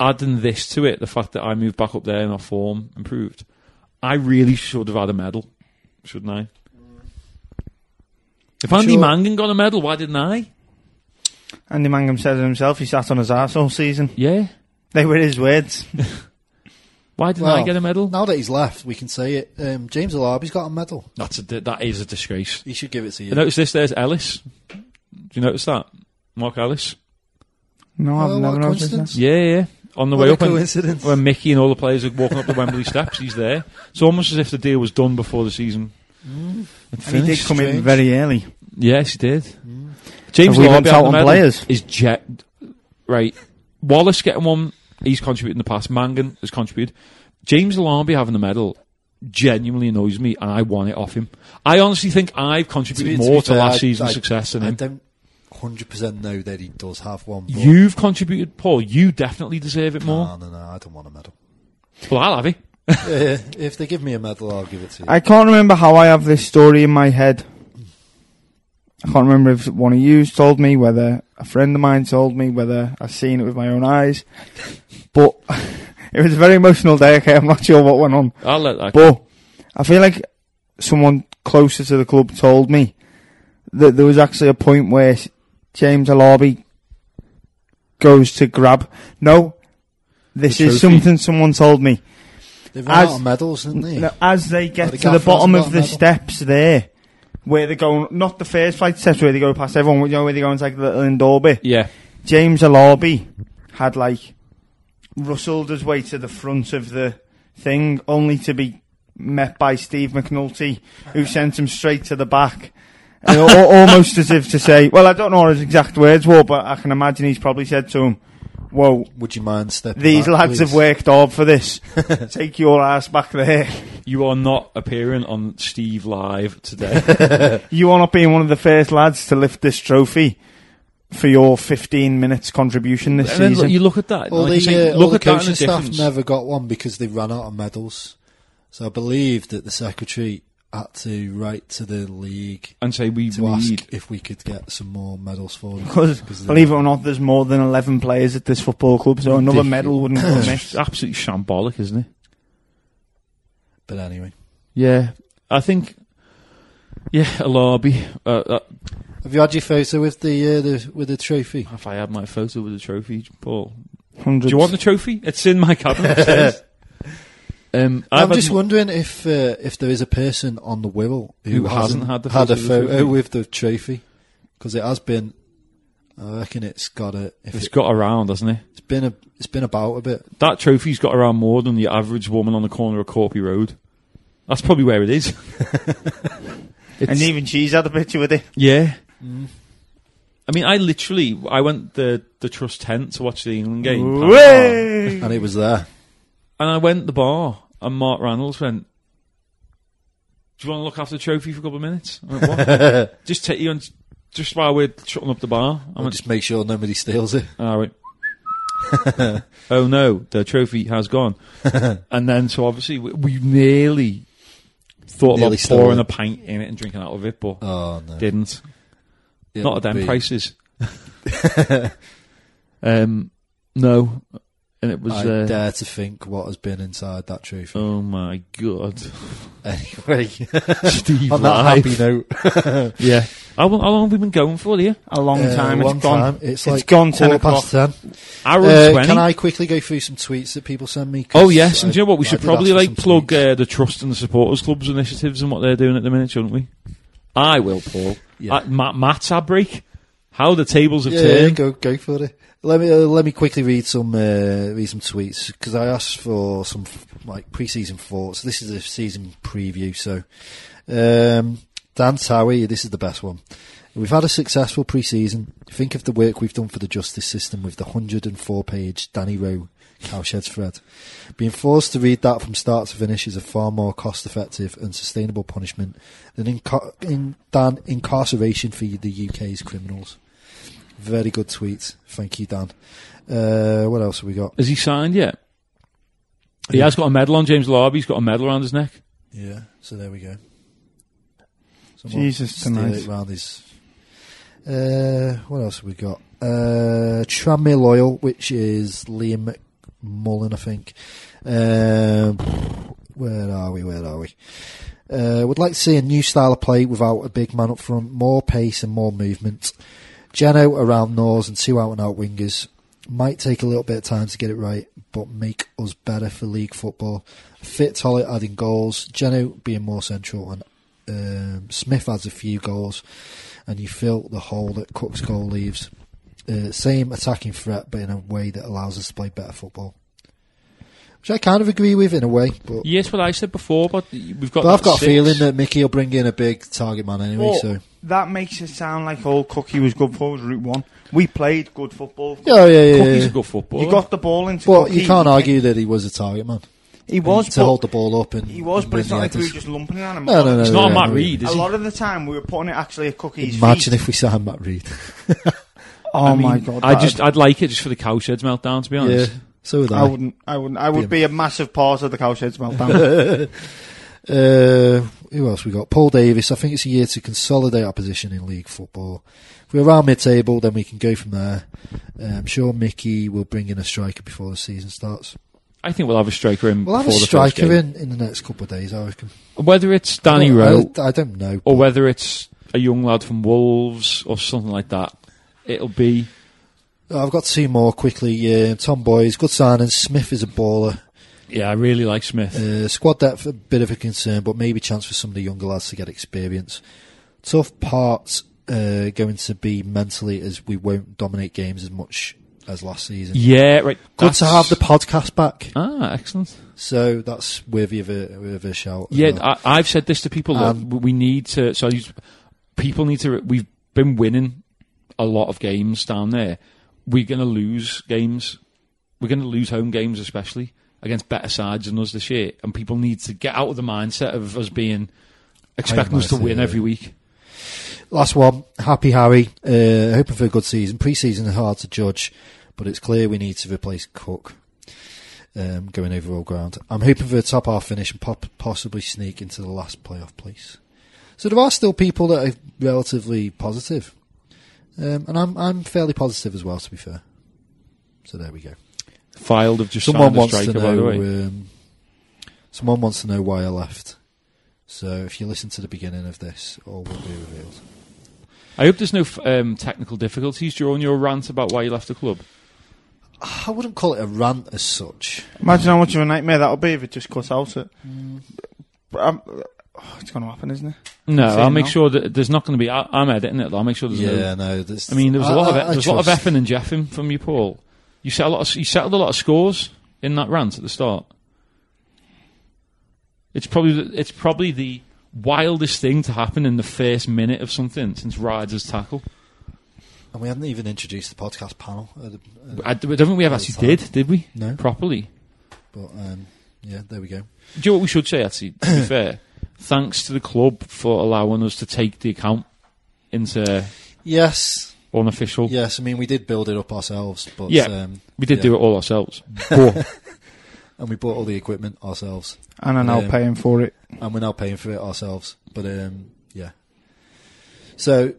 S3: adding this to it, the fact that I moved back up there and our form improved, I really should have had a medal, shouldn't I? If Andy
S4: Sure.
S3: Mangan got a medal, why didn't I?
S6: Andy Mangum said it himself. He sat on his ass all season.
S3: Yeah,
S6: They were his words.
S3: why didn't I
S4: Well,
S3: get a medal?
S4: Now that he's left, we can say it. Um, James Alabi's got a medal.
S3: That's a di- that is a disgrace.
S4: He should give it to you.
S3: You notice this? There's Ellis. Do you notice that? Mark Ellis.
S6: No,
S4: Oh,
S6: I've
S4: what
S6: never
S4: a
S6: noticed
S4: coincidence.
S6: that.
S3: Yeah, yeah. On the
S4: What
S3: way
S4: a
S3: up, when-
S4: coincidence.
S3: when Mickey and all the players are walking up the Wembley steps, he's there. It's almost as if the deal was done before the season. had
S6: And he did
S3: finished.
S6: come in
S4: Strange.
S6: very early.
S3: Yes, he did. James
S6: Have we
S3: Lorby
S6: lumped
S3: had
S6: out
S3: the
S6: on
S3: medal.
S6: players?
S3: is jet right. Wallace getting one. He's contributed in the past. Mangan has contributed. James Larby having the medal genuinely annoys me, and I want it off him. I honestly think I've
S4: be-
S3: contributed
S4: be
S3: more to,
S4: fair,
S3: last
S4: I-
S3: season's
S4: I-
S3: success than
S4: I
S3: him.
S4: don't hundred percent know that he does have one. But
S3: You've contributed, Paul. You definitely deserve it more.
S4: no, no, no, I don't want a medal.
S3: Well, I'll have it.
S4: Uh, if they give me a medal, I'll give it to you.
S6: I can't remember how I have this story in my head. I can't remember if one of you told me, whether a friend of mine told me, whether I've seen it with my own eyes. But it was a very emotional day. Okay, I'm not sure what went on.
S3: I'll let that.
S6: But I feel like someone closer to the club told me that there was actually a point where James Alabi goes to grab. No, this
S3: The
S6: is
S3: trophy.
S6: something someone told me.
S4: They've run
S6: as-
S4: out of medals, haven't they?
S6: No, as they get
S4: Like
S6: to the
S4: Gaff
S6: bottom
S4: has
S6: of
S4: got a
S6: the
S4: medal.
S6: steps there, where they're going, not the first flight of steps where they go past everyone, you know, where they go into like the little indoor bit.
S3: Yeah.
S6: James Alabi had like rustled his way to the front of the thing, only to be met by Steve McNulty, who sent him straight to the back. And al- almost as if to say, well, I don't know what his exact words were, but I can imagine he's probably said to him, whoa,
S4: Would you mind stepping?
S6: these
S4: back,
S6: lads
S4: please?
S6: have worked hard for this. Take your ass back there.
S3: You are not appearing on Steve Live today.
S6: You are not being one of the first lads to lift this trophy for your 15 minutes contribution this
S3: and then look,
S6: season.
S3: you look at that.
S4: All
S3: like you
S4: the,
S3: say,
S4: uh, all
S3: look
S4: the
S3: at that
S4: coaching
S3: and the
S4: staff
S3: difference.
S4: never got one because they ran out of medals. So I believe that the secretary had to write to the league
S3: and say we
S4: to
S3: need.
S4: ask if we could get some more medals for them.
S6: Because,
S4: they-
S6: believe it or not, there's more than 11 players at this football club, so another
S4: Ridiculous.
S6: medal wouldn't go
S3: It's
S6: amiss.
S3: absolutely shambolic, isn't it?
S4: But anyway,
S3: Yeah, I think. Yeah, a lobby. Uh, uh,
S4: have you had your photo with the, uh, the with the trophy?
S3: if I had my photo with a trophy, Paul. Do
S6: Hundreds.
S3: you want the trophy? It's in my cabinet. upstairs. um, I've
S4: I'm
S3: had
S4: just
S3: m-
S4: wondering if uh, if there is a person on the Wirral who,
S3: Who hasn't had the
S4: had
S3: photo
S4: a
S3: of the
S4: photo
S3: trophy.
S4: with the trophy because it has been. I reckon it's got a. If
S3: It's
S4: it,
S3: got around, hasn't it?
S4: has been a. It's been about a bit.
S3: That trophy's got around more than the average woman on the corner of Corby Road. That's probably where it is.
S6: And even she's had a picture with it.
S3: Yeah. I mean, I literally I went the the Trust tent to watch the England game, Palace Bar,
S6: Way!
S4: And it was there.
S3: and I went to the bar, and Mark Reynolds went. Do you want to look after the trophy for a couple of minutes? I went, what? just take you on, just while we're shutting up the bar. I
S4: I'll
S3: went,
S4: just make sure nobody steals it.
S3: and I went, oh no, the trophy has gone. and then, so obviously, we, we nearly thought
S4: Nearly
S3: about
S4: stole
S3: pouring
S4: it.
S3: a pint in it and drinking out of it, but
S4: Oh no!
S3: didn't.
S4: It
S3: Not
S4: would
S3: at them
S4: be-
S3: prices. um, no, and it was.
S4: I
S3: Uh,
S4: dare to think what has been inside that trophy.
S3: oh my god,
S4: Anyway,
S3: Steve!
S4: on that
S3: Live.
S4: happy note,
S3: yeah. How, long- how long have we been going for here?
S6: A long
S4: Uh,
S6: time.
S4: one
S6: it's gone.
S4: time, it's like
S6: gone 10
S4: quarter
S6: o'clock.
S4: past ten.
S3: Hour
S4: Uh,
S3: and twenty.
S4: can I quickly go through some tweets that people send me? 'Cause
S3: Oh yes, and
S4: I-
S3: do you know what? We
S4: I
S3: should
S4: did
S3: probably
S4: ask for
S3: like
S4: some
S3: plug
S4: tweets.
S3: uh, the Trust and the Supporters Clubs initiatives and what they're doing at the minute, shouldn't we? I will, Paul.
S4: Yeah.
S3: Uh, Ma- Matt's ad break. How the tables have
S4: yeah,
S3: turned.
S4: go go for it. Let me uh, let me quickly read some uh, read some tweets because I asked for some like preseason thoughts. This is a season preview, so um, Dan Towie, this is the best one. We've had a successful preseason. Think of the work we've done for the justice system with the 104 page Danny Rowe cowshed thread. Being forced to read that from start to finish is a far more cost effective and sustainable punishment than, inca- in- than incarceration for the UK's criminals. Very good tweet. Thank you, Dan. Uh, what else have we got?
S3: Has he signed yet? He has got a medal on James Larby. He's got a medal around his neck.
S4: Yeah, so there we go. Someone
S6: Jesus,
S4: steal
S6: tonight.
S4: it round his- Uh, what else have we got? Uh, Tranmere Loyal, which is Liam Mullen, I think. Um, where are we? Where are we? Uh, would like to see a new style of play without a big man up front, more pace and more movement. Geno around Nors and two out and out wingers. Might take a little bit of time to get it right, but make us better for league football. Fit Tollett adding goals, Geno being more central, and um, Smith adds a few goals, and you fill the hole that Cook's goal leaves. Uh, same attacking threat, but in a way that allows us to play better football. Which I kind of agree with in a way, but
S3: Yes, what I said before, but we've got.
S4: but I've
S3: that
S4: got
S3: six.
S4: a feeling that Mickey will bring in a big target man anyway.
S6: Well,
S4: So
S6: That makes it sound like all Cookie was good for was Route 1. We played good football.
S4: yeah, yeah, yeah.
S3: Cookie's
S4: yeah.
S3: a good footballer.
S6: You got the ball into
S4: But
S6: Cookie.
S4: you can't argue that he was a target man.
S6: He was,
S4: to
S6: but-
S4: hold the ball up and
S6: He was,
S4: and
S6: but
S4: win
S6: it's
S4: the
S6: not like we were
S4: headers.
S6: just lumping it on him.
S4: no, no, no.
S3: It's
S4: no,
S3: not
S4: no,
S3: Matt
S4: no.
S3: Reed,
S6: A
S3: is
S6: lot of the time we were putting it actually at Cookie's
S4: Imagine
S6: feet.
S4: if we signed Matt Reed.
S6: oh
S3: I mean,
S6: my god!
S3: I
S6: that-
S3: just, I'd like it just for the cowsheds meltdown. To be
S4: yeah,
S3: honest,
S4: so would I.
S6: I wouldn't. I wouldn't. I would
S4: Be
S6: be a massive part of the cowshed's meltdown.
S4: Uh, who else we got? Paul Davis. I think it's a year to consolidate our position in league football. If we're around mid-table, then we can go from there. Uh, I'm sure Mickey will bring in a striker before the season starts.
S3: I think we'll have a striker in.
S4: We'll have
S3: before
S4: a
S3: the first
S4: striker
S3: game.
S4: in in the next couple of days, I reckon.
S3: Whether it's Danny
S4: I-
S3: Rowe
S4: I, I don't know.
S3: or
S4: but
S3: whether it's a young lad from Wolves or something like that, it'll be.
S4: Uh, I've got two more quickly. Uh, Tom Boys, good signing. Smith is a baller.
S3: Yeah, I really like Smith.
S4: Uh, squad depth a bit of a concern, but maybe chance for some of the younger lads to get experience. Tough part uh, going to be mentally as we won't dominate games as much as last season.
S3: yeah, right.
S4: Good to
S3: that's-
S4: have the podcast back.
S3: Ah, excellent.
S4: So that's worthy of a, of a shout. uh, as
S3: Yeah,
S4: well.
S3: I, I've said this to people. That
S4: Um,
S3: we need to. So these people need to. We've been winning a lot of games down there. We're going to lose games. We're going to lose home games, especially against better sides than us this year. And people need to get out of the mindset of us being expecting us to
S4: mindset,
S3: win
S4: yeah.
S3: every week.
S4: Last one, Happy Harry. Uh, hoping for a good season. Pre-season is hard to judge, but it's clear we need to replace Cook. um, going over all ground. I'm hoping for a top half finish and pop, possibly sneak into the last playoff place. So there are still people that are relatively positive, um, and I'm I'm fairly positive as well. To be fair, so there we go.
S3: Filed of just
S4: Someone
S3: signed a
S4: wants
S3: striker,
S4: to
S3: by the
S4: know.
S3: way.
S4: Um, someone wants to know why I left. So if you listen to the beginning of this, all will be revealed.
S3: I hope there's no f- um, technical difficulties during your rant about why you left the club.
S4: I wouldn't call it a rant as such.
S6: Imagine how much of a nightmare that'll be if it just cuts out. It.
S4: Mm.
S6: But I'm- oh, it's going to happen, isn't it?
S3: No,
S6: Saying
S3: I'll make
S6: no.
S3: sure that there's not going to be. I, I'm editing it. though. I'll make sure there's no.
S4: Yeah, no. There's,
S3: I mean, there was a lot of
S4: I-
S3: of there's a lot of
S4: trust-
S3: effing and jeffing from you, Paul. You set a lot. Of, you settled a lot of scores in that rant at the start. It's probably the- it's probably the wildest thing to happen in the first minute of something since Ryder's tackle.
S4: And we hadn't even introduced the podcast panel. At the, uh,
S3: I, don't think we ever
S4: That's
S3: actually did, did we?
S4: No.
S3: Properly.
S4: but um, yeah, there we go.
S3: Do you know what we should say, actually, to be fair? Thanks to the club for allowing us to take the account into
S4: Yes,
S3: unofficial.
S4: yes. I mean, we did build it up ourselves, but
S3: Yeah,
S4: um,
S3: we did
S4: yeah.
S3: do it all ourselves. But
S4: and we bought all the equipment ourselves,
S6: And I'm now
S4: Yeah.
S6: paying for it.
S4: and we're now paying for it ourselves. But um, yeah. So,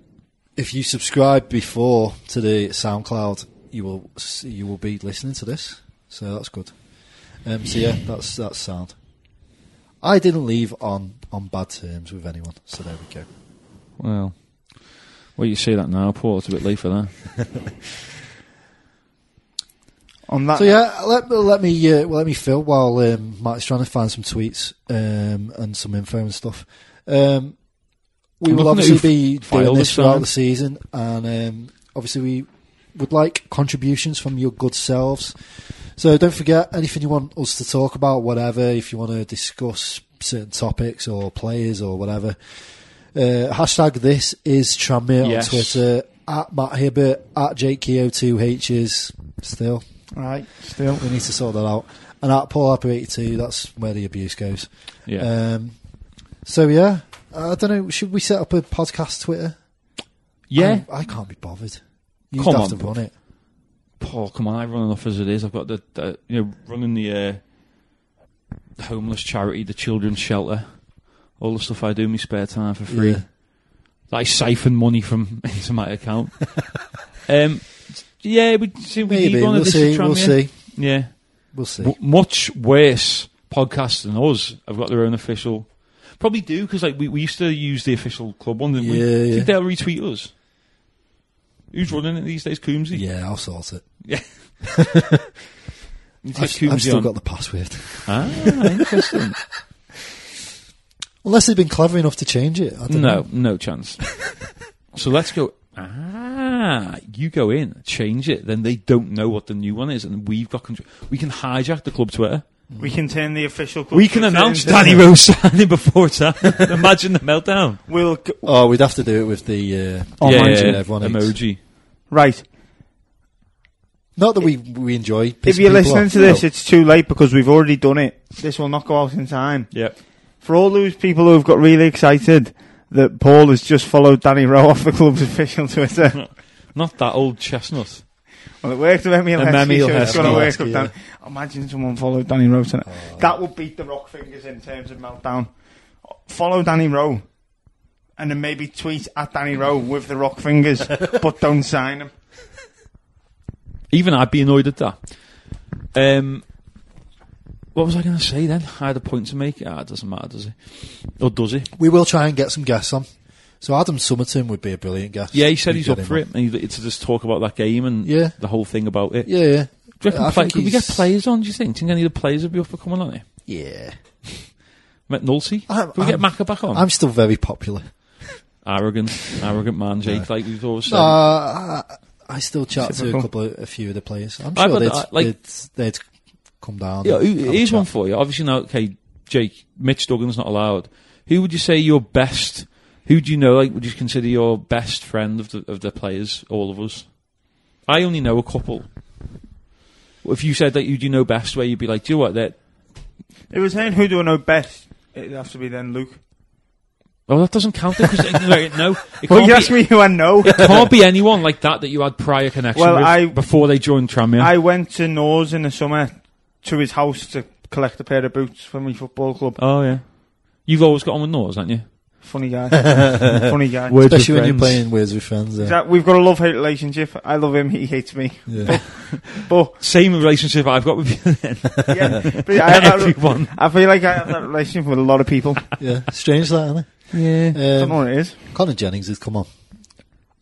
S4: if you subscribe before to the SoundCloud, you will s- you will be listening to this. So that's good. Um, so yeah, that's that's sound. I didn't leave on on bad terms with anyone, so there we go.
S3: well, well, you say that now, Paul. It's a bit late for that.
S6: On that,
S4: So yeah, let let me uh, well, let me fill while um, Mark's trying to find some tweets um, and some info and stuff. Um, we
S3: I'm
S4: will
S3: looking at
S4: obviously be
S3: filed
S4: doing
S3: this
S4: this throughout
S3: time.
S4: the season, and um, obviously we would like contributions from your good selves. So don't forget anything you want us to talk about, whatever. If you want to discuss certain topics or players or whatever, uh, hashtag this is Tranmere
S3: Yes.
S4: on Twitter at Matt Hibbert at Jake Keogh two H's still.
S6: right, still.
S4: We need to sort that out. And at Paul Harper 82, that's where the abuse goes.
S3: Yeah.
S4: Um, so, yeah, I don't know. Should we set up a podcast Twitter?
S3: yeah.
S4: I, I can't be bothered. You'd
S3: Come
S4: have
S3: on,
S4: to run it.
S3: Paul, come on. I run enough as it is. I've got the, the you know, running the, uh, the homeless charity, the children's shelter, all the stuff I do in my spare time for free.
S4: Yeah.
S3: that I siphon money from into my account. um, yeah, we, see, we
S4: Maybe.
S3: need one
S4: We'll
S3: of this
S4: see.
S3: to try
S4: We'll
S3: and-
S4: see.
S3: Yeah,
S4: We'll see.
S3: W- much worse podcast than us. I've got their own official. Probably do because like we, we used to use the official club one, didn't we?
S4: Yeah, yeah.
S3: Think they'll retweet us? Who's running it these days? Coombsy.
S4: Yeah, I'll sort it.
S3: You get
S4: I've, I've
S3: Coombsy
S4: still
S3: on.
S4: got the password.
S3: Ah, interesting.
S4: Unless they've been clever enough to change it. I don't
S3: no,
S4: know.
S3: no chance. so let's go. Ah, you go in, change it. Then they don't know what the new one is, and we've got control. We can hijack the club Twitter.
S6: We can turn the official.
S3: We can announce Danny Rose signing before it's happened. Imagine the meltdown.
S6: We'll g-
S4: Oh, we'd have to do it with the. Uh,
S6: Online
S4: emoji that everyone hates.
S3: emoji.
S6: right.
S4: Not that we we enjoy.
S6: If
S4: pissing
S6: you're
S4: people
S6: listening
S4: off.
S6: to this, it's too late because we've already done it. This will not go out in time.
S3: Yep.
S6: For all those people who've got really excited that Paul has just followed Danny Rowe off the club's official Twitter.
S3: Not that old chestnut.
S6: well, it worked with Emil
S3: And
S6: Heskey,
S3: Emil
S6: so it's
S3: Heskey.
S6: going to work with
S4: Yeah.
S6: Dan. Imagine someone followed Danny Rowe tonight. That would beat the rock fingers in terms of meltdown. Follow Danny Rowe. And then maybe tweet at Danny Rowe with the rock fingers, but don't sign him.
S3: Even I'd be annoyed at that. Um, what was I going to say then? I had a point to make. Ah, it doesn't matter, does it? Or does it?
S4: we will try and get some guests on. So Adam Summerton would be a brilliant guest.
S3: Yeah, he said
S4: We'd
S3: he's
S4: get
S3: up
S4: him
S3: for
S4: on.
S3: it, and he, to just talk about that game and
S4: Yeah.
S3: the whole thing about it.
S4: Yeah, yeah.
S3: Do you reckon
S4: I
S3: play,
S4: think
S3: could we get
S4: he's-
S3: players on? Do you think? Do you think any of the players would be up for coming on it?
S4: Yeah.
S3: McNulty?
S4: I'm-
S3: Can we get
S4: I'm-
S3: Macca back on?
S4: I'm still very popular.
S3: arrogant, arrogant man, Jake. Like we've always said.
S4: Uh, I, I still chat to
S6: Typical.
S4: a couple of a few of the players. I'm
S3: I've
S4: sure
S3: got
S4: they'd,
S3: that, like-
S4: they'd, they'd come down.
S3: Yeah,
S4: and
S3: who,
S4: have a
S3: here's one
S4: chat.
S3: for you. Obviously, now, okay, Jake, Mitch Duggan's not allowed. Who would you say your best? Who do you know? Like, would you consider your best friend of the of the players? All of us. I only know a couple. If you said that you do know best, where you'd be like, do you know what? That
S6: It was saying who do I know best? It'd have to be then Luke.
S3: well, that doesn't count because no, it
S6: Well,
S3: can't,
S6: you
S3: be,
S6: asked me who I know.
S3: it can't be anyone like that that you had prior connection
S6: Well,
S3: with
S6: I-
S3: before they joined Tramier.
S6: I went to Nors in the summer to his house to collect a pair of boots for my football club.
S3: Oh yeah, you've always got on with Norse, haven't you?
S6: Funny guy. Funny guy.
S3: Words with
S4: Especially when you're
S3: friends.
S4: playing Words with Friends. uh, Yeah.
S6: That- We've got a love hate relationship. I love him, he hates me.
S4: Yeah.
S6: But,
S3: Same relationship I've got with you.
S6: yeah, but I, have that,
S3: Everyone.
S6: I feel like I have that relationship with a lot of people.
S4: yeah. Strange that, isn't it?
S6: Yeah. don't know
S4: Um,
S6: what it is.
S4: Connor Jennings has come on.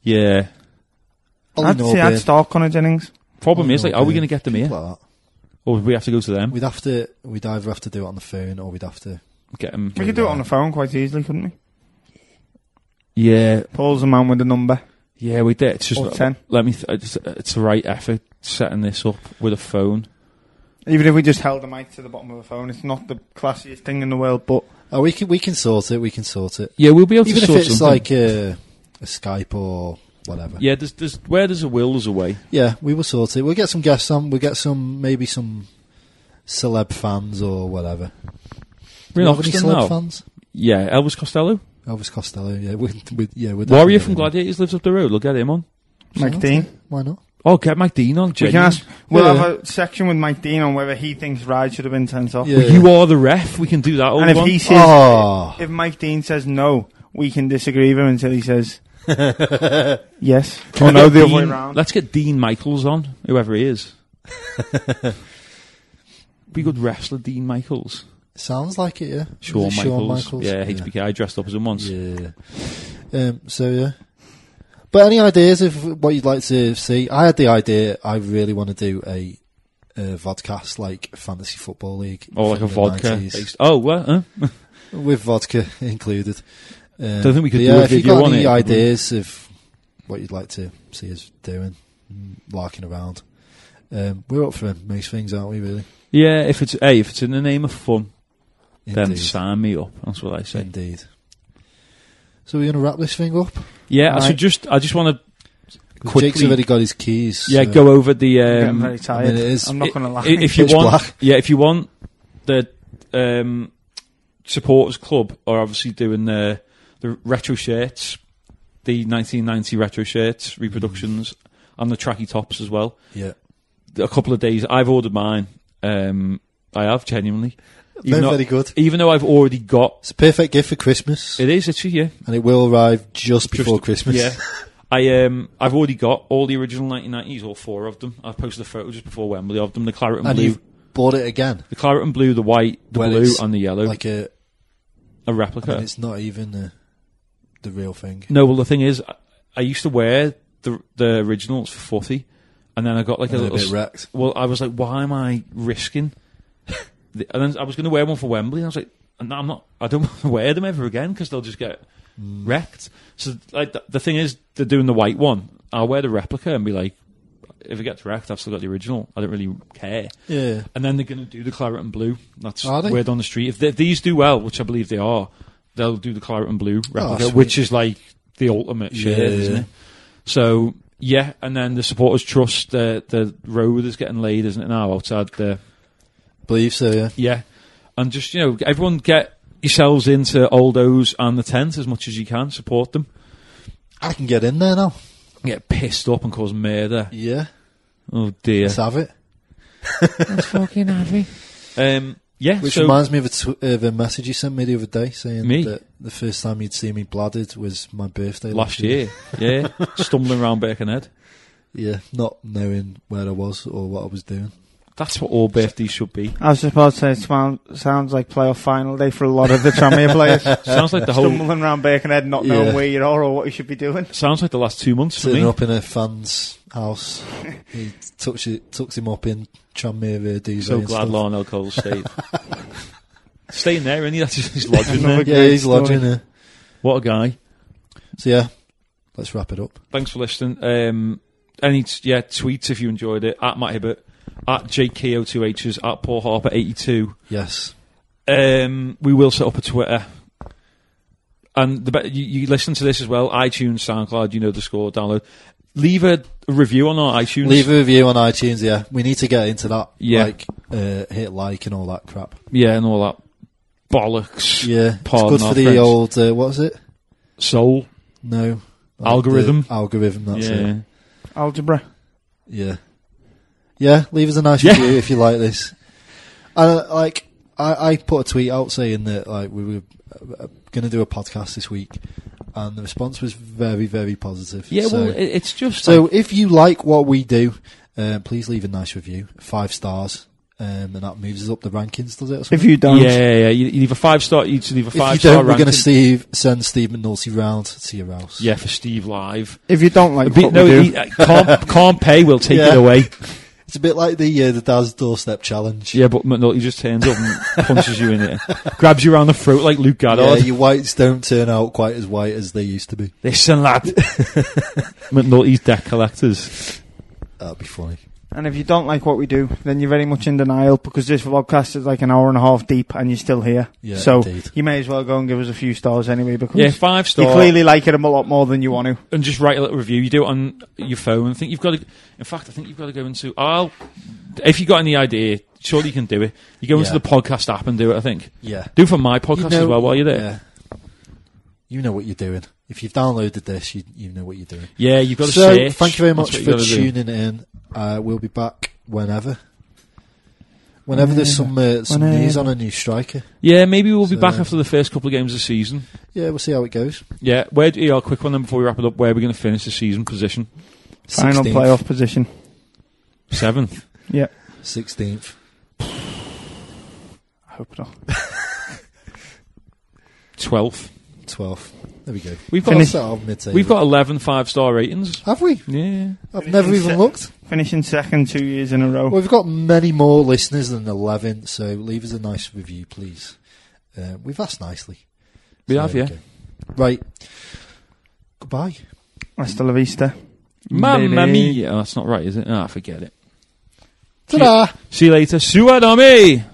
S3: Yeah.
S4: Ollie
S6: I'd say I'd
S4: Norburn.
S6: start Connor Jennings.
S3: Problem
S4: Ollie
S3: is, like, are we
S4: Norburn,
S3: going to get them here,
S4: people like that.
S3: or would we have to go to them?
S4: We'd have to. We'd either have to do it on the phone or we'd have to.
S3: Get them.
S6: We could do it on the phone quite easily, couldn't we?
S3: Yeah,
S6: Paul's the man with the number.
S3: yeah, we did. It's just
S6: Or 10.
S3: let me. Th- it's, it's the right effort setting this up with a phone.
S6: Even if we just held the mic to the bottom of the phone, it's not the classiest thing in the world, but
S4: Oh, we can. We can sort it. We can sort it.
S3: Yeah, we'll be able
S4: Even
S3: to
S4: if
S3: sort
S4: it's
S3: something.
S4: like a, a Skype or whatever.
S3: yeah, there's, there's where there's a will, there's a way.
S4: Yeah, we will sort it. We'll get some guests on. We'll get some maybe some celeb fans or whatever.
S3: We're
S4: Do
S3: in
S4: we have any
S3: Oxford
S4: celeb
S3: now.
S4: fans?
S3: Yeah, Elvis Costello,
S4: Elvis Costello. Yeah, with, with yeah. With
S3: warrior from Gladiators, lives up the road. We'll get him on.
S6: Mike Dean.
S4: Why not?
S3: Oh, get Mike Dean on.
S6: We can
S3: genuine.
S6: ask, we'll
S4: Yeah.
S6: have a section with Mike Dean on whether he thinks Ride should have been sent off.
S4: Yeah.
S3: You are the ref. We can do that. Old
S6: And if
S3: one.
S6: he says,
S4: Oh,
S6: if Mike Dean says no, we can disagree with him until he says yes. Or
S3: Let's get
S6: no, the other way
S3: Dean-
S6: around.
S3: Let's get Dean Michaels on, whoever he is. Be good wrestler, Dean Michaels.
S4: sounds like it. Yeah,
S3: Shawn
S4: Is it
S3: Michaels. Yeah,
S4: yeah.
S3: HBK dressed up as him once.
S4: Yeah. Um, so yeah. But any ideas of what you'd like to see? I had the idea. I really want to do a, a vodcast like fantasy football league,
S3: Or Oh, like a
S4: from the
S3: vodka.
S4: 90s,
S3: Based. Oh, what? Huh?
S4: with vodka included. Um,
S3: Don't think we could do
S4: but yeah,
S3: a
S4: if you've
S3: video
S4: got
S3: on
S4: any
S3: it.
S4: ideas of what you'd like to see us doing, mm, larking around. Um, we're up for most things, aren't we? Really,
S3: Yeah, if it's hey, if it's in the name of fun, then
S4: indeed,
S3: sign me up. That's what I say.
S4: indeed. So we're going to wrap this thing up.
S3: Yeah, I
S6: Right.
S3: should just I just want to
S4: 'Cause
S3: Quickly.
S4: Jake's already got his keys.
S3: yeah
S4: so-
S3: go over the
S6: I'm getting
S3: um,
S6: very tired.
S4: it is-
S6: I'm not
S3: i-
S6: going to lie.
S3: i- if you
S4: Pitch
S3: want
S4: black.
S3: yeah if you want the um, supporters club are obviously doing the the retro shirts, the 1990 retro shirts
S4: Mm.
S3: reproductions and the tracky tops as well.
S4: Yeah,
S3: A couple of days I've ordered mine. Um, I have genuinely.
S4: they're
S3: Even though,
S4: very good.
S3: even though I've already got
S4: It's a perfect gift for Christmas,
S3: it is actually yeah
S4: and it will arrive just before
S3: Just-
S4: Christmas.
S3: Yeah. I um I've already got all the original 1990s, all four of them. I've posted a photo just before Wembley of them. The claret and,
S4: and
S3: blue,
S4: you've bought it again.
S3: the claret and blue, the white, the
S4: Well,
S3: blue,
S4: it's
S3: and the yellow,
S4: Like a,
S3: a
S4: and
S3: replica.
S4: it's not even uh the real thing.
S3: No, well the thing is, I, I used to wear the the originals for forty, and then I got like a
S4: And a
S3: little
S4: bit
S3: s-
S4: wrecked.
S3: Well, I was like, why am I risking? the, and then I was going to wear one for Wembley, and I was like, no, I'm not. I don't want to wear them ever again because they'll just get
S4: Mm.
S3: wrecked. So, like, th- the thing is, they're doing the white one. I'll wear the replica and be like, if it gets wrecked, I've still got the original. I don't really care.
S4: Yeah.
S3: And then they're going to do the claret and blue. That's
S4: Are they?
S3: word on the street. If, th these do well, which I believe they are, they'll do the claret and blue replica,
S4: Oh, sweet.
S3: which is like the ultimate shit,
S4: Yeah,
S3: isn't
S4: yeah.
S3: it? So yeah, and then the supporters trust the the road is getting laid, isn't it now outside the
S4: Believe so. Yeah.
S3: yeah, and just you know everyone get yourselves into Aldo's and the tent as much as you can, support them,
S4: I can get in there now.
S3: get pissed up and cause murder.
S4: Yeah.
S3: Oh dear,
S4: Let's have it.
S3: fucking heavy. Um, yeah,
S4: Which
S3: so
S4: reminds me of a, tw- of a message you sent me the other day saying
S3: Me?
S4: that the first time you'd see me bladdered was my birthday
S3: last year, yeah, stumbling around Birkenhead.
S4: Yeah, not knowing where I was or what I was doing.
S3: That's what all birthdays should be.
S6: I was just about to say, it sound- sounds like playoff final day for a lot of the Tranmere players.
S3: Sounds like the whole.
S6: Stumbling around Birkenhead, not knowing
S4: Yeah.
S6: where you are or what you should be doing.
S3: Sounds like the last two months for
S4: Sitting
S3: me.
S4: up in a fan's house, he tucks, it, tucks him up in Tranmere uh, duvet.
S3: So
S4: and
S3: glad
S4: stuff.
S3: Lionel Cole stayed. Staying there, and that's his lodging there.
S6: Another-
S4: Yeah,
S6: Great
S4: he's
S6: story.
S4: lodging there.
S3: What a guy!
S4: So yeah, let's wrap it up.
S3: Thanks for listening. Um, any t- yeah tweets if you enjoyed it at Matt Hibbert, at JKO2Hs, at Paul Harper 82.
S4: Yes.
S3: Um, we will set up a Twitter. And the be- you, you listen to this as well. iTunes, SoundCloud, you know the score. Download. Leave a review on our iTunes.
S4: Leave a review on iTunes, yeah. We need to get into that.
S3: Yeah.
S4: Like, uh, hit like and all that crap.
S3: yeah, and all that bollocks.
S4: Yeah.
S3: Pardon
S4: it's good
S3: our
S4: for the
S3: French.
S4: old, uh, what is it?
S3: Soul.
S4: No. Like
S3: Algorithm.
S4: the Algorithm, that's
S3: yeah.
S4: it.
S6: Algebra.
S4: Yeah. Yeah, leave us a nice
S3: Yeah.
S4: review if you like this. And uh, like, I, I put a tweet out saying that like we were uh, going to do a podcast this week, and the response was very, very positive.
S3: Yeah,
S4: So-
S3: well, it, it's just
S4: So
S3: like-
S4: if you like what we do, uh, please leave a nice review, five stars, um, and that moves us up the rankings, does it? Or something?
S6: If you don't,
S3: yeah, yeah, yeah. You, you leave a five star. You leave a
S4: If
S3: five
S4: you
S3: star.
S4: don't, we're going to
S3: ranking.
S4: Steve, send Steve McNulty round to your house.
S3: Yeah, for Steve Live.
S6: if you don't like
S3: Be-
S6: what
S3: no,
S6: we do,
S3: he- uh, can't, can't pay. We'll take
S4: Yeah.
S3: it away.
S4: It's a bit like the uh, the Daz doorstep challenge.
S3: Yeah, but no, he just turns up and punches you in it, grabs you around the throat like Luke
S4: Yeah,
S3: Goddard.
S4: your whites don't turn out quite as white as they used to be.
S3: Listen, lad. McNulty's debt collectors.
S4: That'd be funny.
S6: and if you don't like what we do, then you're very much in denial because this vlogcast is like an hour and a half deep, and you're still here.
S4: Yeah,
S6: so
S4: indeed.
S6: you may as well go and give us a few stars anyway because
S3: Yeah, five
S6: you
S3: star.
S6: clearly like it a lot more than you want to.
S3: and just write a little review. You do it on your phone. I think you've got to. In fact, I think you've got to go into. I'll. If you got any idea, surely you can do it. You go into
S4: Yeah.
S3: the podcast app and do it. I think.
S4: Yeah.
S3: Do it for my podcast
S4: You know-
S3: as well while you're there.
S4: Yeah. You know what you're doing. If you've downloaded this, you, you know what you're doing.
S3: Yeah, you've got to
S4: so,
S3: search.
S4: thank you very
S3: That's
S4: much
S3: what
S4: for
S3: you've got to do.
S4: tuning in. Uh, we'll be back whenever. Whenever there's some uh, some news on a new striker.
S3: Yeah, maybe we'll be back
S4: So-
S3: after the first couple of games of the season.
S4: Yeah, we'll see how it goes.
S3: Yeah, where? do- Yeah, a quick one then before we wrap it up. Where are we going to finish the season? Position
S4: 16th,
S6: Final playoff position.
S3: seventh.
S6: Yeah,
S4: 16th.
S6: I hope not.
S3: 12th.
S4: 12th. There we go.
S3: We've got
S4: Cross that off mid-table.
S3: we've got 11 5 star ratings.
S4: Have we?
S3: Yeah.
S4: I've never even looked.
S6: Finishing second two years in a row.
S4: Well, we've got many more listeners than 11, so leave us a nice review, please. Uh, we've asked nicely.
S3: We
S4: So
S3: have,
S4: there
S3: yeah.
S4: we go. Right. Goodbye.
S6: Hasta la vista.
S3: Mamma
S6: Baby.
S3: mia. Oh, that's not right, is it? Ah, forget it.
S4: Ta-da!
S3: See you later. Suadami!